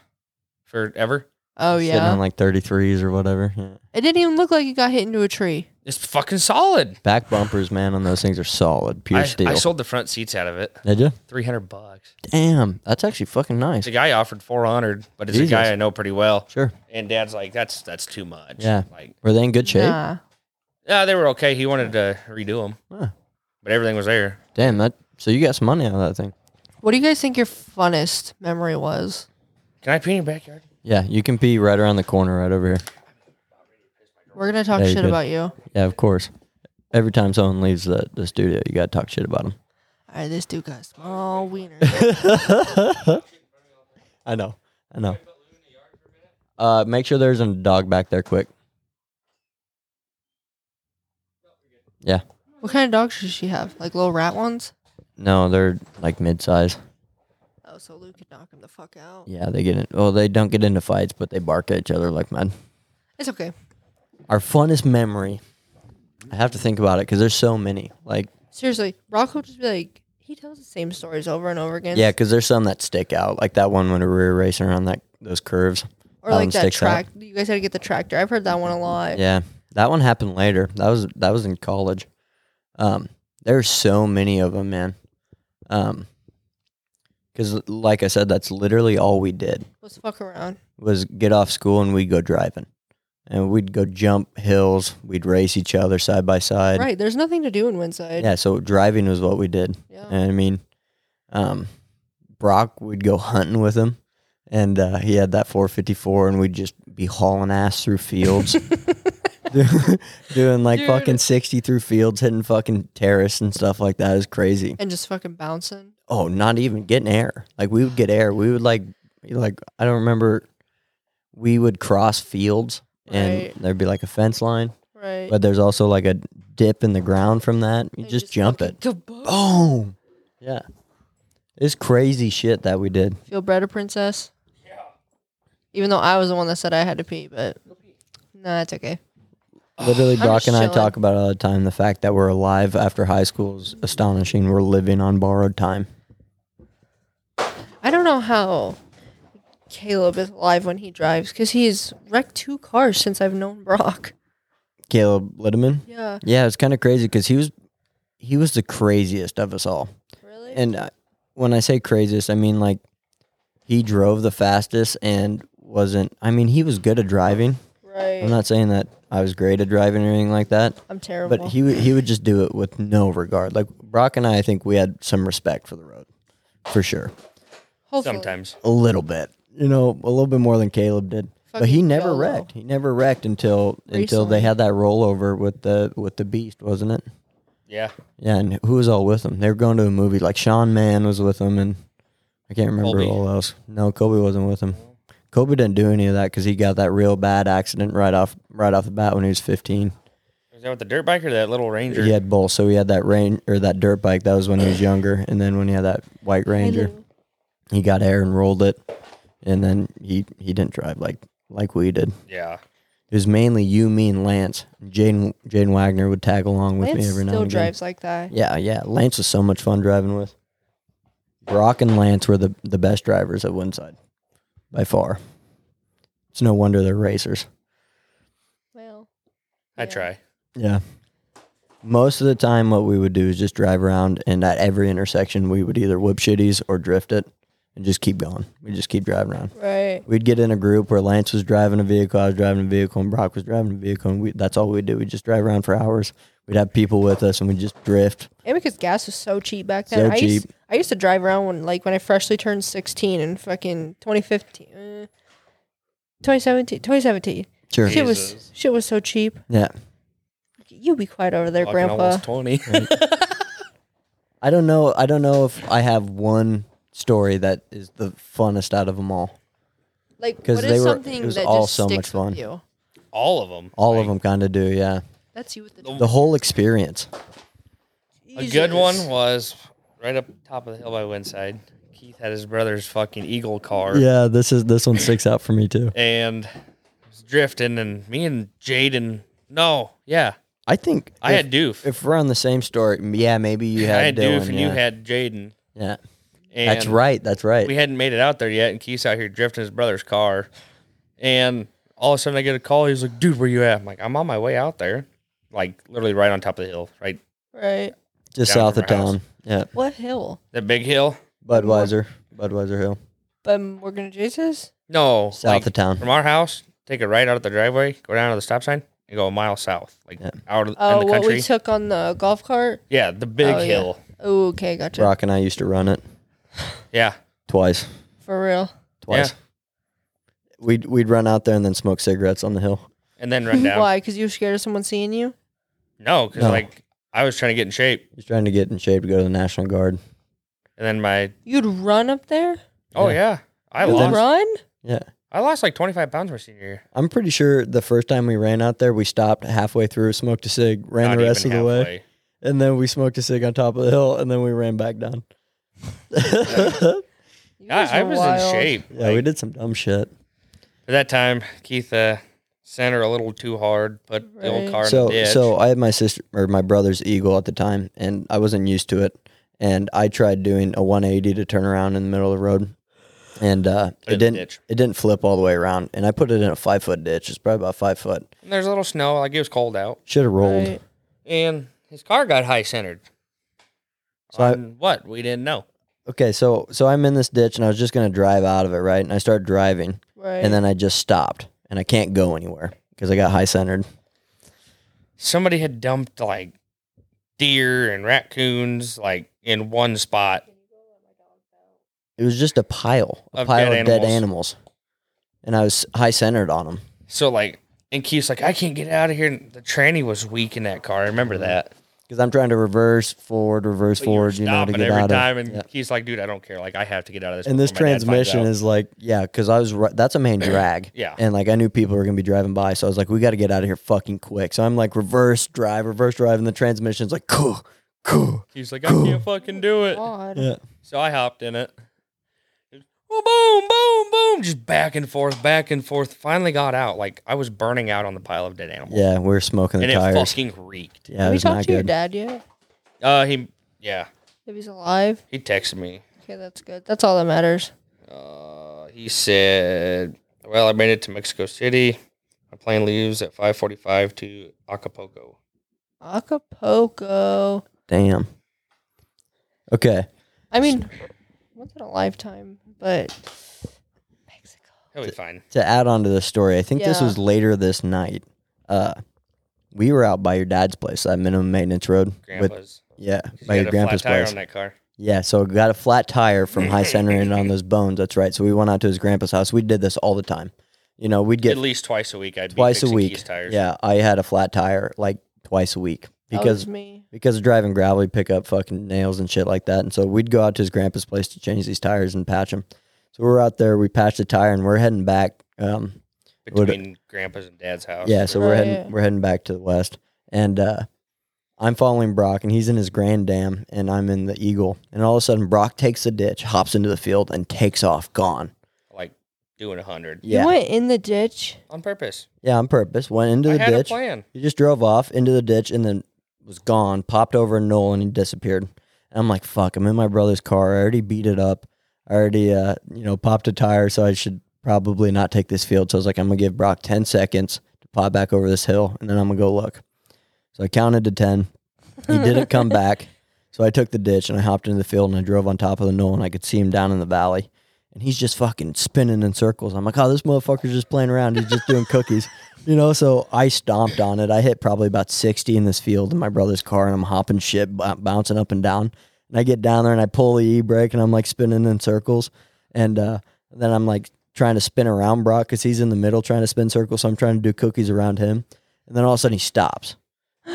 forever. Oh Sitting on yeah, like thirty threes or whatever. Yeah. it didn't even look like it got hit into a tree. It's fucking solid. Back bumpers, man, on those things are solid, pure I, steel. I sold the front seats out of it. Did you? Three hundred bucks. Damn, that's actually fucking nice. The guy offered four hundred, but it's Jesus. a guy I know pretty well. Sure. And Dad's like, "That's that's too much." Yeah. Like, Were they in good shape? Nah. yeah, they were okay. He wanted to redo them, Huh. but everything was there. Damn, that. So you got some money out of that thing. What do you guys think your funnest memory was? Can I pee in your backyard? Yeah, you can pee right around the corner, right over here. We're gonna talk Yeah, you shit did. about you. All Yeah, of course. Every time someone leaves the, the studio, you gotta talk shit about them. right, this dude got a small wiener. I know. I know. Uh, make sure there's a dog back there quick. Yeah. what kind of dogs does she have? Like little rat ones? No, they're like mid size. Oh, so Luke could knock him the fuck out. Yeah, they get in. Well, they don't get into fights, but they bark at each other like mad. It's okay. Our funnest memory. I have to think about it because there's so many. Like, Seriously, Rocco just be like, he tells the same stories over and over again. yeah, because there's some that stick out. Like that one when we were racing around that those curves. Or that one like that um, sticks out. track. You guys had to get the tractor. I've heard that one a lot. Yeah, that one happened later. That was that was in college. Um, there's so many of them, man. Um, because like I said, that's literally all we did Let's fuck around. was get off school and we'd go driving, and we'd go jump hills. We'd race each other side by side. right. There's nothing to do in Windside. Yeah, so driving was what we did. Yeah. And I mean, um, Brock would go hunting with him, and uh, he had that 454, and we'd just be hauling ass through fields, doing like Dude. fucking 60 through fields, hitting fucking terrace and stuff like that. Is crazy. And just fucking bouncing. Oh, not even getting air. Like we would get air. We would like, like I don't remember. We would cross fields, and Right. there'd be like a fence line, Right. but there's also like a dip in the ground from that. You And just jump fucking it. Oh. kaboom. Boom. Yeah. It's crazy shit that we did. Feel better, princess? Yeah. Even though I was the one that said I had to pee, but. No, that's okay. Literally, I'm Brock just and I chilling. talk about it all the time. The fact that we're alive after high school is astonishing. We're living on borrowed time. I don't know how Caleb is alive when he drives because he's wrecked two cars since I've known Brock. Caleb Litteman. Yeah, Yeah, it's kind of crazy because he was he was the craziest of us all. really. And I, when I say craziest, I mean like he drove the fastest and wasn't. I mean, he was good at driving. right. I'm not saying that I was great at driving or anything like that, I'm terrible. but he would he would just do it with no regard. Like Brock and I, I think we had some respect for the road, for sure, Hopefully. Sometimes. a little bit. You know, a little bit more than Caleb did. but he Fucking never YOLO. wrecked. He never wrecked until until Recently. they had that rollover with the with the beast, wasn't it? Yeah. Yeah, and who was all with them? They were going to a movie. Like Sean Mann was with them, and I can't remember Colby. all else. No, Kobe wasn't with them. Kobe didn't do any of that because he got that real bad accident right off right off the bat when he was 15. Is that with the dirt bike or that little ranger? He had both, so he had that rain or that dirt bike. That was when he was younger, and then when he had that White Ranger, he got air and rolled it, and then he he didn't drive like like we did. Yeah. It was mainly you, me, and Lance. Jaden Jaden Wagner would tag along with Lance me every now still and again. drives like that. Yeah, yeah. Lance was so much fun driving with. Brock and Lance were the, the best drivers at Windside by far. It's no wonder they're racers. Well, I Yeah. try. Yeah. Most of the time, what we would do is just drive around, and at every intersection, we would either whip shitties or drift it and just keep going. We just keep driving around. right. We'd get in a group where Lance was driving a vehicle, I was driving a vehicle, and Brock was driving a vehicle, and we, that's all we'd do. We'd just drive around for hours. We'd have people with us, and we'd just drift. And because gas was so cheap back So then, I used cheap. I used to drive around when like when I freshly turned sixteen in fucking 2015, uh, 2017, 2017. Sure. Shit was Jesus. shit was so cheap. Yeah. You be quiet over there, Fucking Grandpa. almost 20. I don't know. I don't know if I have one story that is the funnest out of them all. Like, 'Cause what they is were- something it was that all just so sticks much fun. with you? All of them. All of them kind of do. Yeah, That's you with the, the whole experience. A good one Jesus. was right up top of the hill by Windside. Keith had his brother's fucking Eagle car. Yeah, this is this one sticks out for me too. And it was drifting, and me and Jaden. No, yeah. I think I if, had Doof. If we're on the same story, m- yeah, maybe you had, I had Dylan, Doof, and yeah. you had Jaden. Yeah, And that's right. That's right. We hadn't made it out there yet, and Keith's out here drifting his brother's car. And all of a sudden, I get a call. He's like, "Dude, where you at?" I'm like, "I'm on my way out there." Like literally right on top of the hill, right right? Just down south from of our house. town. Yeah, What hill? the big hill. Budweiser, Budweiser Hill, But Morgan and Jesus. No, south like, of town. from our house, take a right out of the driveway, go down to the stop sign, and go a mile south, like Yeah. out of, Oh, in the what country. we took on the golf cart. yeah, the big Oh, yeah. hill. Oh, okay, gotcha. Brock and I used to run it Yeah. twice. For real. Twice. We'd we'd run out there and then smoke cigarettes on the hill. and then run down. Why? Because you were scared of someone seeing you. No, because No. like I was trying to get in shape, Just trying to get in shape to go to the National Guard. and then my You'd run up there. oh Yeah. yeah, I You And then- lost. run. Yeah. I lost like 25 pounds my senior year. I'm pretty sure the first time we ran out there, we stopped halfway through, smoked a cig, ran Not the rest of even the way, halfway. and then we smoked a cig on top of the hill, and then we ran back down. yeah, You guys I, I were was in wild. shape. like, we did some dumb shit. At that time, Keith uh, sent her a little too hard, put the old Right. car in So, the ditch. so I had my sister or my brother's eagle at the time, and I wasn't used to it, and I tried doing a 180 to turn around in the middle of the road, and uh, Put it in the didn't ditch. it didn't flip all the way around, and I put it in a five foot ditch. It's probably about five foot. And there's a little snow, like it was cold out, Should have rolled. Right. and his car got high centered. So I- on what we didn't know. Okay, so so I'm in this ditch, and I was just gonna drive out of it, right? And I start driving. Right. and then I just stopped and I can't go anywhere because I got high centered. Somebody had dumped like deer and raccoons like in one spot. It was just a pile, a Of pile dead of dead animals. animals, and I was high centered on them. So like, and Keith's like, I can't get out of here. And the tranny was weak in that car. I remember that. Because I'm trying to reverse forward, reverse But were forward, you know, to stopping get every out time, of. and yeah. Keith's like, dude, I don't care. Like, I have to get out of this. And this before my dad finds transmission out." is like, yeah, because I was right, that's a main drag, Yeah. and like I knew people were gonna be driving by, so I was like, we got to get out of here fucking quick. So I'm like reverse drive, reverse drive, and the transmission's like, cool, cool, He's like, I can't fucking do it. God. yeah. So I hopped in it. It was, boom, boom, boom, boom, just back and forth, back and forth. Finally got out. Like I was burning out on the pile of dead animals. Yeah, we were smoking the and it tires. fucking reeked. yeah, it Have you was not talked to your good. dad yet? Uh, he, yeah, If he's alive? he texted me. Okay, that's good. That's all that matters. Uh, he said, "Well, I made it to Mexico City. My plane leaves at 5:45 to Acapulco." Acapulco. Damn. Okay. I mean, once in a lifetime, but Mexico. He'll be fine. To add on to this story, I think this Yeah. was later this night. Uh, we were out by your dad's place, that minimum maintenance road. with- Grandpa's. yeah, 'cause he by your got a flat grandpa's tire place. on that car. Yeah, so got a flat tire from high centering on those bones. That's right. So we went out to his grandpa's house. We did this all the time. You know, we'd get At least twice a week. I'd twice be a fixing week. Keith's tires. Yeah, I had a flat tire like twice a week That because was me. because of driving gravel, we'd pick up fucking nails and shit like that. And so we'd go out to his grandpa's place to change these tires and patch them. So we're out there, we patched the tire, and we're heading back. Um, Would- between grandpa's and dad's house. yeah, so we're Right, heading Oh, yeah. we're heading back to the west, and uh, I'm following Brock, and he's in his Grand Dam, and I'm in the Eagle, and all of a sudden Brock takes the ditch, hops into the field, and takes off, gone. like doing a hundred You Yeah, went in the ditch. on purpose. yeah, on purpose. Went into I the had ditch. a plan. He just drove off into the ditch and then was gone, popped over a knoll and he disappeared. And I'm like, fuck, I'm in my brother's car. I already beat it up. I already, uh, you know, popped a tire, so I should probably not take this field. So I was like, I'm going to give Brock 10 seconds to pop back over this hill and then I'm going to go look. So I counted to 10. He didn't come back. So I took the ditch and I hopped into the field and I drove on top of the knoll and I could see him down in the valley. And he's just fucking spinning in circles. I'm like, oh, this motherfucker's just playing around. He's just doing cookies. You know, so I stomped on it. I hit probably about 60 in this field in my brother's car, and I'm hopping shit, b- bouncing up and down. And I get down there and I pull the e brake, and I'm like spinning in circles. And uh, then I'm like trying to spin around Brock because he's in the middle trying to spin circles. So I'm trying to do cookies around him. And then all of a sudden he stops,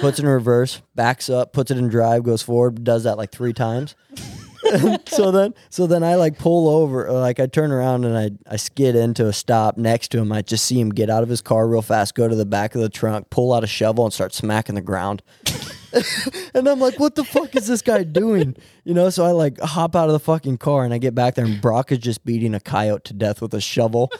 puts it in reverse, backs up, puts it in drive, goes forward, does that like three times. so then so then I like pull over, uh, like I turn around and I, I skid into a stop next to him. I just see him get out of his car real fast, go to the back of the trunk, pull out a shovel and start smacking the ground. and I'm like, what the fuck is this guy doing? You know, so I like hop out of the fucking car and I get back there and Brock is just beating a coyote to death with a shovel.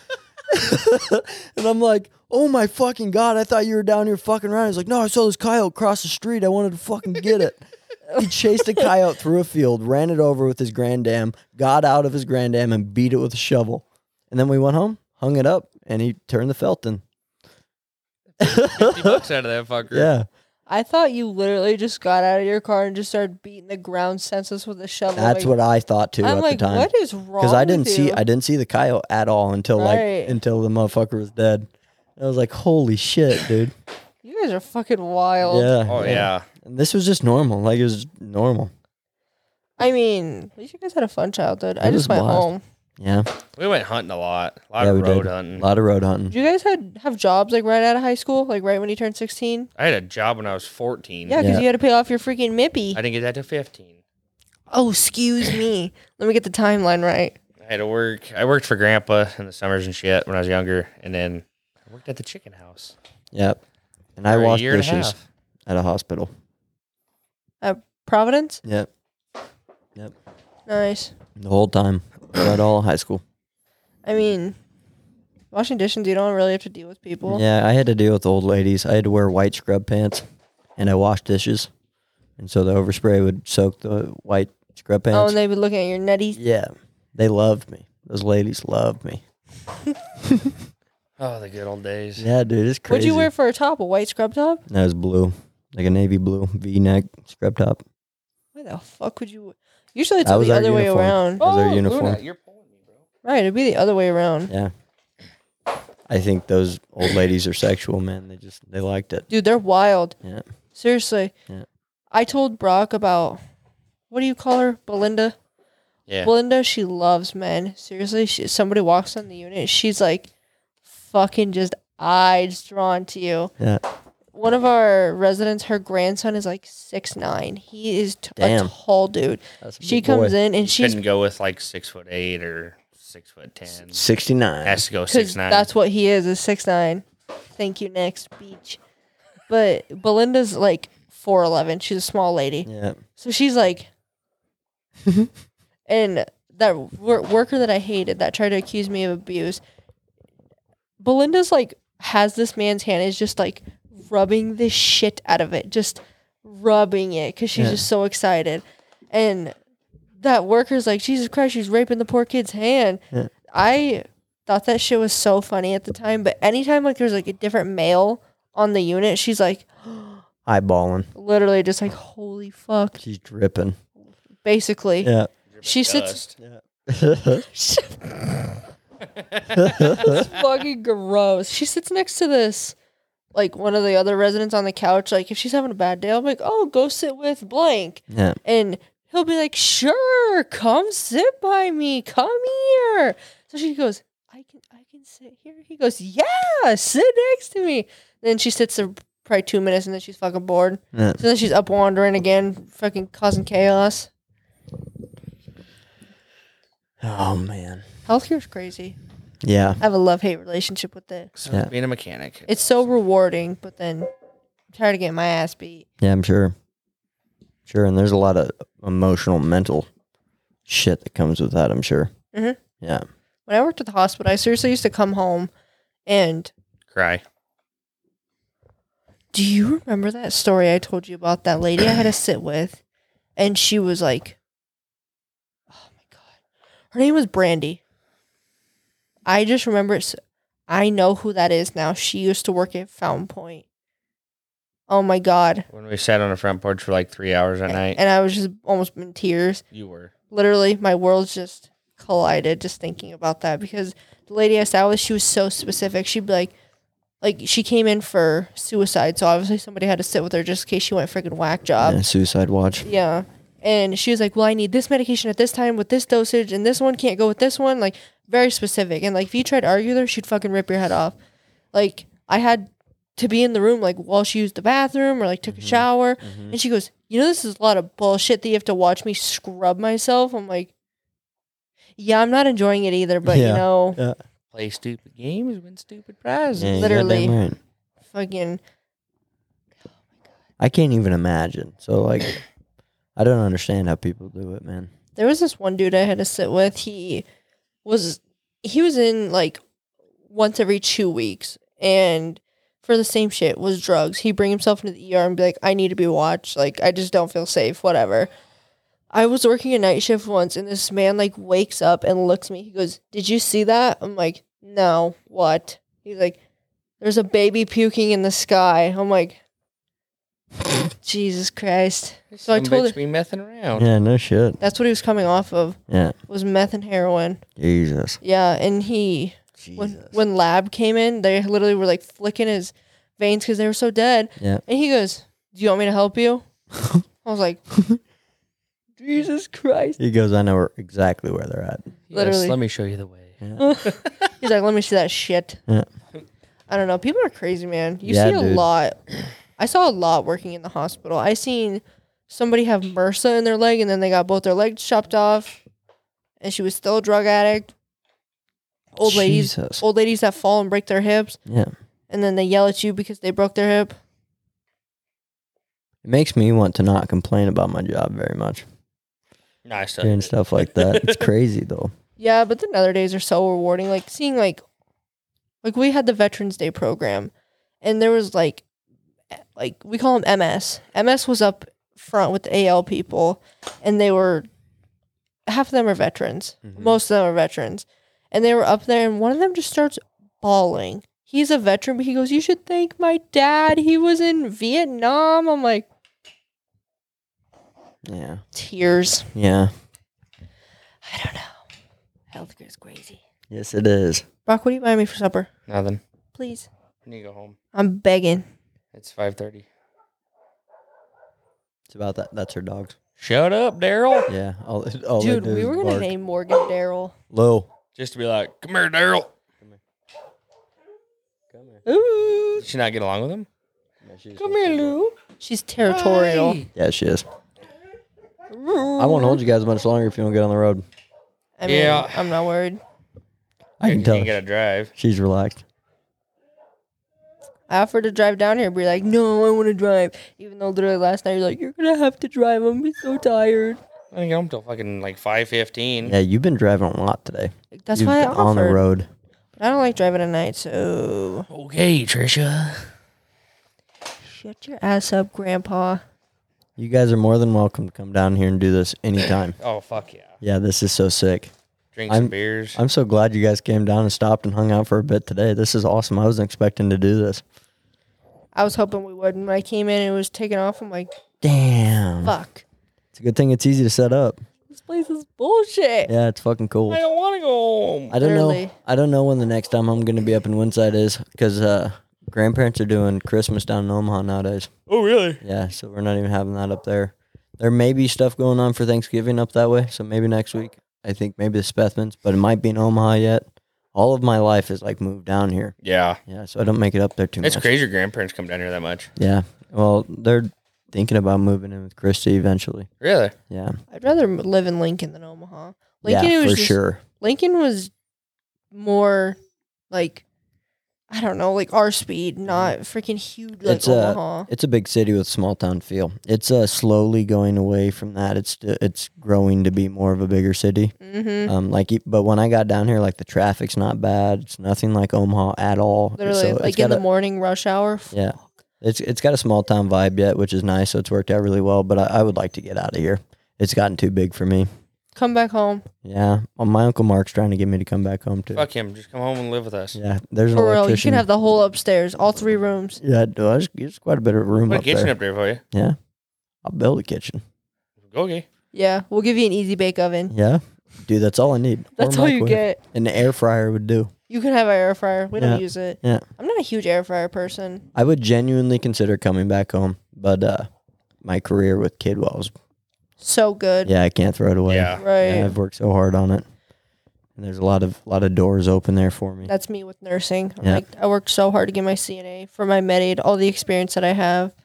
and I'm like, oh my fucking god, I thought you were down here fucking around. He's like, no, I saw this coyote cross the street. I wanted to fucking get it. He chased a coyote through a field, ran it over with his grand dam, got out of his grand dam and beat it with a shovel. And then we went home, hung it up, and he turned the Felton. Fifty bucks out of that fucker. Yeah, I thought you literally just got out of your car and just started beating the ground senseless with a shovel. that's like, what I thought too I'm at like, the time. what is wrong? because I didn't with see you? I didn't see the coyote at all until Right. like until the motherfucker was dead. I was like, holy shit, dude. you guys are fucking wild. yeah. Oh yeah. And this was just normal. Like it was normal. I mean, at least you guys had a fun childhood. I It just was went wild. home. Yeah. We went hunting a lot. A lot Yeah, of we road did. A hunting. lot of road hunting. Did you guys had have jobs like right out of high school, like right when you turned sixteen? I had a job when I was fourteen. Yeah, because Yeah. you had to pay off your freaking mippy. I didn't get that till fifteen. Oh, excuse me. Let me get the timeline right. I had to work. I worked for grandpa in the summers and shit when I was younger, and then I worked at the chicken house. Yep. And I for a washed year and a dishes half. at a hospital. Providence. Yep. Nice. The whole time. Right all of high school. I mean, washing dishes. You don't really have to deal with people. Yeah, I had to deal with old ladies. I had to wear white scrub pants and I washed dishes. And so the overspray would soak the white scrub pants. Oh, and they would looking at your nutties. yeah. They loved me. Those ladies loved me. Oh, the good old days. Yeah, dude, it's crazy. What'd you wear for a top? A white scrub top? That was blue, like a navy blue V neck scrub top. Why the fuck would you? Usually it's That the was our other way uniform. around. Those are Oh, Luna, uniform. you're pulling me, bro. Right, it'd be the other way around. Yeah, I think those old ladies are sexual, man. They just they liked it. Dude, they're wild. Yeah, Seriously. Yeah. I told Brock about what do you call her? Belinda. Yeah. Belinda, she loves men. Seriously, she, somebody walks on the unit, she's like fucking just eyes drawn to you. yeah. One of our residents, her grandson is like six nine. He is t- a Damn. tall dude. That's a She big boy. comes in and she's Couldn't go with like six foot eight or six foot ten. sixty nine. Has to go Because six nine. that's what he is, is six nine. Thank you, next beach. But Belinda's like four eleven. She's a small lady. Yeah, So she's like and that wor- worker that I hated that tried to accuse me of abuse. Belinda's like has this man's hand is just like rubbing the shit out of it, just rubbing it because she's Yeah. just so excited, and that worker's like Jesus Christ, she's raping the poor kid's hand. Yeah. I thought that shit was so funny at the time, but anytime like there's like a different male on the unit, she's like Eyeballing. literally just like holy fuck, She's dripping. basically. Yeah. She sits- Dust. fucking gross. She sits next to this, like one of the other residents on the couch. Like, if she's having a bad day, I'm like, oh, go sit with blank. yeah. And he'll be like, sure, come sit by me. Come here. So she goes, I can I can sit here. He goes, Yeah, sit next to me. Then she sits there probably two minutes and then she's fucking bored. Yeah. So then she's up wandering again, fucking causing chaos. Oh man. Healthcare's crazy. Yeah. I have a love hate relationship with it. So Yeah. being a mechanic. It's so rewarding, but then I'm tired of getting my ass beat. Yeah, I'm sure. Sure, and there's a lot of emotional, mental shit that comes with that. I'm sure. Mhm. Yeah. when I worked at the hospital, I seriously used to come home and cry. do you remember that story I told you about that lady I had to sit with? And she was like, oh my God. Her name was Brandy. I just remember it's, I know who that is now. She used to work at Fountain Point. Oh my God. When we sat on the front porch for like three hours at night, And I was just almost in tears. you were. literally my world just collided just thinking about that because the lady I sat with, she was so specific. She'd be like, like she came in for suicide, so obviously somebody had to sit with her just in case she went freaking whack job. Yeah, Yeah. suicide watch. And she was like, Well, I need this medication at this time with this dosage, and this one can't go with this one. Like, very specific. And, like, if you tried to argue with her, she'd fucking rip your head off. Like, I had to be in the room, like, while she used the bathroom or, like, took a shower. Mm-hmm. And she goes, You know, this is a lot of bullshit that you have to watch me scrub myself. I'm like, Yeah, I'm not enjoying it either, but Yeah. you know, Play stupid games, win stupid prizes. Yeah, you're literally- goddamn right. fucking. I can't even imagine. So like, I don't understand how people do it, man. There was this one dude I had to sit with. He was, he was in like once every two weeks and for the same shit was drugs. He'd bring himself into the ER and be like, I need to be watched. Like, I just don't feel safe, whatever. I was working a night shift once and this man like wakes up and looks at me. He goes, Did you see that? I'm like, No, what? He's like, There's a baby puking in the sky. I'm like, Jesus Christ. So I Some told bitch her be messing around. Yeah, no shit. that's what he was coming off of Yeah. was meth and heroin. Jesus. Yeah, and he when when lab came in, they literally were like flicking his veins because they were so dead. Yeah. And he goes, "Do you want me to help you?" I was like, "Jesus Christ!" He goes, I know where- exactly where they're at. Yes, Literally. let me show you the way. Yeah. He's like, "Let me see that shit." Yeah. I don't know. People are crazy, man. You Yeah, see a dude. lot. I saw a lot working in the hospital. I seen somebody have MRSA in their leg, and then they got both their legs chopped off, and she was still a drug addict. Old ladies, Jesus. old ladies that fall and break their hips. Yeah. and then they yell at you because they broke their hip. It makes me want to not complain about my job very much. Nice stuff. Hearing stuff like that. It's crazy though. Yeah, but then other days are so rewarding. Like seeing like like we had the Veterans Day program and there was like eh, like we call them MS. MS was up front with the AL people and they were half of them are veterans. Mhm. Most of them are veterans. And they were up there and one of them just starts bawling. He's a veteran, but he goes, You should thank my dad. He was in Vietnam. I'm like, Yeah. tears. Yeah. I don't know. Healthcare is crazy. Yes, it is. Brock, what are you buying me for supper? Nothing. Please. I need to go home. I'm begging. It's five thirty. It's about that. That's her dogs. Shut up, Daryl. Yeah. All, all Dude, we were gonna name Morgan Daryl. Lil. Just to be like, come here, Daryl. Come here. Ooh. Did she not get along with him? Come here, Lou. She's territorial. Hey. Yeah, she is. I won't hold you guys much longer if you don't get on the road. I mean, Yeah. I'm not worried. I can You tell. ain't gotta drive. She's relaxed. I offered to drive down here, but you're like, no, I want to drive. Even though literally last night you're like, you're gonna have to drive. I'm so tired. I didn't get home till fucking like five fifteen. Yeah, you've been driving a lot today. That's You've why I been on the offered. road. I don't like driving at night, so Okay, Trisha. shut your ass up, Grandpa. You guys are more than welcome to come down here and do this anytime. Oh fuck yeah! yeah, this is so sick. Drink I'm- some beers. I'm so glad you guys came down and stopped and hung out for a bit today. This is awesome. I wasn't expecting to do this. I was hoping we would. And when I came in and it was taking off, I'm like, Damn. fuck. It's a good thing it's easy to set up. This place is bullshit. Yeah, it's fucking cool. I don't want to go home. I don't know. Literally. I don't know when the next time I'm going to be up in Windside is because uh, grandparents are doing Christmas down in Omaha nowadays. oh really? Yeah, so we're not even having that up there. There may be stuff going on for Thanksgiving up that way, so maybe next week. I think maybe the Spethmans, but it might be in Omaha yet. All of my life is like moved down here. Yeah, Yeah, so I don't make it up there too it's much. crazy. Your grandparents come down here that much. Yeah. Well, they're thinking about moving in with Christy eventually. Really? Yeah. I'd rather m- live in Lincoln than Omaha. Lincoln yeah, was for just- sure. Lincoln was more like I don't know, like our speed, not freaking huge like It's, uh, Omaha. It's a big city with small town feel. It's uh, slowly going away from that. It's it's growing to be more of a bigger city. mm-hmm. Um, like, e- but when I got down here, like the traffic's not bad. It's nothing like Omaha at all. Literally, So it's like in got the a- morning rush hour. f- Yeah. It's it's got a small town vibe yet, which is nice. So it's worked out really well. But I, I would like to get out of here. It's gotten too big for me. Come back home. Yeah. Well, my uncle Mark's trying to get me to come back home too. Fuck him. Just come home and live with us. Yeah. There's an For real, you electrician. can have the whole upstairs, all three rooms. yeah. no, There's, there's quite a bit of room Put a up kitchen there. up there for you. Yeah. I'll build a kitchen. Go okay. Yeah, we'll give you an easy bake oven. Yeah. Dude, that's all I need. Or That's all you microwave. get. An air fryer would do. You can have our air fryer. We Yeah. don't use it. Yeah. I'm not a huge air fryer person. I would genuinely consider coming back home, but uh, my career with Kidwell's, so good. yeah, I can't throw it away. Yeah. Right. Yeah, I've worked so hard on it, and there's a lot of lot of doors open there for me. That's me with nursing. I'm Yeah. Like I worked so hard to get my CNA for my med aid, all the experience that I have.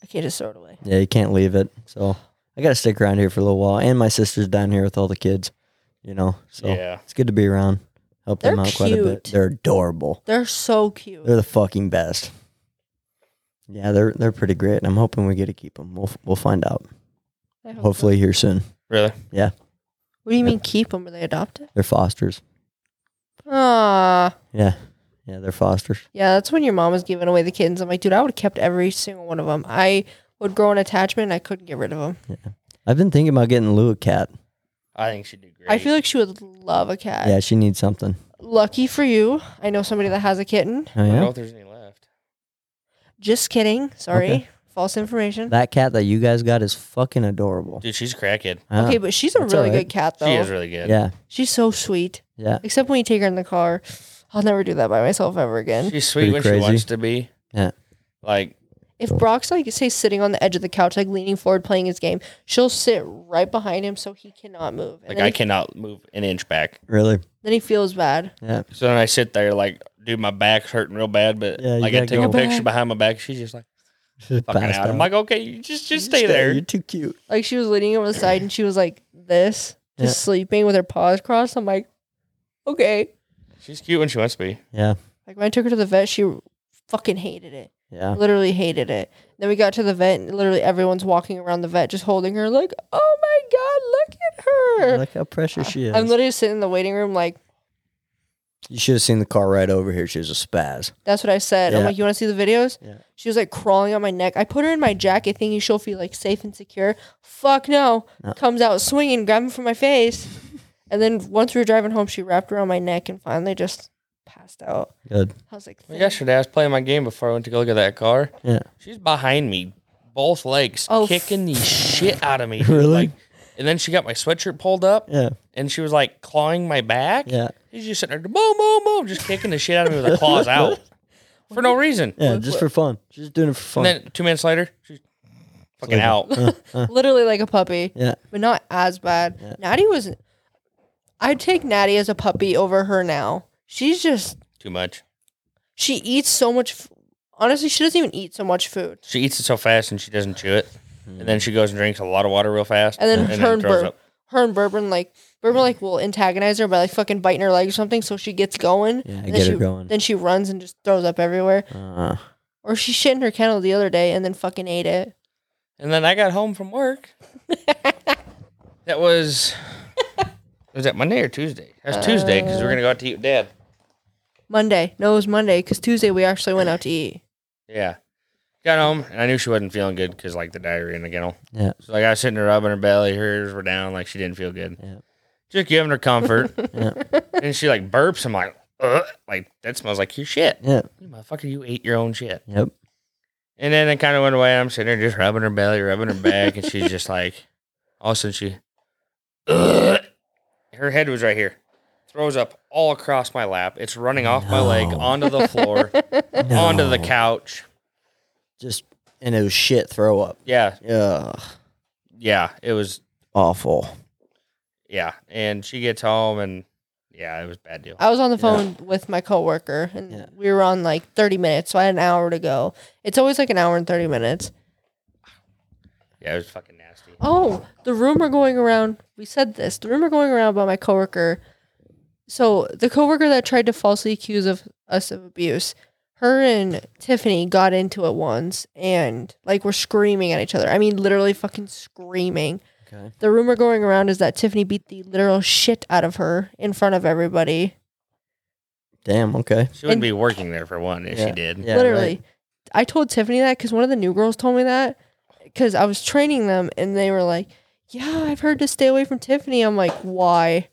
I can't just throw it away. Yeah, you can't leave it. So I got to stick around here for a little while, and my sister's down here with all the kids. You know, so Yeah. it's good to be around. Help them They're out quite a cute. bit. They're adorable. They're so cute. They're the fucking best. Yeah, they're they're pretty great. and I'm hoping we get to keep them. We'll f- we'll find out. I hope so. Hopefully here soon. Really? What do you mean keep them? Are they adopted? They're fosters. Ah, Yeah, yeah, they're fosters. yeah. That's when your mom was giving away the kittens. I'm like, dude, I would have kept every single one of them. I would grow an attachment. and I couldn't get rid of them. I've been thinking about getting Lou a cat. I think she'd do great. I feel like she would love a cat. Yeah, she needs something. Lucky for you, I know somebody that has a kitten. Oh I don't know yeah, if there's any left. Just kidding. Sorry, Okay. false information. that cat that you guys got is fucking adorable. Dude, she's crackhead. Yeah. okay, but she's a that's really alright. good cat though. She is really good. yeah, She's so sweet. yeah, Except when you take her in the car. I'll never do that by myself ever again. She's sweet Pretty when crazy. she wants to be. Yeah. Like If Brock's like say sitting on the edge of the couch, like leaning forward playing his game, she'll sit right behind him so he cannot move. And like then, I he, cannot move an inch back. really. then he feels bad. Yeah, So then I sit there like, dude, my back's hurting real bad, but Yeah, you like I gotta take go. a picture behind my back. She's just like fucking Passed out. I'm out. like, okay, you just You just stay there. You're too cute. Like she was leaning over the side and she was like this, just Yeah. sleeping with her paws crossed. I'm like, okay. She's cute when she wants to be. Yeah, Like when I took her to the vet, she fucking hated it. yeah. Literally hated it. Then we got to the vet and literally everyone's walking around the vet just holding her like, oh my god, look at her. Look how precious she is. I'm literally sitting in the waiting room like you should have seen the car right over here. She was a spaz. That's what I said. I'm Yeah. like, you want to see the videos? Yeah. She was like crawling on my neck. I put her in my jacket thinking she'll feel like safe and secure. Fuck no. No. Comes out swinging, grabbing for my face. and then once we were driving home, she wrapped around my neck and finally just passed out. Good. I was like, Well, "Thank yesterday I was playing my game before I went to go look at that car. Yeah. She's behind me, both legs, Oh, f- kicking the shit out of me. dude. Really? Like, and then she got my sweatshirt pulled up, Yeah, and she was like clawing my back. yeah, She's just sitting there, boom, boom, boom, just kicking the shit out of me with her claws out for no reason. yeah. just for fun. She's doing it for fun. And then two minutes later, she's fucking out. Literally like a puppy, yeah, but not as bad. Natty was. I'd take Natty as a puppy over her now. She's just. Too much. She eats so much. F- Honestly, she doesn't even eat so much food. She eats it so fast and she doesn't chew it. Hmm. And then she goes and drinks a lot of water real fast. And then her and, throws Bur- up. her and Bourbon like Bourbon like will antagonize her by like fucking biting her leg or something, so she gets going. Yeah, and get she, her going. Then she runs and just throws up everywhere. uh, Or she shit in her kennel the other day and then fucking ate it. And then I got home from work That was was that Monday or Tuesday? That's Tuesday because we're gonna go out to eat with Dad. Monday. No, it was Monday because Tuesday we actually went out to eat. Yeah, got home and I knew she wasn't feeling good because like the diarrhea and the kennel. Yeah. So like I was sitting there rubbing her belly, hers were down, like she didn't feel good. Yeah. Just giving her comfort, Yeah. and she like burps. I'm like, Ugh, like that smells like your shit. Yeah. You motherfucker, you ate your own shit. Yep. And then it kind of went away. I'm sitting there just rubbing her belly, rubbing her back, and she's just like, all of a sudden she, Ugh. her head was right here, throws up all across my lap. It's running off my leg No. onto the floor, onto the No. couch. Just and it was shit throw up. Yeah, Yeah. yeah, it was Awful. yeah. And she gets home, and yeah, it was a bad deal. I was on the phone with my coworker and Yeah. we were on like 30 minutes, so I had an hour to go. It's always like an hour and 30 minutes. Yeah, it was fucking nasty. Oh, the rumor going around, we said this, the rumor going around about my coworker. So, the coworker that tried to falsely accuse of us of abuse, her and Tiffany got into it once and like were screaming at each other. I mean, literally fucking screaming. Okay. The rumor going around is that Tiffany beat the literal shit out of her in front of everybody. Damn. Okay. She And- wouldn't be working there for one if she did. Yeah, literally right. i told tiffany that because one of the new girls told me that because i was training them and they were like yeah i've heard to stay away from tiffany i'm like why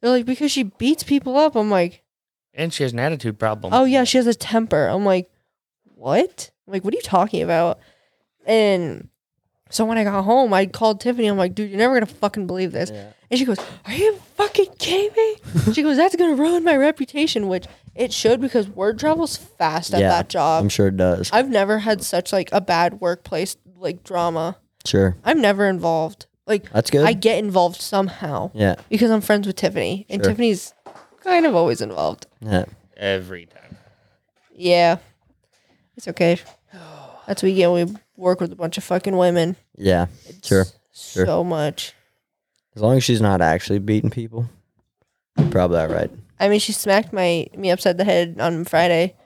they're like because she beats people up i'm like And she has an attitude problem. oh yeah she has a temper i'm like what I'm like what are you talking about and so when i got home i called tiffany i'm like dude you're never gonna fucking believe this Yeah. and she goes, Are you fucking kidding me? she goes, That's gonna ruin my reputation, which it should because word travels fast at Yeah, that I'm job. sure it does. I've never had such like a bad workplace like drama. Sure. I'm never involved. Like That's good. I get involved somehow yeah. because I'm friends with Tiffany and Sure. Tiffany's kind of always involved. Yeah. Every time. Yeah. It's okay. That's what you get when we work with a bunch of fucking women. Yeah. Sure. So much. As long as she's not actually beating people, you're probably all right. I mean, she smacked my me upside the head on Friday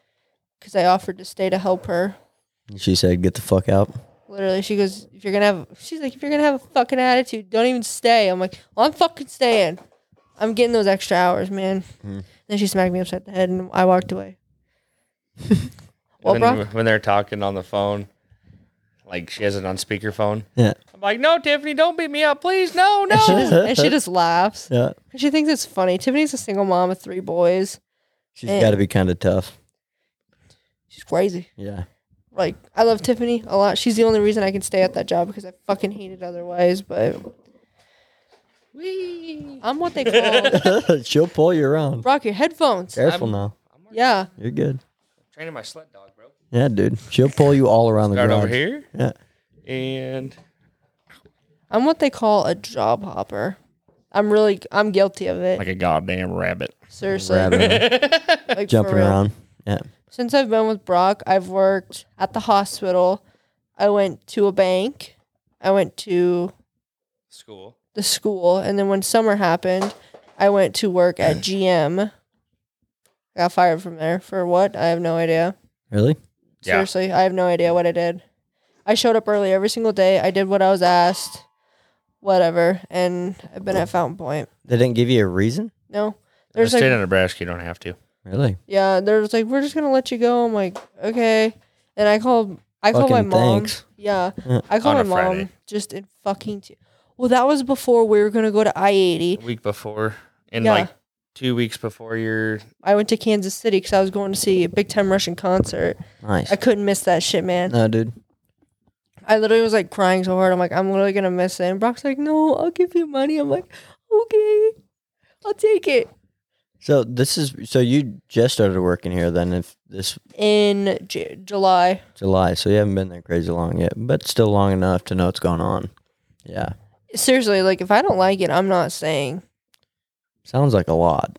because I offered to stay to help her. She said, "Get the fuck out." Literally, she goes, "If you're gonna have," she's like, "If you're gonna have a fucking attitude, don't even stay." I'm like, well, "I'm fucking staying. I'm getting those extra hours, man." Mhm. Then she smacked me upside the head, and I walked away. Well, when, Brock- when they're talking on the phone, like she has it on speakerphone. Yeah. I'm like, no, Tiffany, don't beat me up, please. No, And she no. just, and she just laughs. Yeah. She thinks it's funny. Tiffany's a single mom of three boys. She's Eh. got to be kind of tough. She's crazy. Yeah. Like, I love Tiffany a lot. She's the only reason I can stay at that job because I fucking hate it otherwise. But I'm what they call She'll pull you around. Brock, your headphones. Careful I'm- now. Yeah. You're good. Training my sled dog, bro. Yeah, dude. She'll pull you all around the Start garage. over here. Yeah. And I'm what they call a job hopper. I'm really I'm guilty of it. like a goddamn rabbit. Seriously. Rabbit, Like, for jumping real. around. Yeah. Since I've been with Brock, I've worked at the hospital. I went to a bank. I went to School. the school and then when summer happened, I went to work at GM. I got fired from there for what? I have no idea. Really? Yeah. Seriously, I have no idea what I did. I showed up early every single day. I did what I was asked. Whatever. And I've been at Fountain Point. They didn't give you a reason? No. There's There's like state of Nebraska, you don't have to. Really? yeah, they're just like, we're just gonna let you go. I'm like, okay. And I called, I called my Fucking mom. thanks. Yeah, Yeah. I called my On a mom Friday. just in fucking. T- well, that was before we were gonna go to I The eighty. week before. And Yeah. like two weeks before your I went to Kansas City because I was going to see a big time Russian concert. Nice. I couldn't miss that shit, man. No, dude. I literally was like crying so hard. I'm like, I'm literally gonna miss it. And Brock's like, No, I'll give you money. I'm like, Okay, I'll take it. So this is so you just started working here then if this In J- July, July, so you haven't been there crazy long yet, but still long enough to know what's going on. Yeah. seriously, like if I don't like it, I'm not saying Sounds like a lot.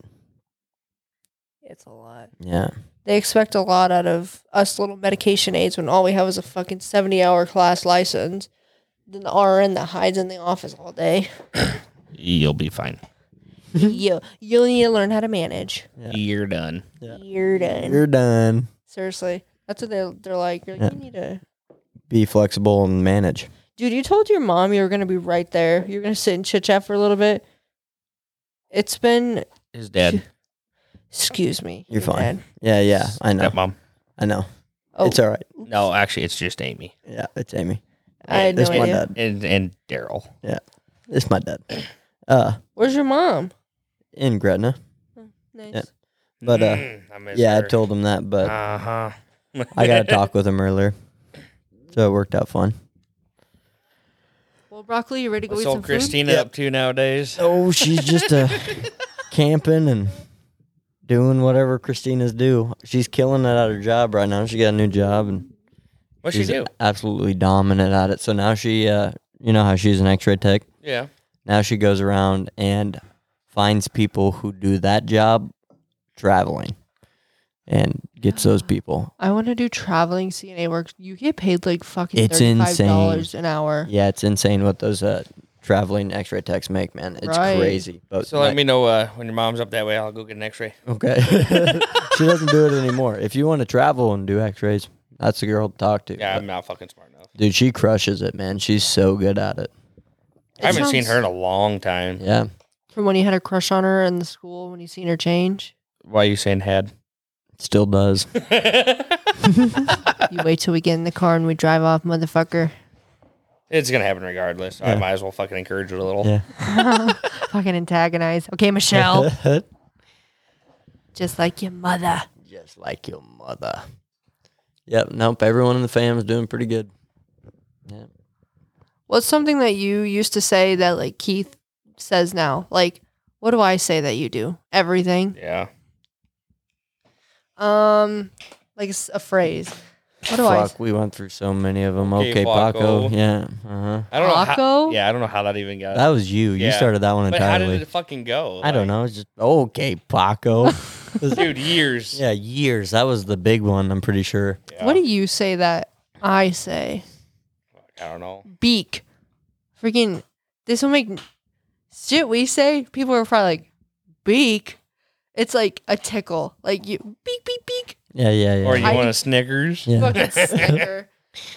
it's a lot. Yeah. they expect a lot out of us little medication aides when all we have is a fucking 70 hour class license than the RN that hides in the office all day. you'll be fine. you, you'll need to learn how to manage. Yeah. You're done. Yeah. You're done. You're done. Seriously. That's what they're, they're like. You're like, Yeah. You need to. Be flexible and manage. Dude, you told your mom you were gonna be right there. You're gonna sit and chit chat for a little bit. It's been His dad, excuse me. You're your fine. dad. Yeah, yeah, I know. stepmom. I know. Oh, It's all right. No, actually, it's just Amy Yeah, it's Amy. Oh, I had no It's my idea. dad. and and Daryl. It's my dad. Uh, Where's your mom? in Gretna. Nice. Yeah. But, uh, Mm, I miss Yeah, I her. told him that, but Uh huh. I got to talk with him earlier, so it worked out fine. Well, broccoli, you ready to go What's eat some old Christina Yep. up to nowadays? Oh, she's just uh, camping and doing whatever Christina's do. She's killing it at her job right now. She got a new job and What's she she's do? absolutely dominant at it. So now she, uh, you know how she's an X-ray tech. Yeah. Now she goes around and finds people who do that job traveling and gets those people. I want to do traveling CNA work. You get paid like fucking It's thirty-five dollars insane. an hour. Yeah, it's insane what those uh, traveling X-ray techs make, man. It's Right. crazy. But So let like- me know uh, when your mom's up that way. I'll go get an X-ray. Okay. she doesn't do it anymore. If you want to travel and do x-rays, that's the girl to talk to. Yeah, But, I'm not fucking smart enough. Dude, she crushes it, man. She's so good at it. I haven't seen sounds- her in a long time. Yeah. From when you had a crush on her in the school, when you seen her change, Why are you saying had? Still does. you wait till we get in the car and we drive off, motherfucker. it's gonna happen regardless. I Yeah. might as well fucking encourage it a little. Yeah. fucking antagonize. Okay, Michelle, just like your mother. Just like your mother. Yep. Nope. Everyone in the fam's doing pretty good. Yeah. What's something that you used to say that like Keith says now? Like, what do I say that you do? Everything. Yeah. Um, like s- a phrase. What do I? Fuck, we went through so many of them. Okay, Okay, Paco. Paco. Yeah. Uh-huh. I don't know. Paco? How, yeah, I don't know how that even got. That was you. You Yeah. started that one but how did entirely. it fucking go? I don't Like, know. It's just oh, okay, Paco. dude. Years. yeah, years. That was the big one, I'm pretty sure. Yeah. What do you say that I say? I don't know. Beak. Freaking. This will make shit we say. People are probably like beak. It's like a tickle. Like you beak beak beak. Yeah, yeah, yeah. Or you I- want a Snickers? yeah. Fucking snicker.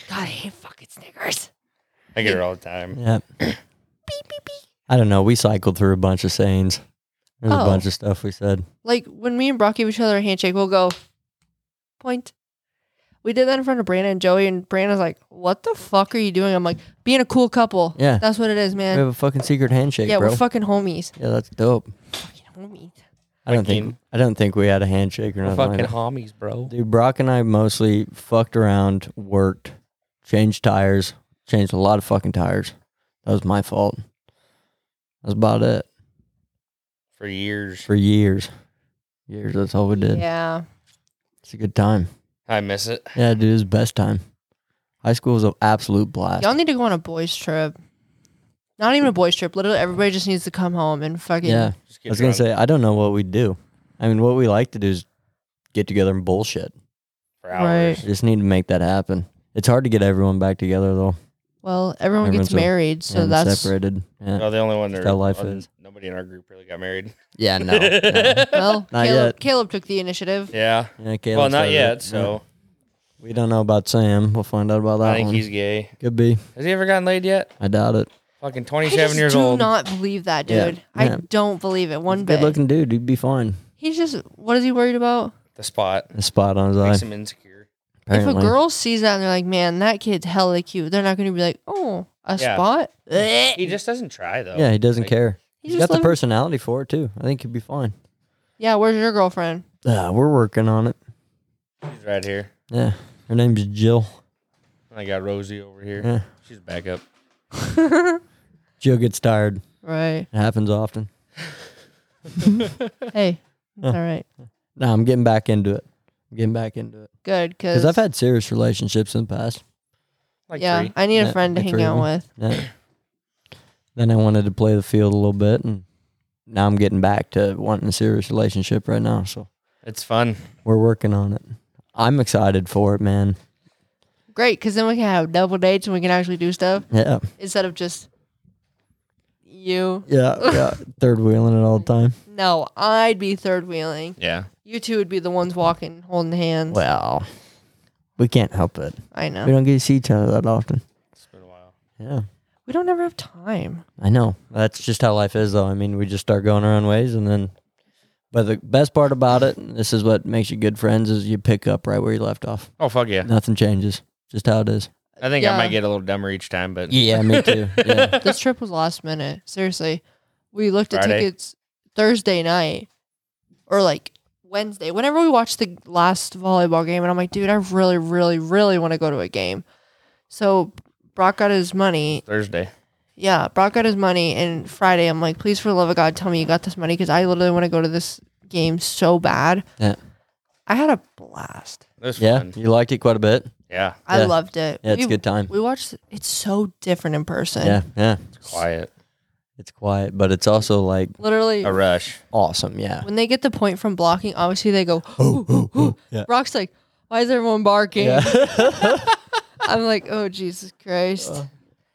God, I hate fucking snickers. I get it all the time. Yeah. I don't know. We cycled through a bunch of sayings. There's Oh. a bunch of stuff we said. Like when me and Brock give each other a handshake, we'll go point. We did that in front of Brandon and Joey, and Brandon's like, "What the fuck are you doing?" I'm like, "Being a cool couple." Yeah. that's what it is, We man. have a fucking secret handshake, yeah, bro. we're fucking homies. yeah, that's dope. Fucking homies. I don't think Fucking- I don't think we had a handshake or We're nothing. like fucking that. homies, bro. Dude, Brock and I mostly fucked around, worked, changed tires, changed a lot of fucking tires. That was my fault. That's about it For years. for years. Years. That's all we did. Yeah, It's a good time. I miss it. Yeah, dude, it was the best time. High school was an absolute blast. y'all need to go on a boys trip. Not even a boys trip. Literally, everybody just needs to come home and fucking. yeah. Just I get was gonna drunk say I don't know what we do. I mean, what we like to do is get together and bullshit. for hours. We just need to make that happen. It's hard to get everyone back together though. Well, everyone Everyone's gets so- married, so and that's separated. Yeah, No, the only one Just that how life one- is. nobody in our group really got married. yeah, no. yeah. well. Not Caleb, yet. Caleb took the initiative. Yeah. Yeah, Caleb well, not started yet. it. So Yeah. we don't know about Sam. We'll find out about that I think one. he's gay. Could be. Has he ever gotten laid yet? I doubt it. Fucking I 27 just years do old. not believe that, Yeah. dude. I Yeah. don't believe it one Good bit. looking dude. He'd be fine. He's just. What is he worried about? the spot A spot on his makes eye. him insecure. If a apparently. girl sees that and they're like, "Man, that kid's hella cute," they're not going to be like, "Oh, a Yeah. spot." He just doesn't try though. yeah, he doesn't Like, care. He he's just got the live- personality for it too. I think he'd be fine. Yeah, where's your girlfriend? Yeah, we're working on it. He's right here. Yeah, her name's Jill. And I got Rosie over here. Yeah, She's back up. Jill gets tired. Right. It happens often. Hey, Huh. all right, No, I'm getting back into it. I'm getting back into it good because because I've had serious relationships in the past. Like yeah, three. I need Yeah, a friend to like hang three of out them. with. Yeah. then I wanted to play the field a little bit, and now I'm getting back to wanting a serious relationship right now. So It's fun. we're working on it. I'm excited for it, man. Great, because then we can have double dates and we can actually do stuff Yeah, instead of just you. yeah, yeah. Third wheeling it all the time. No, I'd be third wheeling. Yeah. You two would be the ones walking, holding hands. Well, we can't help it. I know. We don't get to see each other that often. It's been a while. Yeah. We don't ever have time. I know. That's just how life is, though. I mean, we just start going our own ways, and then. But the best part about it, and this is what makes you good friends, is you pick up right where you left off. Oh fuck yeah! Nothing changes. Just how it is. I think I Yeah. might get a little dumber each time, but Yeah, me too. Yeah. This trip was last minute. Seriously. We looked at Friday. tickets Thursday night or like Wednesday. Whenever we watched the last volleyball game and I'm like, dude, I really, really, really want to go to a game. So Brock got his money Thursday. Yeah, Brock got his money, and Friday I'm like, please, for the love of God, tell me you got this money because I literally want to go to this game so bad. Yeah. I had a blast. It was Yeah. fun. You liked it quite a bit. Yeah, I Yeah. loved it. Yeah, it's we, a good time. We watched. It's so different in person. Yeah. Yeah. quiet, It's quiet, but it's also like Literally, a rush. awesome. Yeah. when they get the point from blocking, obviously they go. "Ooh, ooh, ooh." Oh, Yeah. Brock's like, why is everyone barking? Yeah. I'm like, oh Jesus Christ!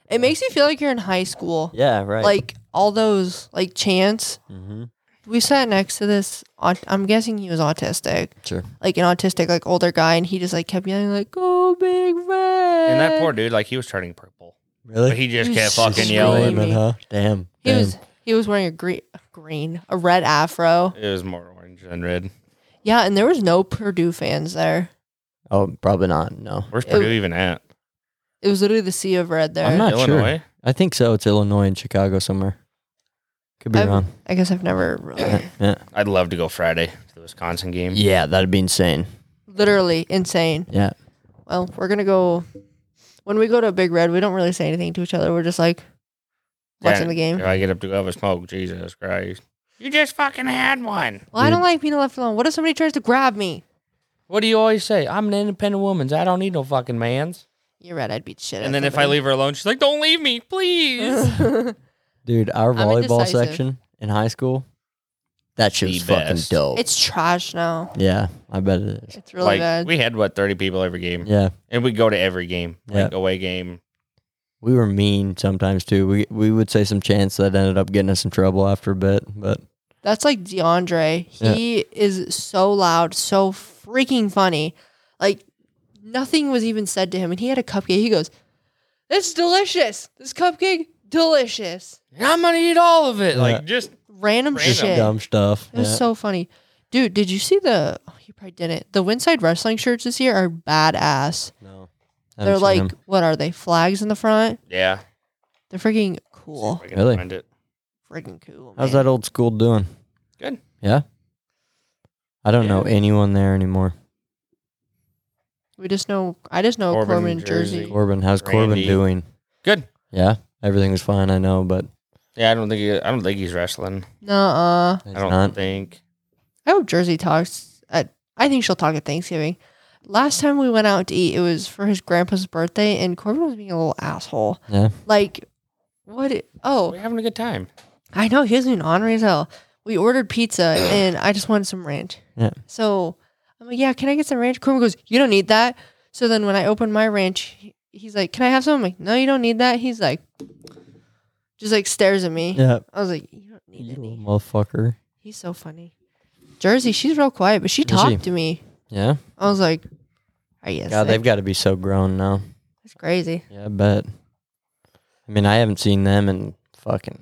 it makes you feel like you're in high school. Uh, yeah. Right. Like all those like chants. hmm We sat next to this. aut- I'm guessing he was autistic. Sure. like an autistic like older guy and he just like kept yelling like go big red And that poor dude, like he was turning purple, Really? but he just He's just kept fucking really yelling. mean. Screaming, huh? Damn. he damn. was he was wearing a green a green a red afro It was more orange than red. yeah and there was no purdue fans there oh, probably not. No. Where's It- Purdue even at? it was literally the sea of red there I'm not sure. Illinois. I think so. It's Illinois and Chicago somewhere. Could be I've- wrong. i guess i've never really Yeah, yeah. I'd love to go Friday to the Wisconsin game. Yeah, that'd be insane. literally insane Yeah. well we're gonna go when we go to big red we don't really say anything to each other we're just like watching Yeah, the game If I get up to go have a smoke, Jesus Christ! You just fucking had one. well i don't like being left alone what if somebody tries to grab me What do you always say? I'm an independent woman. I don't need no fucking man's. you're right i'd beat the shit out And of then if I somebody. leave her alone, she's like, "Don't leave me, please." Dude, our volleyball indecisive. section in high school, that shit The was fucking best. dope. it's trash now yeah, I bet it is. it's really like bad we had what 30 people every game, Yeah. and we go to every game, like Yeah. away game. We were mean sometimes too. We we would say some chants that ended up getting us in trouble after a bit, but That's like DeAndre. Yeah. He is so loud, so freaking funny. Like nothing was even said to him, and he had a cupcake. He goes, "It's delicious. This cupcake, delicious." I'm gonna eat all of it. Yeah. Like just Random Random. just shit. dumb stuff. It was Yeah. so funny, dude. Did you see the? Oh, you probably didn't. The Windside Wrestling shirts this year are badass. no, haven't They're seen like, them. what are they? Flags in the front. yeah. They're freaking cool. I can Really? find it. Freaking cool. how's man. that old school doing? Good. Yeah. I don't know Yeah. anyone there anymore. We just know. I just know Corbin, Corbin, Jersey. Jersey. Corbin, how's Corbin Randy. doing? Good. Yeah, everything was fine. I know, but Yeah, I don't think he, I don't think he's wrestling. Nuh-uh. it's I don't not. think. I hope Jersey talks. At, I think she'll talk at Thanksgiving. Last time we went out to eat, it was for his grandpa's birthday, and Corbin was being a little asshole. Yeah. Like, what? i- Oh, We're having a good time. I know. He was being ornery as hell. We ordered pizza, and I just wanted some ranch. Yeah. So I'm like, yeah, can I get some ranch? Corbin goes, you don't need that. So then when I opened my ranch, he- he's like, can I have some? I'm like, no, you don't need that. He's like, just like stares at me. Yeah, I was like, you don't need you any. little motherfucker. He's so funny. Jersey, she's real quiet, but she she? talked to me. Yeah. I was like, I guess God, they've got to be so grown now. that's crazy. Yeah, I bet. I mean, I haven't seen them in fucking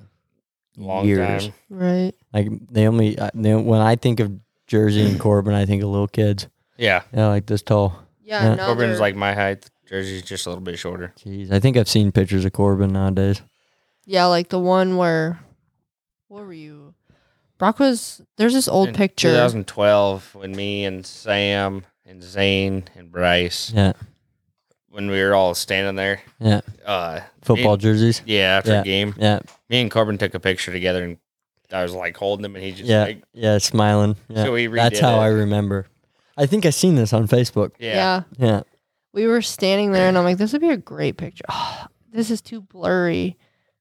Long years. time. Right. Like they only I- they, when I think of Jersey and Corbin, I think of little kids. Yeah, Yeah, like this tall. Yeah. Yeah. now Corbin's they're- like my height. Jersey's just a little bit shorter. Jeez, I think I've seen pictures of Corbin nowadays. yeah, like the one where, what were you? Brock was, there's this old In picture. 2012, when me and Sam and Zane and Bryce, Yeah, when we were all standing there, yeah. uh, Football jerseys. yeah, after Yeah. a game, Yeah, me and Corbin took a picture together, and I was like holding him, and he just yeah, like, yeah. Smiling. Yeah. so we redid That's how it. I remember. I think I seen this on Facebook. yeah. yeah. Yeah, We were standing there and I'm like, this would be a great picture. Oh, this is too blurry.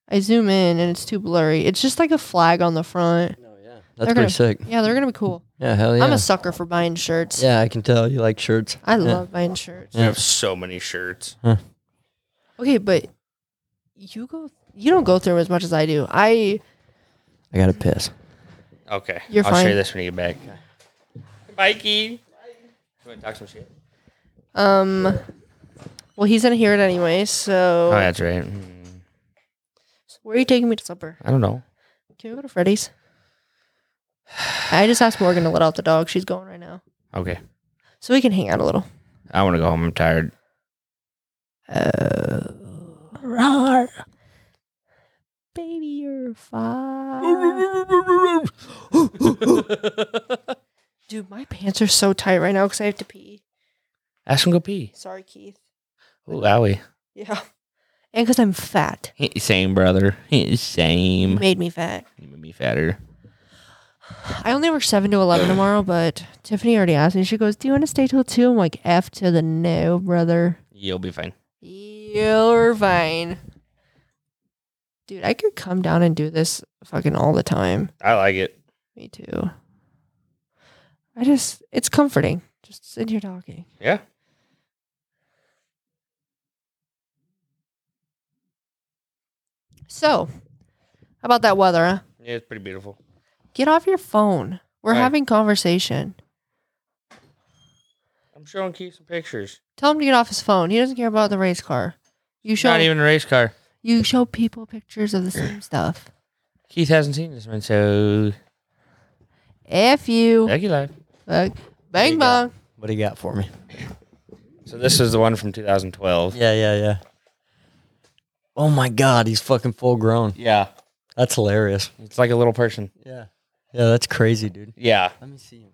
I zoom in and it's too blurry. It's just like a flag on the front. that's They're pretty gonna- sick. Yeah, they're going to be cool. Yeah, hell yeah. I'm a sucker for buying shirts. yeah, I can tell you like shirts. I Yeah. love buying shirts. I Yeah. have so many shirts. Okay, but you go. You don't go through 'em as much as I do. I I gotta piss. Okay, You're I'll show fine. you this when you get back. Mikey, you want to talk some shit? um. Well, he's gonna hear it anyway, so Oh, that's right. Mm. Where are you taking me to supper? I don't know. Can we go to Freddy's? I just asked Morgan to let out the dog. She's going right now. Okay. So we can hang out a little. I want to go home. I'm tired. Uh, rawr. Baby, you're fine. Dude, my pants are so tight right now because I have to pee. Ask him to go pee. Sorry, Keith. Ooh, owie. Yeah. And because I'm fat. Same, brother. Same. You made me fat. You made me fatter. I only work 7 to 11 tomorrow, but Tiffany already asked me. She goes, Do you want to stay till 2? I'm like, F to the no, brother. You'll be fine. You're fine. Dude, I could come down and do this fucking all the time. I like it. Me too. I just, it's comforting. Just sit here talking. Yeah. So, how about that weather, huh? Yeah, it's pretty beautiful. Get off your phone. We're Right. having conversation. I'm showing Keith some pictures. Tell him to get off his phone. He doesn't care about the race car. You show Not even a race car. you show people pictures of the same stuff. Keith hasn't seen this one, so F you. thank you, live. Fuck. you Bang go. bang. What do you got for me? So this is the one from 2012. Yeah, yeah, yeah. Oh my god, he's fucking full grown. Yeah, That's hilarious. it's like a little person. Yeah. Yeah, that's crazy, dude. Yeah, Let me see him.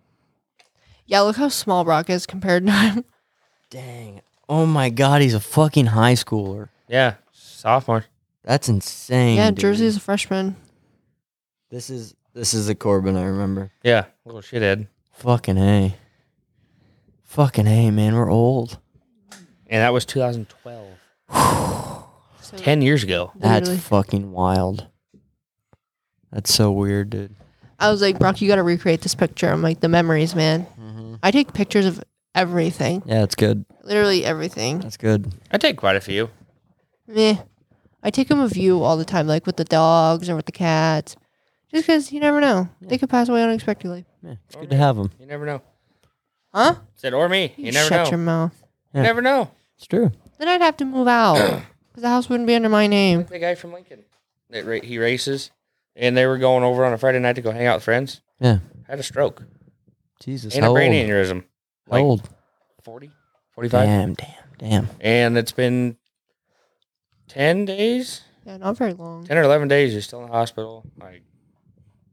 Yeah, look how small Brock is compared to him. Dang. Oh my god, he's a fucking high schooler. yeah, sophomore. That's insane. yeah, dude. Jersey's a freshman. This is this is a Corbin, I remember. Yeah, little shithead. Fucking A. Fucking A, man. We're old. And that was 2012, So 10 years ago. That's literally- fucking wild. That's so weird, dude. I was like, Brock, you got to recreate this picture. I'm like, the memories, man. I take pictures of everything, Yeah, it's good. literally everything. That's good. I take quite a few. Meh. I take them of you all the time, like with the dogs or with the cats, just because you never know. They could pass away unexpectedly. Yeah, it's good to have him. You never know. Huh? Said or me. You, never shut know. your mouth. You never know. It's true. Then I'd have to move out because the house wouldn't be under my name. The guy from Lincoln. That ra- he races, and they were going over on a Friday night to go hang out with friends. Yeah. Had a stroke Jesus. and how a brain old? aneurysm. How old? 40, 45. Damn, damn, damn. And it's been 10 days, Yeah, not very long. 10 or 11 days. He's still in the hospital. Like,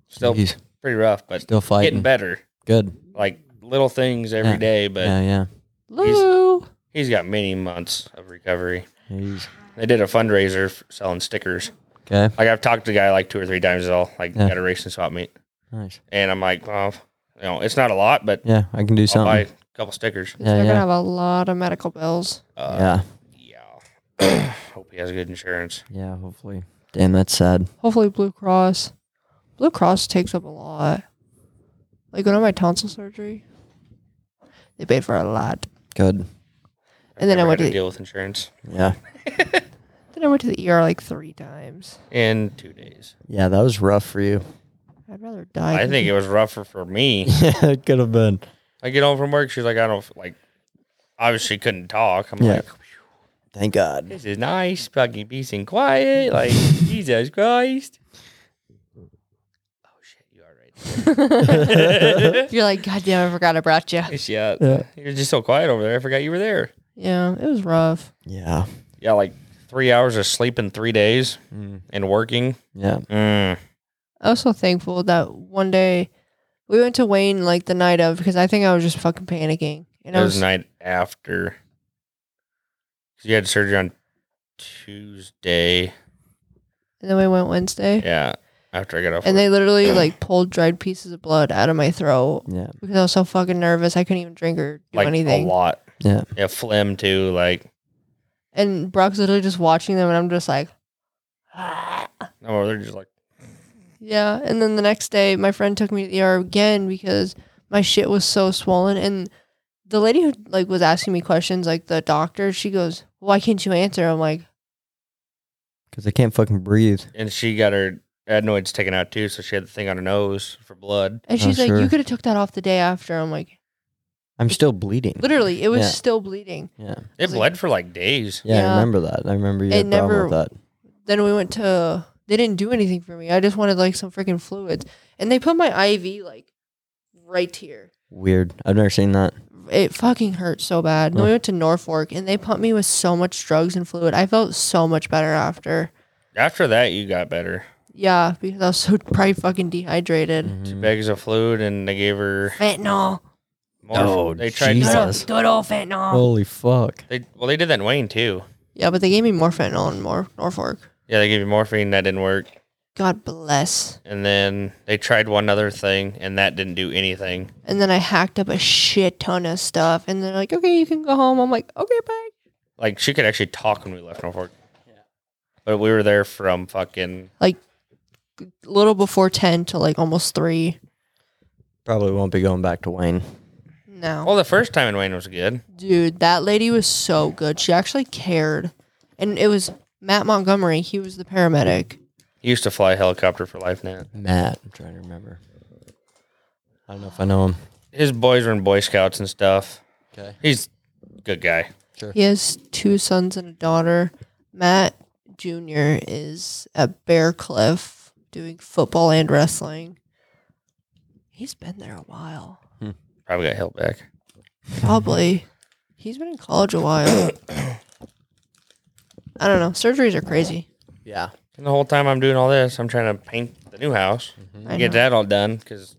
still He's pretty rough, but still getting fighting. better. Good. Like, little things every Yeah. day, but Yeah, yeah. Lou. he's got many months of recovery. He's They did a fundraiser for selling stickers. okay. Like, I've talked to the guy like two or three times, all like, Yeah. got a racing swap meet. Nice. And I'm like, well, you know, it's not a lot, but Yeah, I can do I'll buy a something. couple stickers. He's Yeah, gonna yeah. have a lot of medical bills. Uh, Yeah, yeah. yeah. Hope he has good insurance. yeah. Hopefully. Damn, that's sad. Hopefully, Blue Cross. Blue Cross takes up a lot. Like when I had my tonsil surgery, they paid for a lot. Good. I've And then I never went had to deal with insurance Yeah. Then I went to the ER like three times. in two days. Yeah, that was rough for you. I'd rather die. I than- think it was rougher for me. yeah, it could have been. I get home from work. She's like, I don't f- like. Obviously, couldn't talk. I'm Yeah. like, Thank God. this is nice, fucking peace and quiet. Like Jesus Christ. Oh shit, you are right. there. You're like, God damn, I forgot I brought you. yeah, Yeah. you're just so quiet over there. I forgot you were there. Yeah, it was rough. Yeah. Yeah, like three hours of sleep in three days and working. Mm. Yeah. Mm. I was so thankful that one day we went to Wayne like the night of because I think I was just fucking panicking. And It I was was, the night after. 'Cause you had surgery on Tuesday. and then we went Wednesday. Yeah, after I got off. And work. they literally like pulled dried pieces of blood out of my throat Yeah. because I was so fucking nervous. I couldn't even drink or do like anything. a lot. Yeah. Yeah, phlegm too. Like And Brock's literally just watching them, and I'm just like, oh, they're just like. yeah. And then the next day, my friend took me to the ER again because my shit was so swollen. And the lady who like was asking me questions, like the doctor, she goes, "Why can't you answer?" I'm like, Because I can't fucking breathe. and she got her adenoids taken out too, so she had the thing on her nose for blood. and Oh, she's like, sure. "You could have took that off the day after." I'm like, I'm still bleeding. literally, it was Yeah. still bleeding. Yeah. It Was it- bled for like days. Yeah, I Yeah. remember that. I remember you had It a problem never- with that. Then we went to they didn't do anything for me. I just wanted like some freaking fluids, and they put my IV like right here. Weird. I've never seen that. It fucking hurt so bad. Then we went to Norfolk, and they pumped me with so much drugs and fluid. I felt so much better after. After that, you got better. Yeah, because I was so probably fucking dehydrated. Two Mhm. bags of fluid, and they gave her Fentanyl. more. Oh, they tried. Good Jesus. old, good old fentanyl. Holy fuck. They, well, they did that in Wayne too. Yeah, but they gave me more fentanyl and more Norfolk. Yeah, they gave you morphine that didn't work, God bless. and then they tried one other thing, and that didn't do anything. And then I hacked up a shit ton of stuff. And they're like, okay, you can go home. I'm like, okay, bye. Like she could actually talk when we left Norfolk. But we were there from fucking A little before 10 to like almost 3 Probably won't be going back to Wayne. now. well, the first time in Wayne was good. Dude, that lady was so good. She actually cared. And it was Matt Montgomery. He was the paramedic. He used to fly a helicopter for LifeNet. Matt. I'm trying to remember. I don't know if I know him. His boys were in Boy Scouts and stuff. Okay. He's a good guy. He has two sons and a daughter. Matt Jr. is at Bear Cliff doing football and wrestling. He's been there a while. Probably got held back. Probably. He's been in college a while. I don't know. Surgeries are crazy. Yeah. And the whole time I'm doing all this, I'm trying to paint the new house, I get know. that all done. Because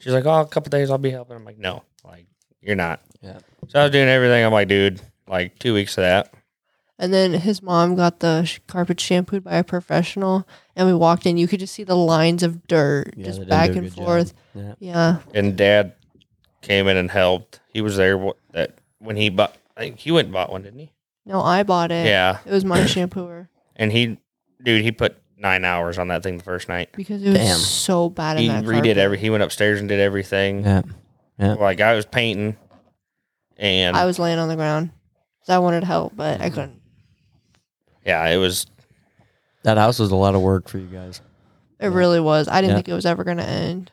she's like, "Oh, a couple days I'll be helping." I'm like, "No, like you're not." Yeah. So I was doing everything. I'm like, "Dude, like two weeks of that." And then his mom got the sh- carpet shampooed by a professional, and we walked in. You could just see the lines of dirt Yeah, they just didn't back do a and good job. forth. Yeah. Yeah, And Dad came in and helped. He was there wh- that when he bought. I think he went and bought one, didn't he? no, I bought it. Yeah. it was my shampooer And he, dude, he put nine hours on that thing the first night. because it was Damn. so bad. He in that redid carpet. every. He went upstairs and did everything. Yeah. Like I was painting, and I was laying on the ground because I wanted help, but Mm-hmm. I couldn't. yeah, it was That house was a lot of work for you guys. It really was. I didn't Yeah. think it was ever gonna end.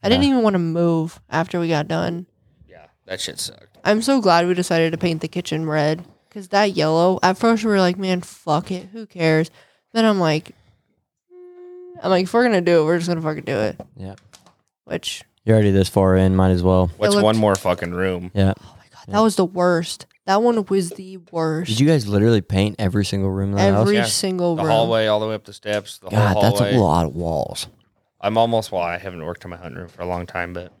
I didn't Yeah. even want to move after we got done. yeah, that shit sucked. I'm so glad we decided to paint the kitchen red because that yellow. At first, we were like, "Man, fuck it, who cares?" Then I'm like, mm, "I'm like, if we're gonna do it, we're just gonna fucking do it." Yeah. Which, You're already this far in, might as well. What's looked- one more fucking room? Yeah. oh my god, that was the worst. That one was the worst. Did you guys literally paint every single room in that house? Every Yeah. single The room. hallway, all the way up the steps, the God, whole that's hallway. a lot of walls. I'm almost. Well, I haven't worked on my hunt room for a long time, but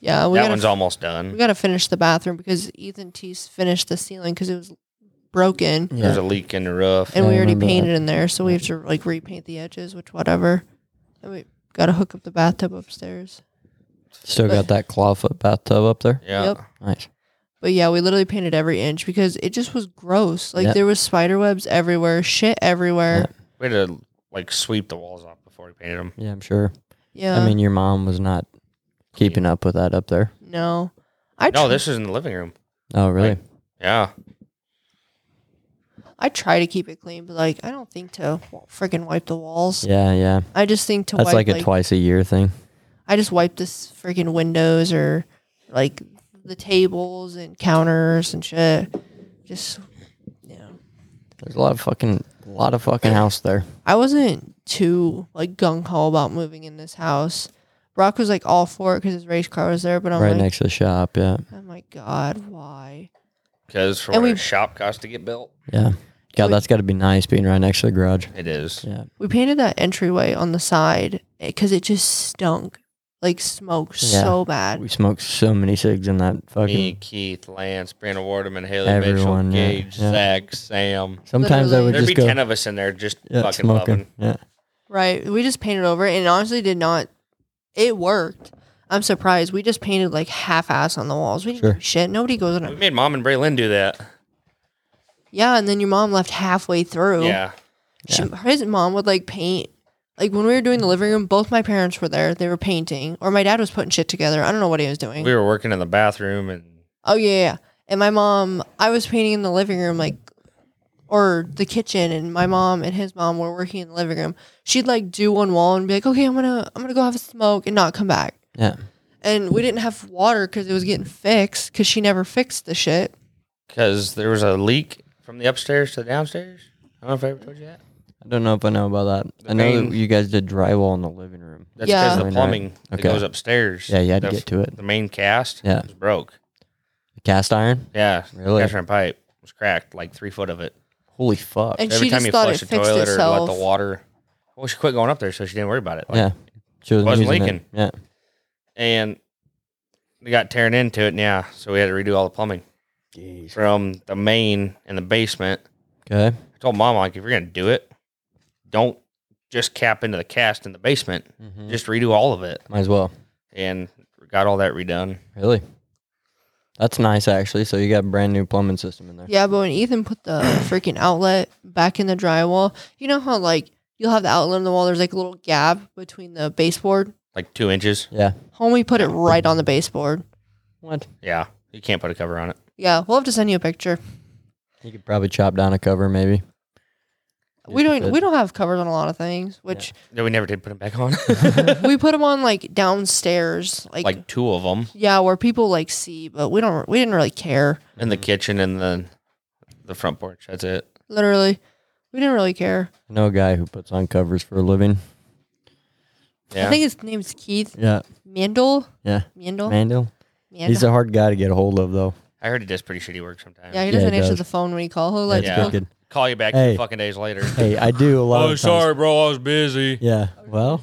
Yeah, we that gotta, one's almost we done. gotta finish the bathroom because Ethan Tease finished the ceiling because it was broken. There's a leak in the roof. and Mm. I we already remember that. painted in there, so we have to like repaint the edges, which whatever. And we got to hook up the bathtub upstairs. Still got that clawfoot bathtub up there. yeah, Yep. Nice. But yeah, we literally painted every inch because it just was gross. Like Yeah. there was spider webs everywhere, shit everywhere. we had to like sweep the walls off before we painted them. Yeah, I'm sure. Yeah. I mean, your mom was not keeping up with that up there. no. I No, tr- this is in the living room. Oh, really? Right. Yeah, I try to keep it clean, but like I don't think to freaking wipe the walls. Yeah, yeah. I just think to That's wipe like a like twice a year thing. I just wipe this freaking windows or like the tables and counters and shit. Just you know. There's a lot of fucking, a lot of fucking house there. I wasn't too like gung ho about moving in this house. Brock was like all for it because his race car was there, but I'm right like, next to the shop. Yeah, I'm like, God, why? because for And what we- a shop cost to get built, yeah. God, Wait. that's got to be nice being right next to the garage. it is. Yeah, We painted that entryway on the side because it just stunk, like smoke, Yeah. so bad. we smoked so many cigs in that fucking. Me, Keith, Lance, Brandon Warderman, Haley Everyone, Mitchell, yeah, Gage, yeah. Zach, Sam. Literally. Sometimes I There'd would be just go ten of us in there just yeah, fucking smoking. loving. Yeah, Right? We just painted over it, and it honestly, did not. It worked. I'm surprised. We just painted like half ass on the walls. We didn't Sure. do shit. Nobody goes in. We A- made mom and Braylon do that. yeah, and then your mom left halfway through. Yeah, She, his mom would like paint. Like when we were doing the living room, both my parents were there. They were painting, or my dad was putting shit together. I don't know what he was doing. we were working in the bathroom and oh yeah, yeah. And my mom, I was painting in the living room, like, or the kitchen, and my mom and his mom were working in the living room. She'd like do one wall and be like, "Okay, I'm gonna, I'm gonna go have a smoke," and not come back. yeah. And we didn't have water because it was getting fixed because she never fixed the shit. because there was a leak from the upstairs to the downstairs. I don't know if I ever told you that. I don't know if I know about that. The I know main- that you guys did drywall in the living room. That's Yeah. because the Really nice. plumbing Okay. that goes upstairs. Yeah, you had to the, get to it. the main cast Yeah. was broke. Cast iron. Yeah. Really? Cast iron pipe was cracked, like three foot of it. Holy fuck. And Every she time just you thought it flush the fixed toilet or itself. let the water well, she quit going up there so she didn't worry about it. Like, yeah. She was wasn't using it. leaking. Yeah. And we got tearing into it and yeah, so we had to redo all the plumbing. From the main and the basement. Okay. I told mom, like, if you're gonna do it, don't just cap into the cast in the basement. Mhm. Just redo all of it. Might as well. And got all that redone. Really. That's nice, actually. So you got a brand new plumbing system in there. Yeah, but when Ethan put the freaking outlet back in the drywall, you know how like you'll have the outlet in the wall, there's like a little gap between the baseboard. Like two inches. Homie put it right on the baseboard. What? Yeah. You can't put a cover on it. Yeah, we'll have to send you a picture. You could probably chop down a cover, maybe. we don't Good. we don't have covers on a lot of things, which No, we never did put them back on. we put them on like downstairs, like, like two of them yeah, where people like see, but we don't we didn't really care. in the kitchen and then the front porch. That's it. Literally, we didn't really care. I know a guy who puts on covers for a living. Yeah. I think his name's Keith Yeah. Mandel. Yeah. Mandel. Mandel. Mandel. He's a hard guy to get a hold of, though. I heard he does pretty shitty work sometimes. yeah, he Yeah, doesn't he answer does. the phone when you call. He'll like That's Yeah. he'll- wicked. Call you back Hey. two fucking days later. Hey, I do a Oh, lot of times. bro. I was busy. Yeah. Well,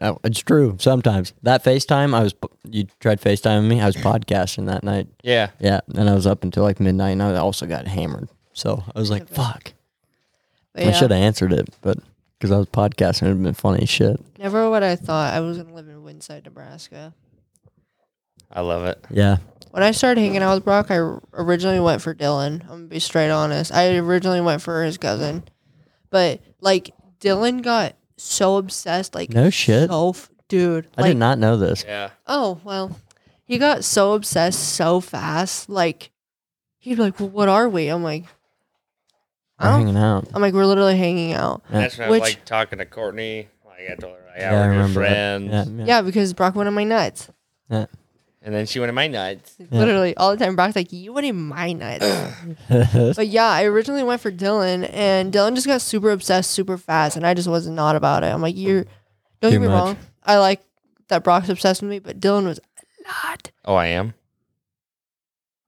oh, it's true. Sometimes that FaceTime, I was p- you tried FaceTiming me. I was podcasting that night. Yeah. Yeah, and I was up until like midnight, and I also got hammered. So I was like, "Fuck, But I yeah, should have answered it," but because I was podcasting, it'd been funny as shit. never what I thought I was gonna live in Windside, Nebraska. I love it. Yeah, When I started hanging out with Brock, I r- originally went for Dylan. I'm gonna be straight honest. I originally went for his cousin, but like Dylan got so obsessed, like No shit. so f- dude. I like, did not know this. Yeah. Oh well, he got so obsessed so fast. Like he'd be like, "Well, what are we?" I'm like, We're I don't. hanging out. I'm like, we're literally hanging out. Yeah. That's when Which- I was like talking to Courtney. Like I told her, like, I yeah, we're good remember that. friends. Yeah, yeah. Yeah, because Brock went on my nuts. And then she went in my nuts. Yeah. Literally all the time. Brock's like, "You went in my nuts." but yeah, I originally went for Dylan, and Dylan just got super obsessed super fast, and I just was not about it. I'm like, "You're don't Mm. Too get me much. wrong. I like that Brock's obsessed with me, but Dylan was not." Oh, I am.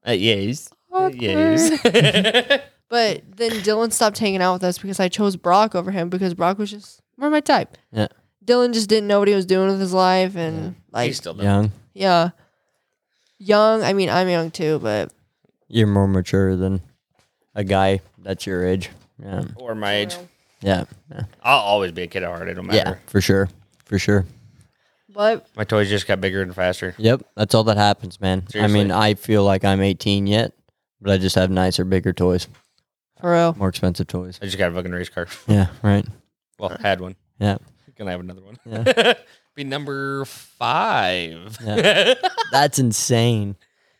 Uh, yes. Uh, awkward." Yes. But then Dylan stopped hanging out with us because I chose Brock over him because Brock was just more my type. Yeah. Dylan just didn't know what he was doing with his life and Yeah. like He still does. Young, yeah. Young, I mean I'm young too, but you're more mature than a guy that's your age. Yeah, Or my age. yeah, yeah, I'll always be a kid at heart. It don't matter. yeah for sure, for sure. But My toys just got bigger and faster. Yep, that's all that happens, man. I Seriously. mean, I feel like I'm 18 yet, but I just have nicer, bigger toys, for real. more expensive toys. I just got a fucking race car. Yeah, right. Well, had one. Yeah. Gonna have another one. Yeah. Be number five. That's insane.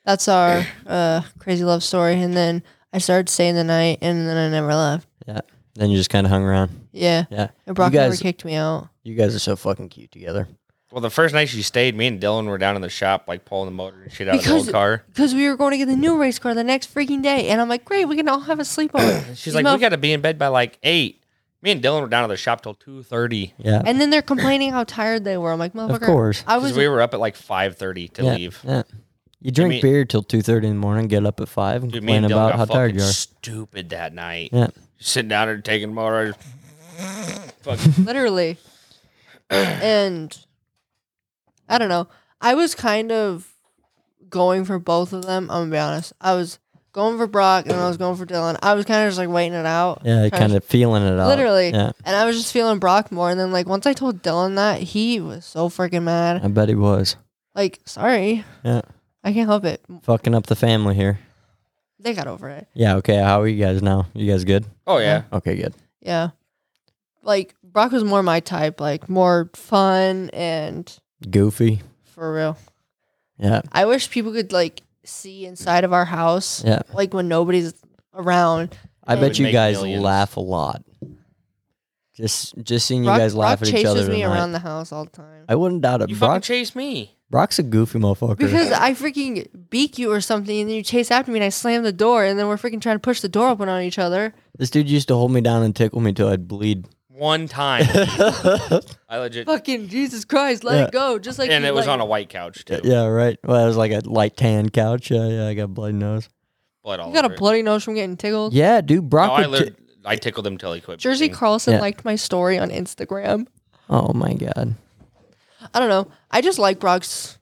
That's our uh crazy love story. And then I started staying the night and then I never left. Then you just kind of hung around. Yeah. Yeah. And Brock You never guys- kicked me out. You guys are so fucking cute together. well, the first night she stayed, me and Dylan were down in the shop, like pulling the motor and shit out of the Because- old car. Because we were going to get the new race car the next freaking day. And I'm like, Great, we can all have a sleepover. And she's like, Emo- "We got to be in bed by like eight. Me and Dylan were down at the shop till two thirty Yeah. and then they're complaining how tired they were. I'm like, motherfucker. of course. I because was we were up at like five thirty to yeah. leave. Yeah. You drink mean- beer till 2.30 in the morning, get up at 5 and Dude, me complain and Dylan about got how tired fucking you are. stupid that night. Yeah. Sitting down there taking the motor. Fucking, literally and i don't know i was kind of going for both of them i'm gonna be honest i was going for brock and i was going for dylan i was kind of just like waiting it out Yeah, kind of feeling it out. Literally. Yeah. and i was just feeling brock more and then like once i told dylan that he was so freaking mad I bet he was. like sorry Yeah. i can't help it Fucking up the family here. they got over it Yeah, okay. How are you guys now? You guys good? oh yeah. Okay, good. yeah like brock was more my type like more fun and Goofy. for real Yeah. i wish people could like see inside of our house Yeah. like when nobody's around. I It bet would you make guys millions. laugh a lot. Just just seeing Brock- you guys laugh Brock at each other. chases me tonight. around the house all the time. I wouldn't doubt it. You fucking Brock chased me. Brock's a goofy motherfucker. Because I freaking beak you or something, and then you chase after me, and I slam the door, and then we're freaking trying to push the door open on each other. this dude used to hold me down and tickle me till I'd bleed. One time, I legit, Fucking Jesus Christ, let Yeah. it go. Just like and you, it was like- on a white couch too. yeah, right. Well, it was like a light tan couch. Yeah, yeah. I got blood nose. Blood all You got a over it. bloody nose from getting tickled. Yeah, dude. No, Brock. I, would ti- lit- I tickled him till he quit. Jersey breathing. Carlson Yeah. liked my story on Instagram. oh my god. I don't know. I just like Brock's.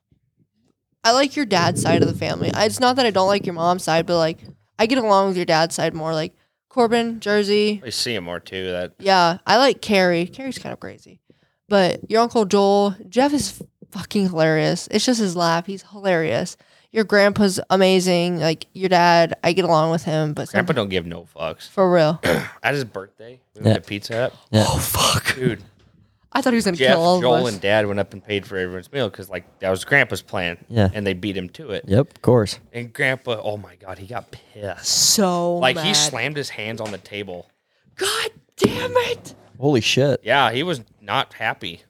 I like your dad's side of the family. I- It's not that I don't like your mom's side, but like I get along with your dad's side more. Like Corbin, Jersey, I see him more too. That Yeah, I like Carrie. Carrie's kind of crazy. But your Uncle Joel, Jeff is fucking hilarious. It's just his laugh. He's hilarious. Your grandpa's amazing. Like your dad, I get along with him, but grandpa some, don't give no fucks. for real. At his birthday, we went Yeah. to Pizza Hut. Yeah. Oh fuck. Dude, I thought he was gonna Jeff, kill all Joel, of us. and Dad went up and paid for everyone's meal because like that was Grandpa's plan. Yeah. and they beat him to it. Yep. Of course. And Grandpa, oh my God, he got pissed. so Like he mad. slammed his hands on the table. God damn it. Holy shit. Yeah, he was not happy.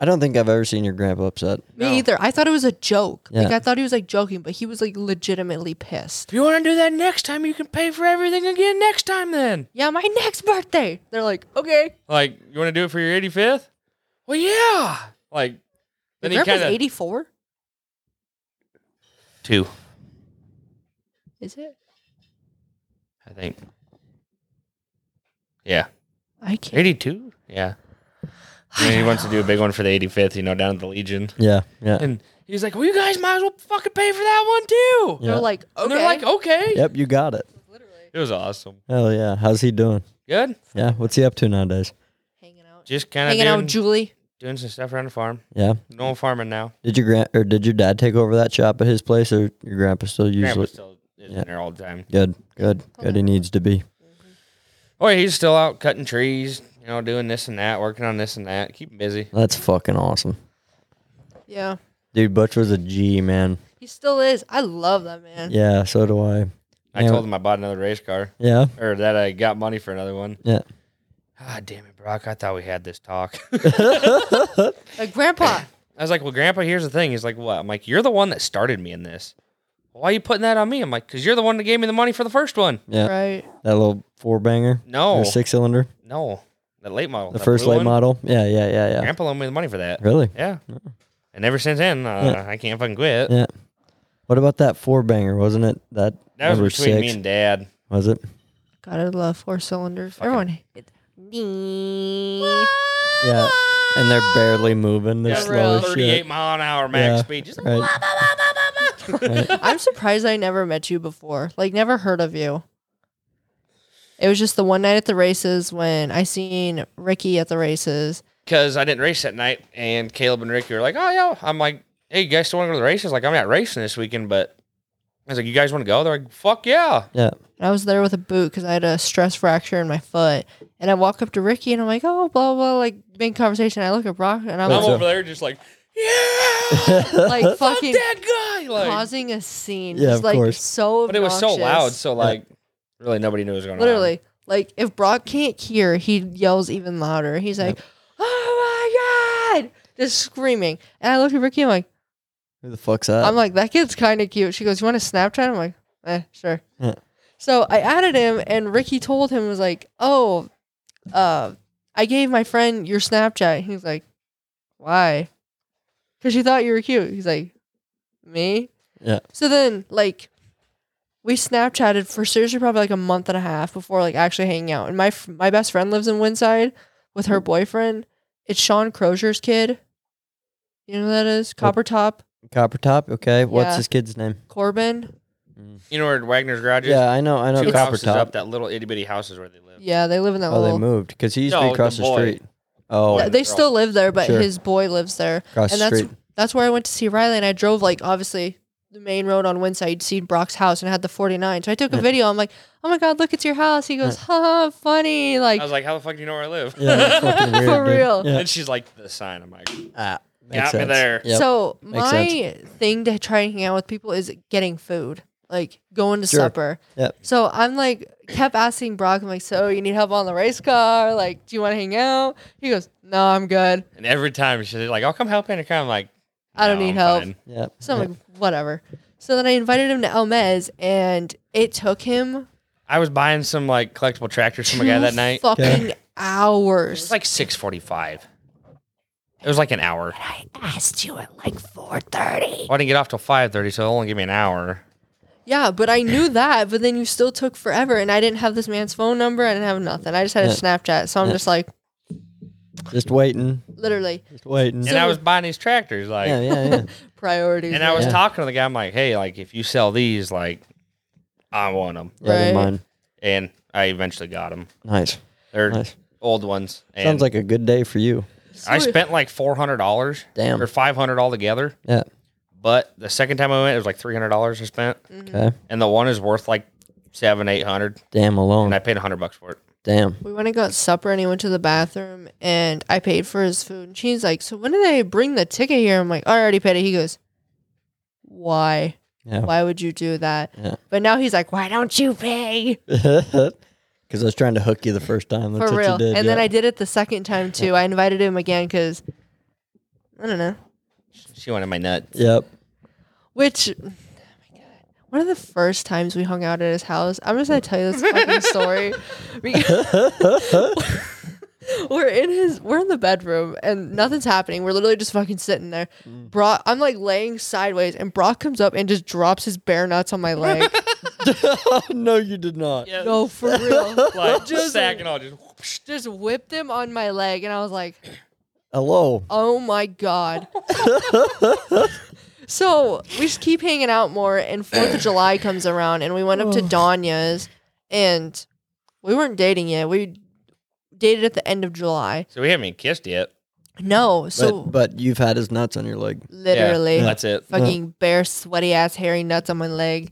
I don't think I've ever seen your grandpa upset. No. Me either. I thought it was a joke. Like Yeah. I thought he was like joking, but he was like legitimately pissed. If you want to do that next time, you can pay for everything again next time. Then, Yeah, my next birthday. They're like, okay. like, you want to do it for your 85th? Well, yeah. Like, then Your he grandpa's kind of eighty four. two, Is it? I think. Yeah, I can't. 82. Yeah. And he wants to do a big one for the 85th, you know, down at the Legion. Yeah. Yeah. And he's like, well, you guys might as well fucking pay for that one too. Yeah. They're like, okay. And they're like, oh, okay. Yep. You got it. literally It was awesome. Hell yeah. How's he doing? Good. Yeah. What's he up to nowadays? hanging out, Just kind hanging out of with doing, Julie. doing some stuff around the farm. Yeah. No farming now. Did your grand or did your dad take over that shop at his place, or your grandpa still usually? Grandpa still is yeah. in there all the time. Good. Good. Good. He needs to be. Oh, yeah, he's still out cutting trees, you know, doing this and that, working on this and that. Keep him busy. That's fucking awesome. Yeah, Dude, Butch was a G, man. he still is. I love that man. Yeah, so do I. I Yeah. told him I bought another race car Yeah. or that I got money for another one. Yeah. Ah, damn it, Brock. I thought we had this talk. Like Grandpa, I was like, well, Grandpa, here's the thing. He's like, what? I'm like, you're the one that started me in this. Why are you putting that on me? I'm like, because you're the one that gave me the money for the first one. Yeah. right? That little four banger. No, Or six cylinder. no, the late model, The that first Oh. blue late one, model. Yeah, yeah, yeah, yeah. Grandpa loaned me the money for that. Really? Yeah, and ever since then, uh, I can't fucking quit. Yeah. What about that four banger? Wasn't it that That was number between six? me and Dad. was it? Gotta love four cylinders. Everyone, it- Yeah. And they're barely moving. They're Yeah, slow as 38 shit. mile an hour max Yeah, speed. Just Right. I'm surprised I never met you before. Like never heard of you. It was just the one night at the races when I seen Ricky at the races. because I didn't race that night, and Caleb and Ricky were like, "Oh yeah," I'm like, "Hey, you guys still want to go to the races?" Like, I'm not racing this weekend, but I was like, "You guys want to go?" They're like, "Fuck yeah!" Yeah. And I was there with a boot because I had a stress fracture in my foot. And I walk up to Ricky and I'm like, oh, blah, blah, like big conversation. I look at Brock and I'm I'm That's like, over there just like, "Yeah." like fucking that guy. Like, causing a scene. Yeah, just, of like course. so but it was so loud, obnoxious. so like, really nobody knew what was going literally like if Brock can't hear, he yells even louder. He's like, "Oh my god!" Just screaming. And I look at Ricky. I'm like, Who the fuck's that? I'm like, that kid's kind of cute. She goes, "You want a Snapchat?" I'm like, "Eh, sure." Yeah. So I added him, and Ricky told him was like, "Oh, uh, I gave my friend your Snapchat." He's like, "Why?" Because she thought you were cute. He's like, "Me?" Yeah. So then, like, we Snapchatted for seriously probably like a month and a half before like actually hanging out. And my f- my best friend lives in Windside with her boyfriend. It's Sean Crozier's kid. You know who that is Copper Top Copper Top. Okay. What's Yeah. his kid's name? Corbin. on. You know where Wagner's garage is? Yeah, I know. I know Two Copper houses Top. up that little itty bitty house is where they live. Yeah, they live in that Oh, they little. moved because he used to No, be the across the, boy. street. Oh, Th- they still live there, but Sure. his boy lives there, across and the that's street. that's where I went to see Riley. And I drove like obviously the main road on Wednesday. You'd see Brock's house, and I had the 49. So I took a Yeah. video. I'm like, oh my god, look, it's your house. He goes, ha, ha, funny, like, I was like, "How the fuck do you know where I live?" Yeah, that's fucking weird, For dude. real. Yeah. And she's like, "The sign." I'm like, Ah, "Got makes me sense. there." Yep. so Makes my thing to try and hang out with people is getting food, like going to Sure. supper. Yep. So I'm like, kept asking Brock, I'm like, so you need help on the race car? Like, do you want to hang out? He goes, no, I'm good. And every time she's like, "I'll come help in the car." I'm like, I don't No, need I'm help. fine. Yeah. So I'm like, whatever. So then I invited him to Elmez, and it took him I was buying some like collectible tractors from a guy two that night. fucking It was hours. like six forty-five. It was like an hour. I asked you at like four thirty. Well, I didn't get off till five thirty, so it only gave me an hour. Yeah, but I knew that. But then you still took forever, and I didn't have this man's phone number. I didn't have nothing. I just had a Yeah. Snapchat, so I'm Yeah. just like, Just waiting. literally Just waiting. and I was buying these tractors, like, yeah, yeah, yeah. priorities. and I was Yeah. talking to the guy. I'm like, "Hey, like, if you sell these, like, I want them." Yeah, they're Right. mine. And I eventually got them. Nice. They're Nice. old ones. And Sounds like a good day for you. I spent like four hundred dollars, Damn. or five hundred altogether. Yeah. But the second time I went, it was like three hundred dollars I spent, Mm. Okay. and the one is worth like seven, eight hundred, Damn and alone. I paid hundred bucks for it. Damn. We went and got supper, and he went to the bathroom, and I paid for his food. And she's like, "So when did they bring the ticket here?" I'm like, "I already paid it." He goes, "Why? Yeah. Why would you do that?" Yeah. But now he's like, "Why don't you pay?" Because I was trying to hook you the first time. That's For what real. you did. and then yeah. I did it the second time too. I invited him again because I don't know. She wanted my nut. Yep. Which, oh my God. one of the first times we hung out at his house, I'm just gonna tell you this fucking story. Because we're in his, we're in the bedroom, and nothing's happening. We're literally just fucking sitting there. Brock, I'm like laying sideways, and Brock comes up and just drops his bare nuts on my leg. Oh, no, you did not. no, for real. like Just- sack and all, just whoosh. Just whipped him on my leg, and I was like, Hello. Oh my god. so we just keep hanging out more, and Fourth of July comes around, and we went up to Danya's, and we weren't dating yet. We dated at the end of July. So we haven't even kissed yet. No, so but, but you've had his nuts on your leg. literally Yeah, that's it. fucking bare, sweaty ass, hairy nuts on my leg.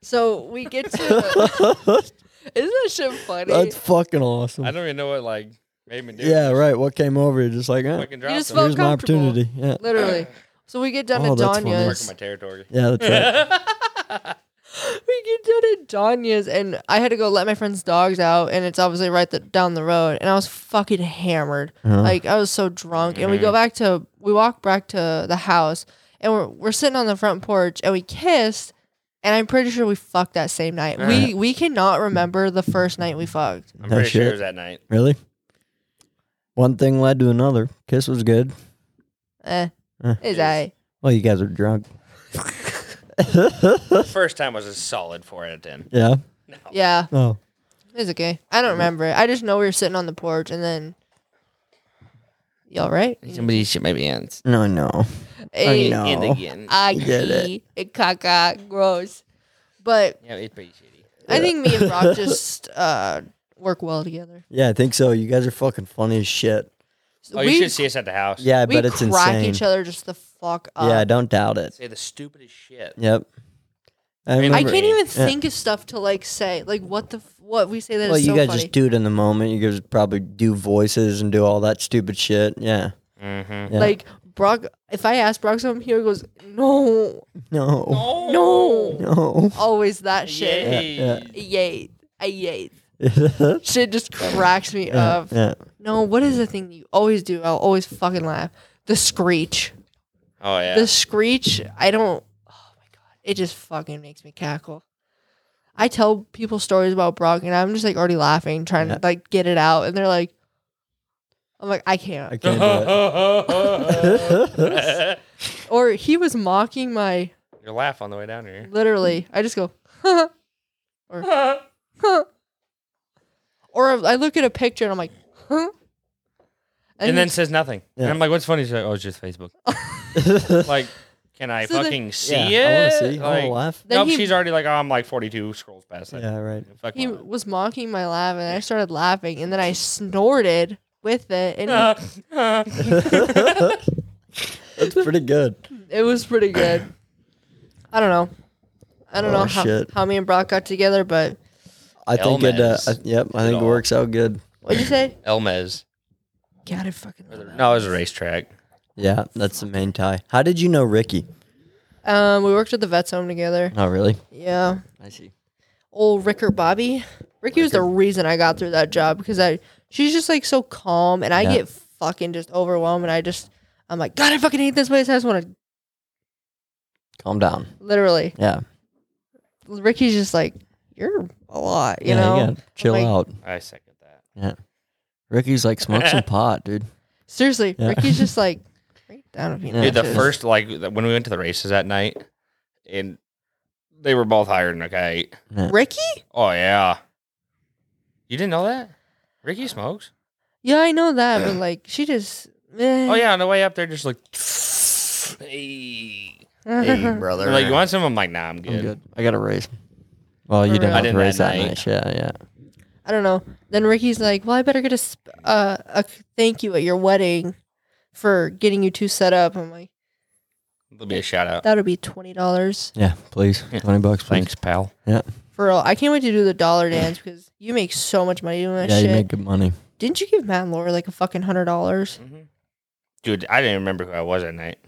So we get to. That's isn't that shit funny? fucking awesome. I don't even know what like made me do. Yeah, it. right. What came over you? Just like, eh, Fucking dropped just them. felt here's my comfortable. opportunity. Yeah. literally. So we get done Oh, at that's funny. Danya's. Working my territory. Yeah, that's right. we get down at Danya's and I had to go let my friend's dogs out and it's obviously right the, down the road and I was fucking hammered. Uh-huh. Like I was so drunk and we go back to we walk back to the house and we're we're sitting on the front porch and we kissed and I'm pretty sure we fucked that same night. We we cannot remember the first night we fucked. I'm No pretty sure it shit. was that night. Really? One thing led to another. Kiss was good. Eh. Eh. Is I Well, you guys are drunk. The first time was a solid four out of ten. Yeah. yeah, Oh. it's okay. I don't remember it. I just know we were sitting on the porch and then you all right? Somebody should maybe ants. No, no. Hey, no. And again. I Get it. It caca gross. But Yeah, it's pretty shitty. I think me and Brock just uh, work well together. Yeah, I think so. You guys are fucking funny as shit. Oh, you should see us at the house. Yeah, I we bet it's crack insane. each other just the fuck up. yeah, I don't doubt it. Say the stupidest shit. Yep. I mean, remember, I can't even Yeah. think of stuff to like say. Like what the f- what we say that is well, you so guys funny. just do it in the moment. You guys probably do voices and do all that stupid shit. Yeah. Mm-hmm. yeah. Like Brock, if I ask Brock something, he goes no, no, no, no. always that shit. Yay. Yeah, yeah. Yay, I yay. yeah, Shit just cracks me up. yeah. No, what is the thing that you always do? I'll always fucking laugh. The screech. Oh yeah. the screech i don't oh my god it just fucking makes me cackle i tell people stories about brock and i'm just like already laughing trying Yeah. to like get it out and they're like i'm like i can't I can't do it. or he was mocking my Your laugh on the way down here. literally i just go or huh. or i look at a picture and i'm like huh And then says nothing. Yeah. And I'm like, what's funny? She's like, oh, it's just Facebook. like, can I So then- fucking see yeah, it? I want to see. Like, Oh, I want to laugh. Then nope, he- she's already like, oh, I'm like 42 scrolls past that. Yeah, right. Fuck he my life. was mocking my laugh and i started laughing and then i snorted with it and he- That's pretty good. It was pretty good. I don't know. I don't Oh, know how, shit. how me and Brock got together, but I think it. Uh, Elmes. I- yep, I think it all. works out good. what'd you say? Elmez. God, I fucking love that. No, it was a racetrack. Yeah, that's the main tie. How did you know Ricky? Um, we worked at the vet's home together. Oh, really? Yeah, I see. old Ricker Bobby. Ricky was the reason I got through that job because I she's just like so calm, and I Yeah. get fucking just overwhelmed, and I just I'm like, God, I fucking hate this place. I just want to Calm down. Literally, Yeah. Ricky's just like, "You're a lot," you yeah, know. gotta chill like- out. I second that. Ricky's like, smoke some pot, dude. Seriously, Yeah. Ricky's just like, "Break down if you Yeah. need Dude, the to." first like th- when we went to the races that night, and they were both higher than like I ate. Ricky? Oh yeah, you didn't know that? Ricky smokes. Yeah, I know that, but like, she just. eh. Oh yeah, on the way up there, just like, hey, Hey, brother. They're like you want some? I'm like, nah, I'm good. I'm good. I got a race. Well, you For didn't real. have I to didn't race that that night. much. Yeah, yeah. I don't know. Then Ricky's like, "Well, I better get a sp- uh, a thank you at your wedding for getting you two set up." I'm like, It'll be a shout out. "That'll be twenty dollars Yeah, please. Yeah. 20 bucks, please. Thanks, pal. for real." I can't wait to do the dollar dance because you make so much money doing that Yeah, you Oh, shit. make good money. Didn't you give Matt and Laura like a fucking hundred dollars? Mhm. Dude, I didn't remember who I was that night.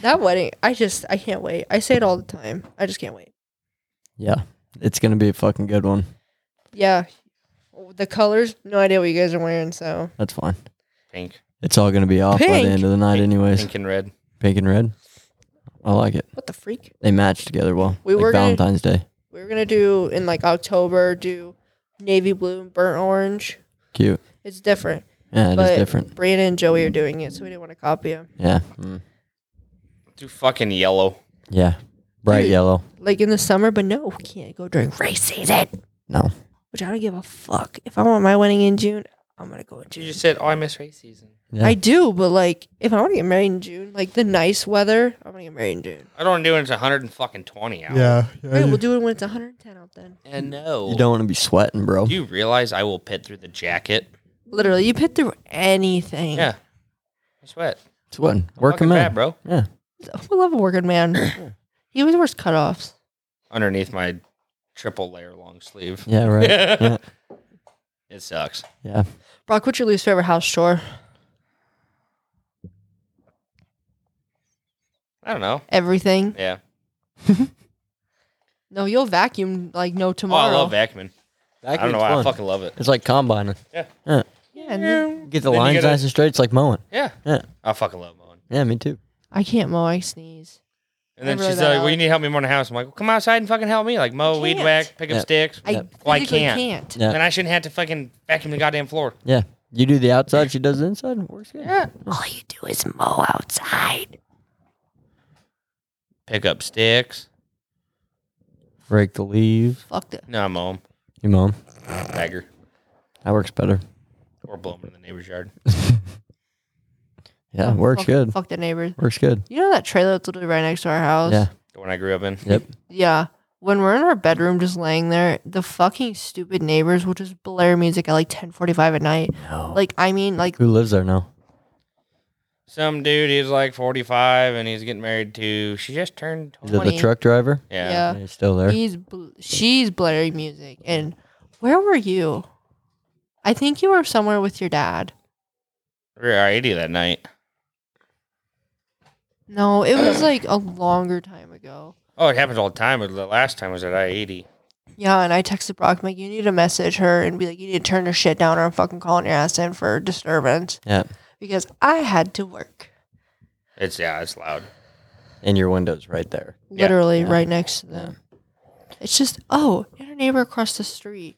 That wedding, I just I can't wait. I say it all the time. I just can't wait. Yeah. It's going to be a fucking good one. Yeah, the colors, no idea what you guys are wearing. So That's fine. Pink, It's all going to be off by the Pink. end of the night, Pink- anyways. Pink. pink and red. and red. I like it. what the freak? They match together well. We like were gonna- Valentine's Day. We were gonna do in like October, do navy blue and burnt orange. Cute. It's different. Yeah, it is but different. Brandon and Joey are doing it, so we didn't want to copy them. Yeah. Mm. Too fucking yellow. Yeah. Bright Dude. yellow. Like in the summer, but no, we can't go during race season. No. Which I don't give a fuck. If I want my wedding in June, I'm gonna go in You June. just said, "Oh, I miss race season." Yeah. I do, but like if I want to get married in June, like the nice weather, I'm gonna get married in June. I don't want to do it when it's 120 out. All right, we'll do it when it's 110 out then. And no, you don't want to be sweating, bro. Do you realize I will pit through the jacket? Literally, you pit through anything. Yeah. I sweat. sweating. I'm Work fucking him bad, in. bro. Yeah. We love a working man. he always wears cutoffs. Underneath my triple layer long sleeve. Yeah, right. yeah. It sucks. Brock, what's your least favorite house chore? I don't know. Everything. Yeah. Oh, No, you'll vacuum like no Oh, I tomorrow. love vacuuming. I don't know why. I fucking love it. It's like combining. Yeah, and then- Get the Then you lines gotta- nice and straight. It's like mowing. Yeah. Yeah. I fucking love mowing. Yeah, me too. I can't mow. I sneeze. And then I really she's bad like, well, you allergy. need help me mow the house. I'm like, well, come outside and fucking help me. Like, mow, weed can't. whack, pick up Yeah. sticks. I Yep. Well, I physically can't. can't. Yeah. Then I shouldn't have to fucking vacuum the goddamn floor. Yeah. You do the outside, she does the inside. It works good. Yeah. All you do is mow outside. Pick up sticks. Break the leaves. Fuck that. No, I mow 'em. Your mom. Bagger. That works better. Or blow 'em in the neighbor's yard. Yeah, Oh, works fuck, good. Fuck the neighbors. Works good. You know that trailer that's literally right next to our house? Yeah. The one I grew up in. Yep. Yeah. When we're in our bedroom just laying there, the fucking stupid neighbors will just blare music at like 1045 at night. Like, I mean, like, Who lives there now? Some dude, he's like 45 and he's getting married to, she just turned Is 20. it the Twenty. truck driver? Yeah. Yeah. He's still there. he's, bl- she's blaring music. And where were you? I think you were somewhere with your dad. We were at 80 that night. No, it was like a longer time ago. Oh, it happens all the time. but The last time was at I E 80. Yeah, and I texted Brock, I'm like, you need to message her and be like, you need to turn your shit down or I'm fucking calling your ass in for disturbance. Yeah. Because I had to work. It's, yeah, it's loud. And your window's right there. Yeah. literally Yeah. right next to them. It's just oh, and our neighbor across the street.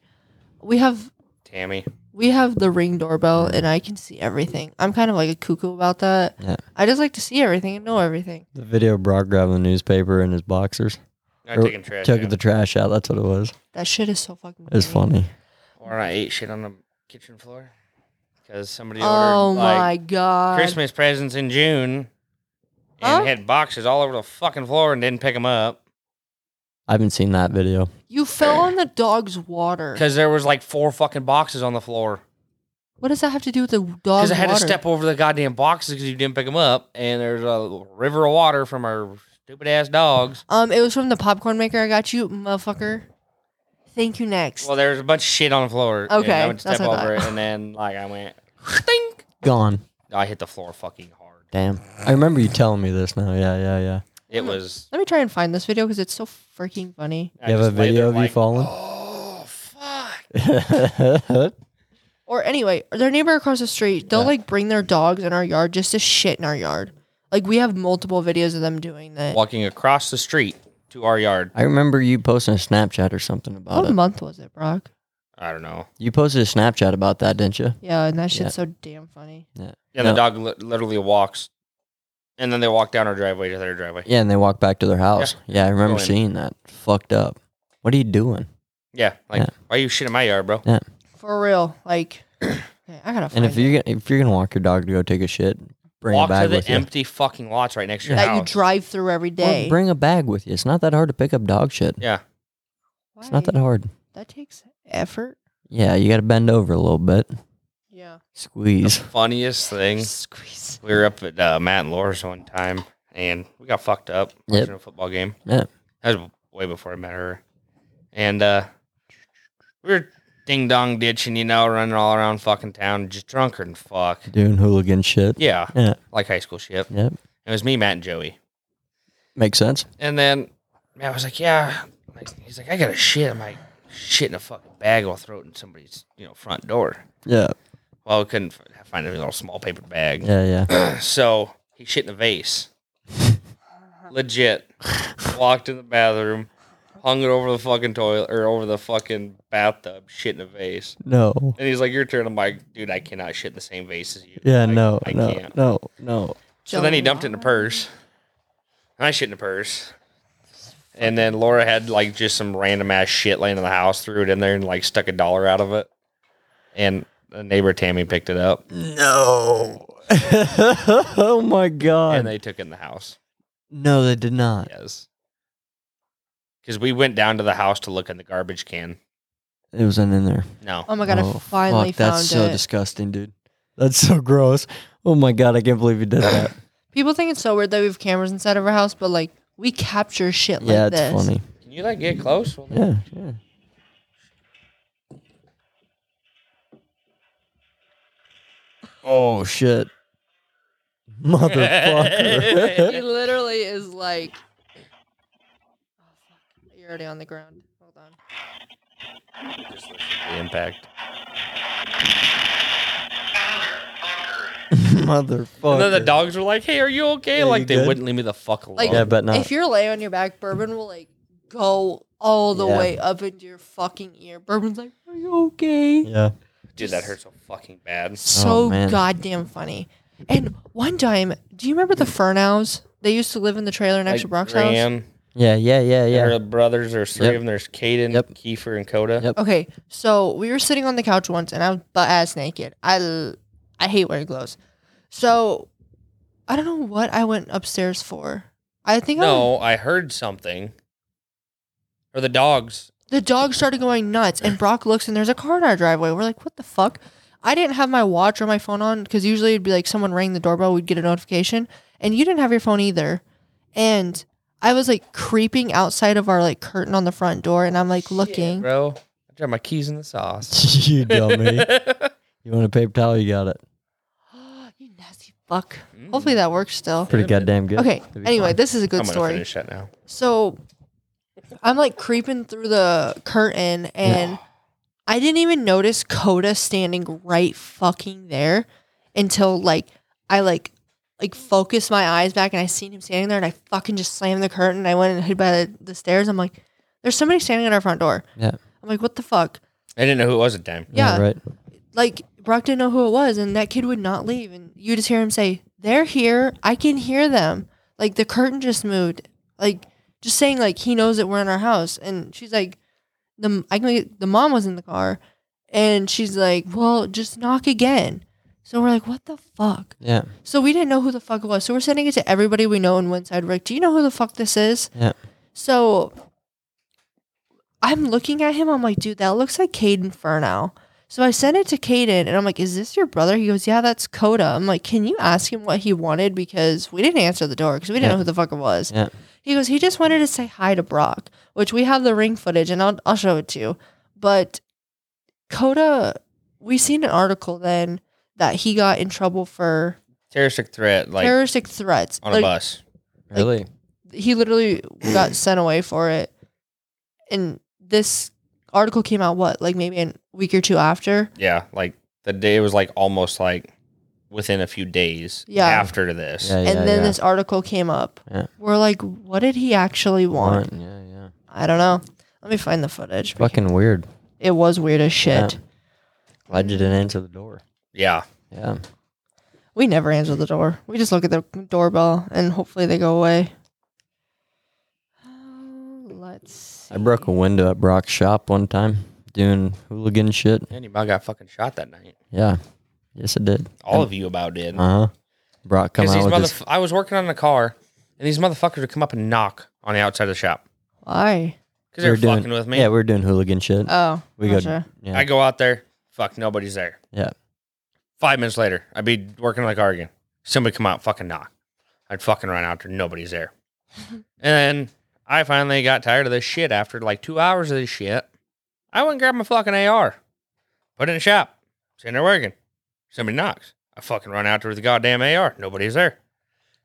We have Tammy. we have the ring doorbell, and I can see everything. I'm kind of like a cuckoo about that. Yeah. I just like to see everything and know everything. The video of Brock grabbing the newspaper in his boxers. I Or- taking trash. Took out. the trash out. That's what it was. That shit is so fucking. It was funny. funny. Or I ate shit on the kitchen floor because somebody ordered Oh my like, god! Christmas presents in June Huh? and had boxes all over the fucking floor and didn't pick them up I haven't seen that video. You fell on the dog's water. because there was like four fucking boxes on the floor. What does that have to do with the dog's Because water? I had to step over the goddamn boxes because you didn't pick them up, and there's a river of water from our stupid ass dogs. Um, it was from the popcorn maker. I got you, motherfucker. Thank you. Next. Well, there was a bunch of shit on the floor. and Okay, I went to that's step what I over it, thought. and then like I went, think Gone. I hit the floor fucking hard. Damn. I remember you telling me this now. Yeah, yeah, yeah. Mm. It was. Let me try and find this video because it's so freaking funny. I You have a just laid video there of you like, falling? Oh fuck! Or anyway, their neighbor across the street, they'll Yeah. like bring their dogs in our yard just to shit in our yard. Like we have multiple videos of them doing that. walking across the street to our yard. I remember you posting a Snapchat or something about What it. month was it, Brock? I don't know. You posted a Snapchat about that, didn't you? Yeah, and that shit's Yeah. so damn funny. Yeah, No. the dog li- literally walks, and then they walk down our driveway to their driveway. Yeah, and they walk back to their house. Yeah, I remember Go in. seeing that. Fucked up. What are you doing? Yeah, like Yeah. why you shit in my yard, bro? For real. Like man, I gotta find And if you're gonna, if you're gonna walk your dog to go take a shit, bring walk a bag to the with you. empty fucking lots right next to your that you house. drive through every Or day. bring a bag with you. It's not that hard to pick up dog shit. yeah, It's not that hard. That takes effort. Yeah, you got to bend over a little bit, Yeah. the squeeze. funniest thing. Squeeze. We were up at uh, Matt and Laura's one time, and we got fucked up Yep. watching a football game. Yeah. That was way before I met her. And uh, we were ding dong ditching, you know, running all around fucking town, just drunker than fuck. Doing hooligan shit. Yeah, Yeah. like high school shit. Yep. It was me, Matt, and Joey. Makes sense. And then Matt was like, "Yeah," like, he's like, "I got a shit." I'm like, "Shit in a fucking bag, I'll throw it in somebody's, you know, front door." Yeah. Well, we couldn't f- find a little small paper bag. Yeah. Yeah. So he shit in a vase. Legit. Walked in the bathroom, hung it over the fucking toilet or over the fucking bathtub, shit in a vase. No. And he's like, Your turn. I'm like, dude, I cannot shit in the same vase as you. Yeah. Like, No. I no. can't. No. No. So then he dumped it in a purse. And I shit in a purse. And then Laura had like just some random ass shit laying in the house, threw it in there and like stuck a dollar out of it. And the neighbor Tammy picked it up No. oh my god. and they took it in the house. no, they did not. Yes. Because we went down to the house to look in the garbage can. It wasn't in there. No. Oh my god, Oh, I finally fuck, that's found so it. disgusting, dude. That's so gross. Oh my god, I can't believe you did that. People think it's so weird that we have cameras inside of our house, but like we capture shit yeah, like it's this. funny. Can you like get close? Yeah, yeah. Oh shit. Motherfucker. He literally is like oh, You're already on the ground. Hold on. The impact. Motherfucker. And then the dogs were like, "Hey, are you okay?" Yeah, you like they good? wouldn't leave me the fuck alone. Like- Yeah, but not If you're laying on your back, bourbon will like go all the Yeah. Oh, way up into your fucking ear. Bourbon's like, Are you okay? Yeah. Dude, that hurt so fucking bad. So man. goddamn funny. And one time, do you remember the Furnows? They used to live in the trailer next to Brock's house. Graham, Yeah, yeah, yeah, yeah. Her brothers, there's three Yep. of them. There's Caden, Yep. Kiefer, and Coda. Yep. Okay, so we were sitting on the couch once, and I was butt ass naked. I l- I hate wearing clothes. So I don't know what I went upstairs for. I think I was- No, I heard something. Or the dogs. the dog started going nuts, and Brock looks, and there's a car in our driveway. We're like, what the fuck? I didn't have my watch or my phone on because usually it'd be like someone rang the doorbell, we'd get a notification, and you didn't have your phone either. And I was like creeping outside of our like curtain on the front door, and I'm like looking. bro. I dropped my keys in the sauce. you dummy. You want a paper towel? You got it. you nasty fuck. Hopefully that works still. Pretty goddamn good. Okay. It'll be Anyway, fine. this is a I'm good gonna story. finish that now. So I'm like creeping through the curtain and I didn't even notice Coda standing right fucking there until like I like like focused my eyes back and I seen him standing there and I fucking just slammed the curtain. I went and hid by the, the stairs. I'm like, there's somebody standing at our front door. Yeah. I'm like, what the fuck? I didn't know who it was at the time. yeah. Right. Like Brock didn't know who it was and that kid would not leave and you just hear him say, They're here. I can hear them. Like the curtain just moved. Like just saying like he knows that we're in our house and she's like the I can the mom was in the car and she's like well just knock again so we're like what the fuck Yeah. so we didn't know who the fuck it was so we're sending it to everybody we know in Windside Rick do you know who the fuck this is Yeah. so I'm looking at him I'm like dude that looks like Caden Furnow so I sent it to Caden and I'm like is this your brother he goes yeah that's Coda I'm like can you ask him what he wanted because we didn't answer the door because we didn't Yeah. know who the fuck it was Yeah. he goes, he just wanted to say hi to Brock, which we have the ring footage and I'll, I'll show it to you. But Coda, we seen an article then that he got in trouble for Terroristic threat, like terroristic threats. on a like, bus. Really? He literally got sent away for it. And this article came out, what, like maybe a week or two after? Yeah, like the day was like almost like within a few days Yeah. after this. Yeah, yeah, and then yeah. this article came up. Yeah. We're like, what did he actually want? Warrant, Yeah, yeah. I don't know. Let me find the footage. because Fucking weird. It was weird as shit. Yeah. Glad you didn't answer the door. Yeah. Yeah. We never answer the door. We just look at the doorbell and hopefully they go away. Uh, Let's. See. I broke a window at Brock's shop one time doing hooligan shit. And you about got fucking shot that night. Yeah. Yes, it did. All of you about did. Uh huh. Brock come Because out these with mother- his. I was working on the car, and these motherfuckers would come up and knock on the outside of the shop Why? because they we were, were doing- fucking with me. Yeah, we we're doing hooligan shit. Oh, we got got gotcha. yeah, I go out there, fuck, nobody's there. yeah. Five minutes later, I'd be working on the car again. Somebody come out, fucking knock. I'd fucking run out there, nobody's there. and then I finally got tired of this shit after like two hours of this shit. I went and grabbed my fucking AR, put it in the shop, sitting there working. Somebody knocks. I fucking run out there with the goddamn AR, nobody's there.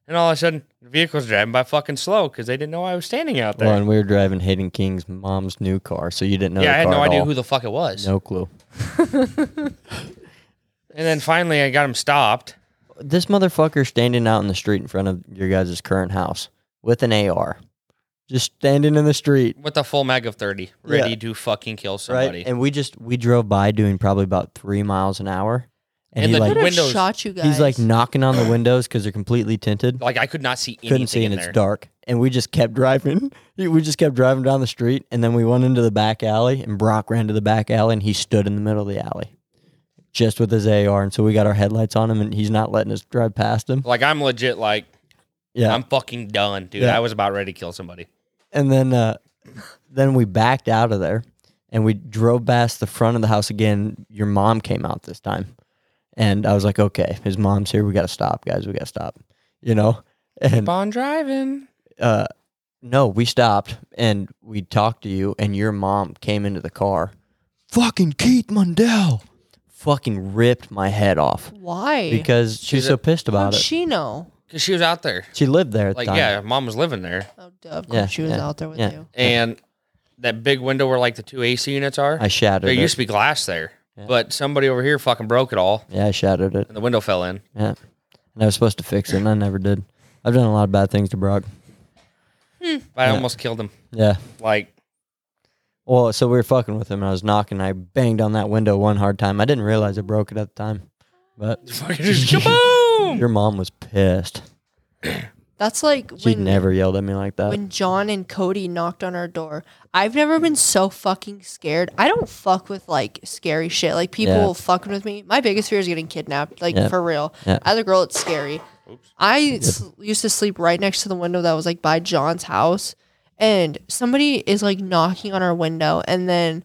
And all of a sudden, the vehicle's driving by fucking slow because they didn't know I was standing out there. Well, and we were driving Hayden King's mom's new car, so you didn't know. yeah, the I had car no at idea all. who the fuck it was. No clue. And then finally, I got him stopped. This motherfucker standing out in the street in front of your guys' current house with an AR, just standing in the street, with a full mag of 30 ready to fucking kill somebody. right? And we just we drove by doing probably about three miles an hour, And and, he the like Could have Windows. Windows- shot you guys. he's like knocking on the windows because they're completely tinted. like I could not see anything couldn't see in and there. it's dark and we just kept driving we just kept driving down the street and then we went into the back alley and brock ran to the back alley and he stood in the middle of the alley just with his ar and so we got our headlights on him and he's not letting us drive past him Like I'm legit like yeah I'm fucking done, dude. Yeah. I was about ready to kill somebody. and then uh then we backed out of there and we drove past the front of the house again your mom came out this time and i was like okay his mom's here we gotta stop guys we gotta stop you know and on driving. uh no we stopped and we talked to you and your mom came into the car fucking keith mundell fucking ripped my head off why? because she's She's so pissed How'd about it she know? Cause she was out there. she lived there at Like the time. yeah, mom was living there. Oh, duh, of course Yeah, she was yeah, out there with yeah. you. And that big window where like the two AC units are. i shattered there it used to be glass there. Yeah. But somebody over here fucking broke it all yeah i shattered it and the window fell in. yeah and i was supposed to fix it and i never did i've done a lot of bad things to brock But I Yeah. almost killed him. yeah Like well so we were fucking with him and i was knocking i banged on that window one hard time i didn't realize i broke it at the time but fucking just kaboom. your mom was pissed That's like she when never yelled at me like that when John and Cody knocked on our door. I've never been so fucking scared. I don't fuck with like scary shit. Like people Yeah. fucking with me. My biggest fear is getting kidnapped. Like Yeah. for real. Yeah. As a girl, it's scary. I s- used to sleep right next to the window that was like by John's house, and somebody is like knocking on our window, and then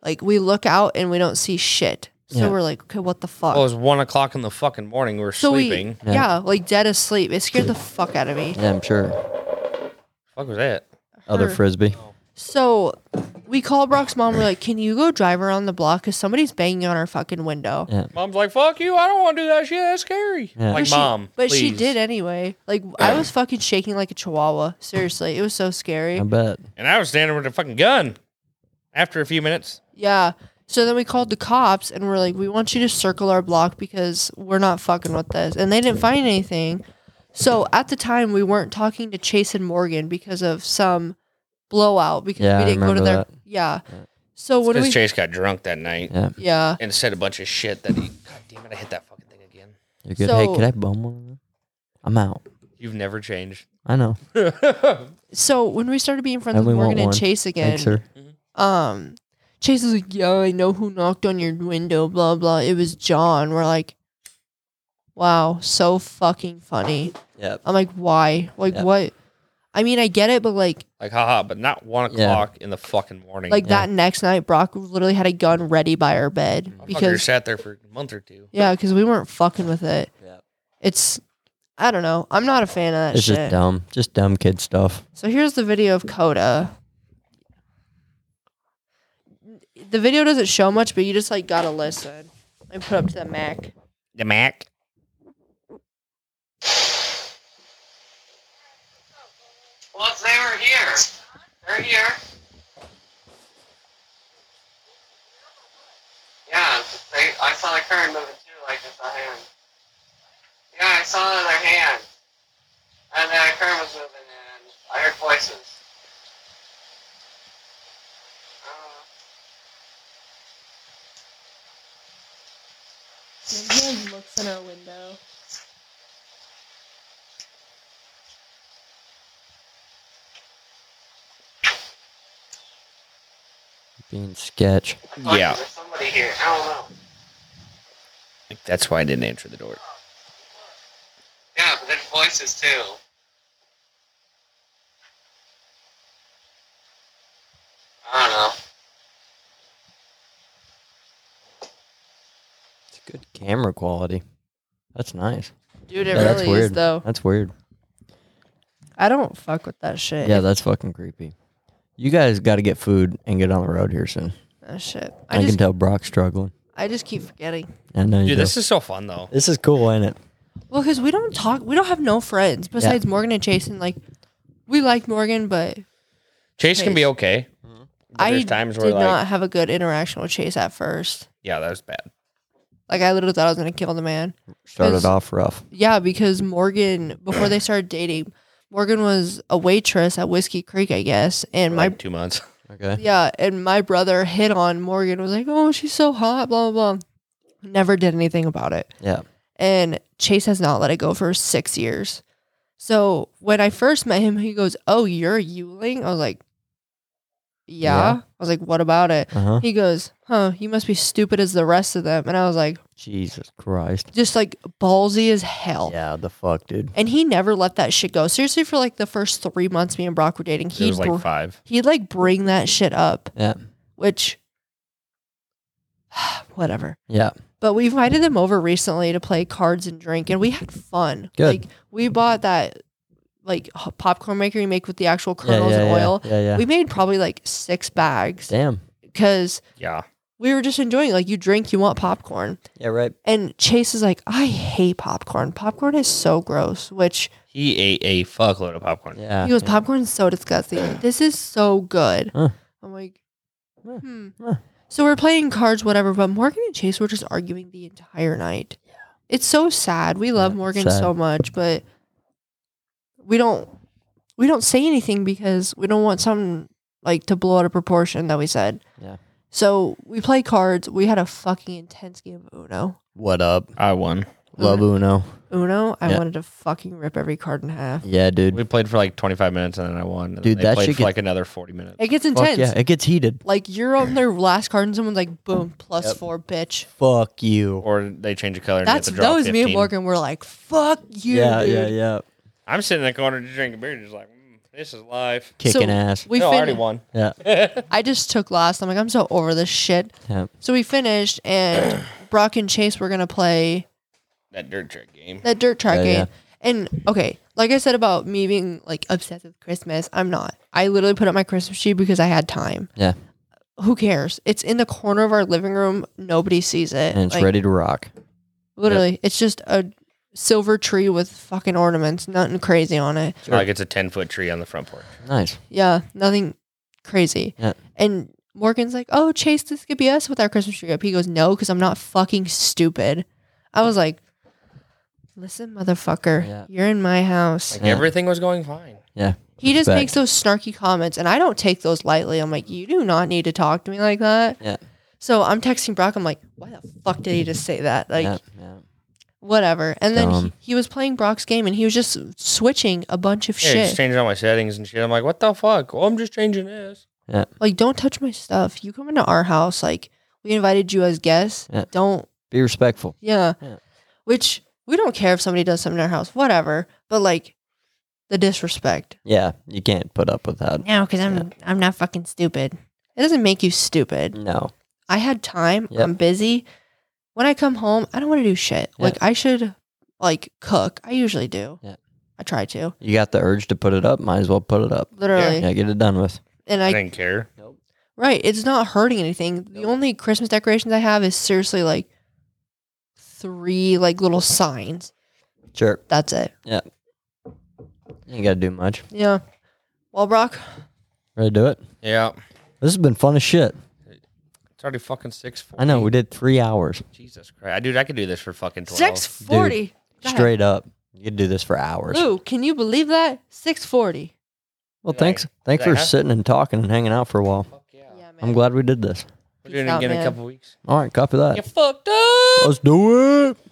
like we look out and we don't see shit. So Yeah. we're like, okay, what the fuck? Well, it was one o'clock in the fucking morning. We were so sleeping. we, Yeah. yeah. like dead asleep. It scared the fuck out of me. yeah i'm sure fuck was that? Other Her- frisbee. So we call Brock's mom. We're like, can you go drive around the block? Because somebody's banging on our fucking window. Yeah. Mom's like, "Fuck you! I don't want to do that shit. That's scary." Yeah. Like, But she- mom, But she please." did anyway. Like, I was fucking shaking like a chihuahua. Seriously, it was so scary. I bet. and I was standing with a fucking gun. After a few minutes, Yeah. So then we called the cops and we're like, we want you to circle our block because we're not fucking with this. And they didn't find anything. So at the time, we weren't talking to Chase and Morgan because of some blowout because Yeah, I we didn't go to remember their. that. Yeah. So what do because we. Chase got drunk that night Yeah. yeah. and said a bunch of shit that he. God damn it! I hit that fucking thing again. You're good. hey, So- could I bum one of them? I'm out. You've never changed. I know. So when we started being friends And with we want Morgan and one. Chase again, Thanks, sir. um Chase is like, Yeah, I know who knocked on your window, blah blah. It was John. We're like, Wow, so fucking funny. Yeah. I'm like, why? Like Yeah. what? I mean, I get it, but like Like, haha, but not one Yeah. o'clock in the fucking morning. like Yeah. Mm. that next night Brock literally had a gun ready by our bed Motherfucker because sat there for a month or two. yeah, because we weren't fucking with it. Yeah. It's I don't know. I'm not a fan of that It's just Ah, shit. dumb. Just dumb kid stuff. So here's the video of Coda. The video doesn't show much, but you just like gotta listen. I put up to the Mac. The Mac. Well, they were here. They're here. Yeah, they, I saw the car moving too, like just a hand. Yeah, I saw another hand. And then a curve was moving and I heard voices. Uh, Maybe he looks in our window. Being sketch. fuck, Yeah. There's somebody here. I don't know. That's why I didn't answer the door. Yeah, but there's voices too. I don't know. It's good camera quality. That's nice. Dude, it Yeah, that's really is weird. though. That's weird. I don't fuck with that shit. Yeah, that's fucking creepy. You guys got to get food and get on the road here soon. That shit. I, I, just can tell Brock's struggling. I just keep forgetting. I know you Dude, do. this is so fun though. this is cool, ain't it? Well, because we don't talk. We don't have no friends besides Morgan and Chase, and like we like Morgan, but Chase can be Chase. okay. But I there's times where did like, not have a good interaction with Chase at first. yeah, that was bad. Like I literally thought I was gonna kill the man. Started Because- off rough. Yeah, because Morgan before they started dating, Morgan was a waitress at Whiskey Creek, I guess, and my like two months. Okay. yeah, and my brother hit on Morgan was like, "Oh, she's so hot," blah blah blah. Never did anything about it. Yeah. and Chase has not let it go for six years. So when I first met him, he goes, "Oh, you're a Yuling." I was like, yeah. Yeah. I was like, "What about it?" Uh huh. He goes, "Huh? You must be stupid as the rest of them." And I was like, Jesus Christ. just like ballsy as hell. Yeah, the fuck, dude. And he never let that shit go. Seriously, for like the first three months me and Brock were dating, it he was like br- five. he'd like bring that shit up, Yeah. which whatever. Yeah. But we invited them over recently to play cards and drink, and we had fun. Good. Like we bought that like h- popcorn maker you make with the actual kernels yeah, and yeah, oil. Yeah, yeah. We made probably like six bags Damn. because Yeah. we were just enjoying. Like you drink, you want popcorn, Yeah, right. and Chase is like, I hate popcorn. Popcorn is so gross. Which He ate a fuckload of popcorn. Yeah. he goes, yeah. popcorn is so disgusting. This is so good. Huh. I'm like, Huh. hmm. Huh. So we're playing cards, whatever. But Morgan and Chase were just arguing the entire night. It's so sad. We love Yeah, it's Morgan sad. so much, but we don't we don't say anything because we don't want some like to blow out of proportion that we said. Yeah. So we play cards. We had a fucking intense game of Uno. What up? I won. Love Uno. Uno. I Yeah. wanted to fucking rip every card in half. Yeah, dude. We played for like 25 minutes and then I won. And then Dude, they that played shit for get- like another 40 minutes. It gets Fuck intense. yeah. It gets heated. Like you're on their last card and someone's like, boom, plus Yep. four, bitch. Fuck you. Or they change the color. And That's you have to draw that was me and 15. Morgan were like, fuck you. yeah, dude. yeah, yeah. I'm sitting in the corner just drinking beer, just like, mm, this is life. Kicking So- ass. We no, I already fin- won. Yeah. I just took last. I'm like, I'm so over this shit. Yeah. So we finished, and Brock and Chase were gonna play That dirt trick game. that dirt track Yeah, game. yeah. And okay, like I said about me being like obsessed with Christmas, I'm not. I literally put up my Christmas tree because I had time. Yeah. Who cares? It's in the corner of our living room. Nobody sees it. And it's Like, ready to rock. Literally, it's just a silver tree with fucking ornaments. Nothing crazy on it. Like it's a 10 foot tree on the front porch. Nice. Yeah, nothing crazy. Yeah. And Morgan's like, "Oh, Chase, this could be us with our Christmas tree up." He goes, "No, because I'm not fucking stupid." I was like, "Listen, motherfucker, Yeah. you're in my house." Like Yeah. everything was going fine. he just respect. makes those snarky comments, and I don't take those lightly. I'm like, "You do not need to talk to me like that." Yeah. So I'm texting Brock. I'm like, "Why the fuck did he just say that?" Like, yeah, yeah. whatever. And then Dumb. he, he was playing Brock's game, and he was just switching a bunch of Yeah, shit. just changing all my settings and shit. I'm like, what the fuck? Well, I'm just changing this. Like, don't touch my stuff. You come into our house. Like, we invited you as guests. Yeah. Don't, Be respectful. yeah. Yeah. Which we don't care if somebody does something in our house, whatever. But like, the disrespect. Yeah. You can't put up with that. No, because I'm I'm not fucking stupid. It doesn't make you stupid. No. I had time. Yep. I'm busy. When I come home, I don't want to do shit. Yeah. Like I should, like cook. I usually do. Yeah. I try to You got the urge to put it up, might as well put it up. literally, Yeah, get it done with. and I I didn't care. Right. It's not hurting anything. The only Christmas decorations I have is seriously like three like little signs. Sure. That's it. You ain't gotta do much. Yeah. Well, Brock, Ready to do it? Yeah. This has been fun as shit. It's already fucking 6 I know, we did three hours. Jesus Christ. Dude, I could do this for fucking 12. six forty. God. Straight up. You could do this for hours. Lou, can you believe that? 640. Well, thanks. Thanks for Yeah. sitting and talking and hanging out for a while. Fuck yeah. Yeah, man. I'm glad we did this. We're doing Peace it out, again in man. a couple weeks. All right, copy that. You fucked up. Let's do it.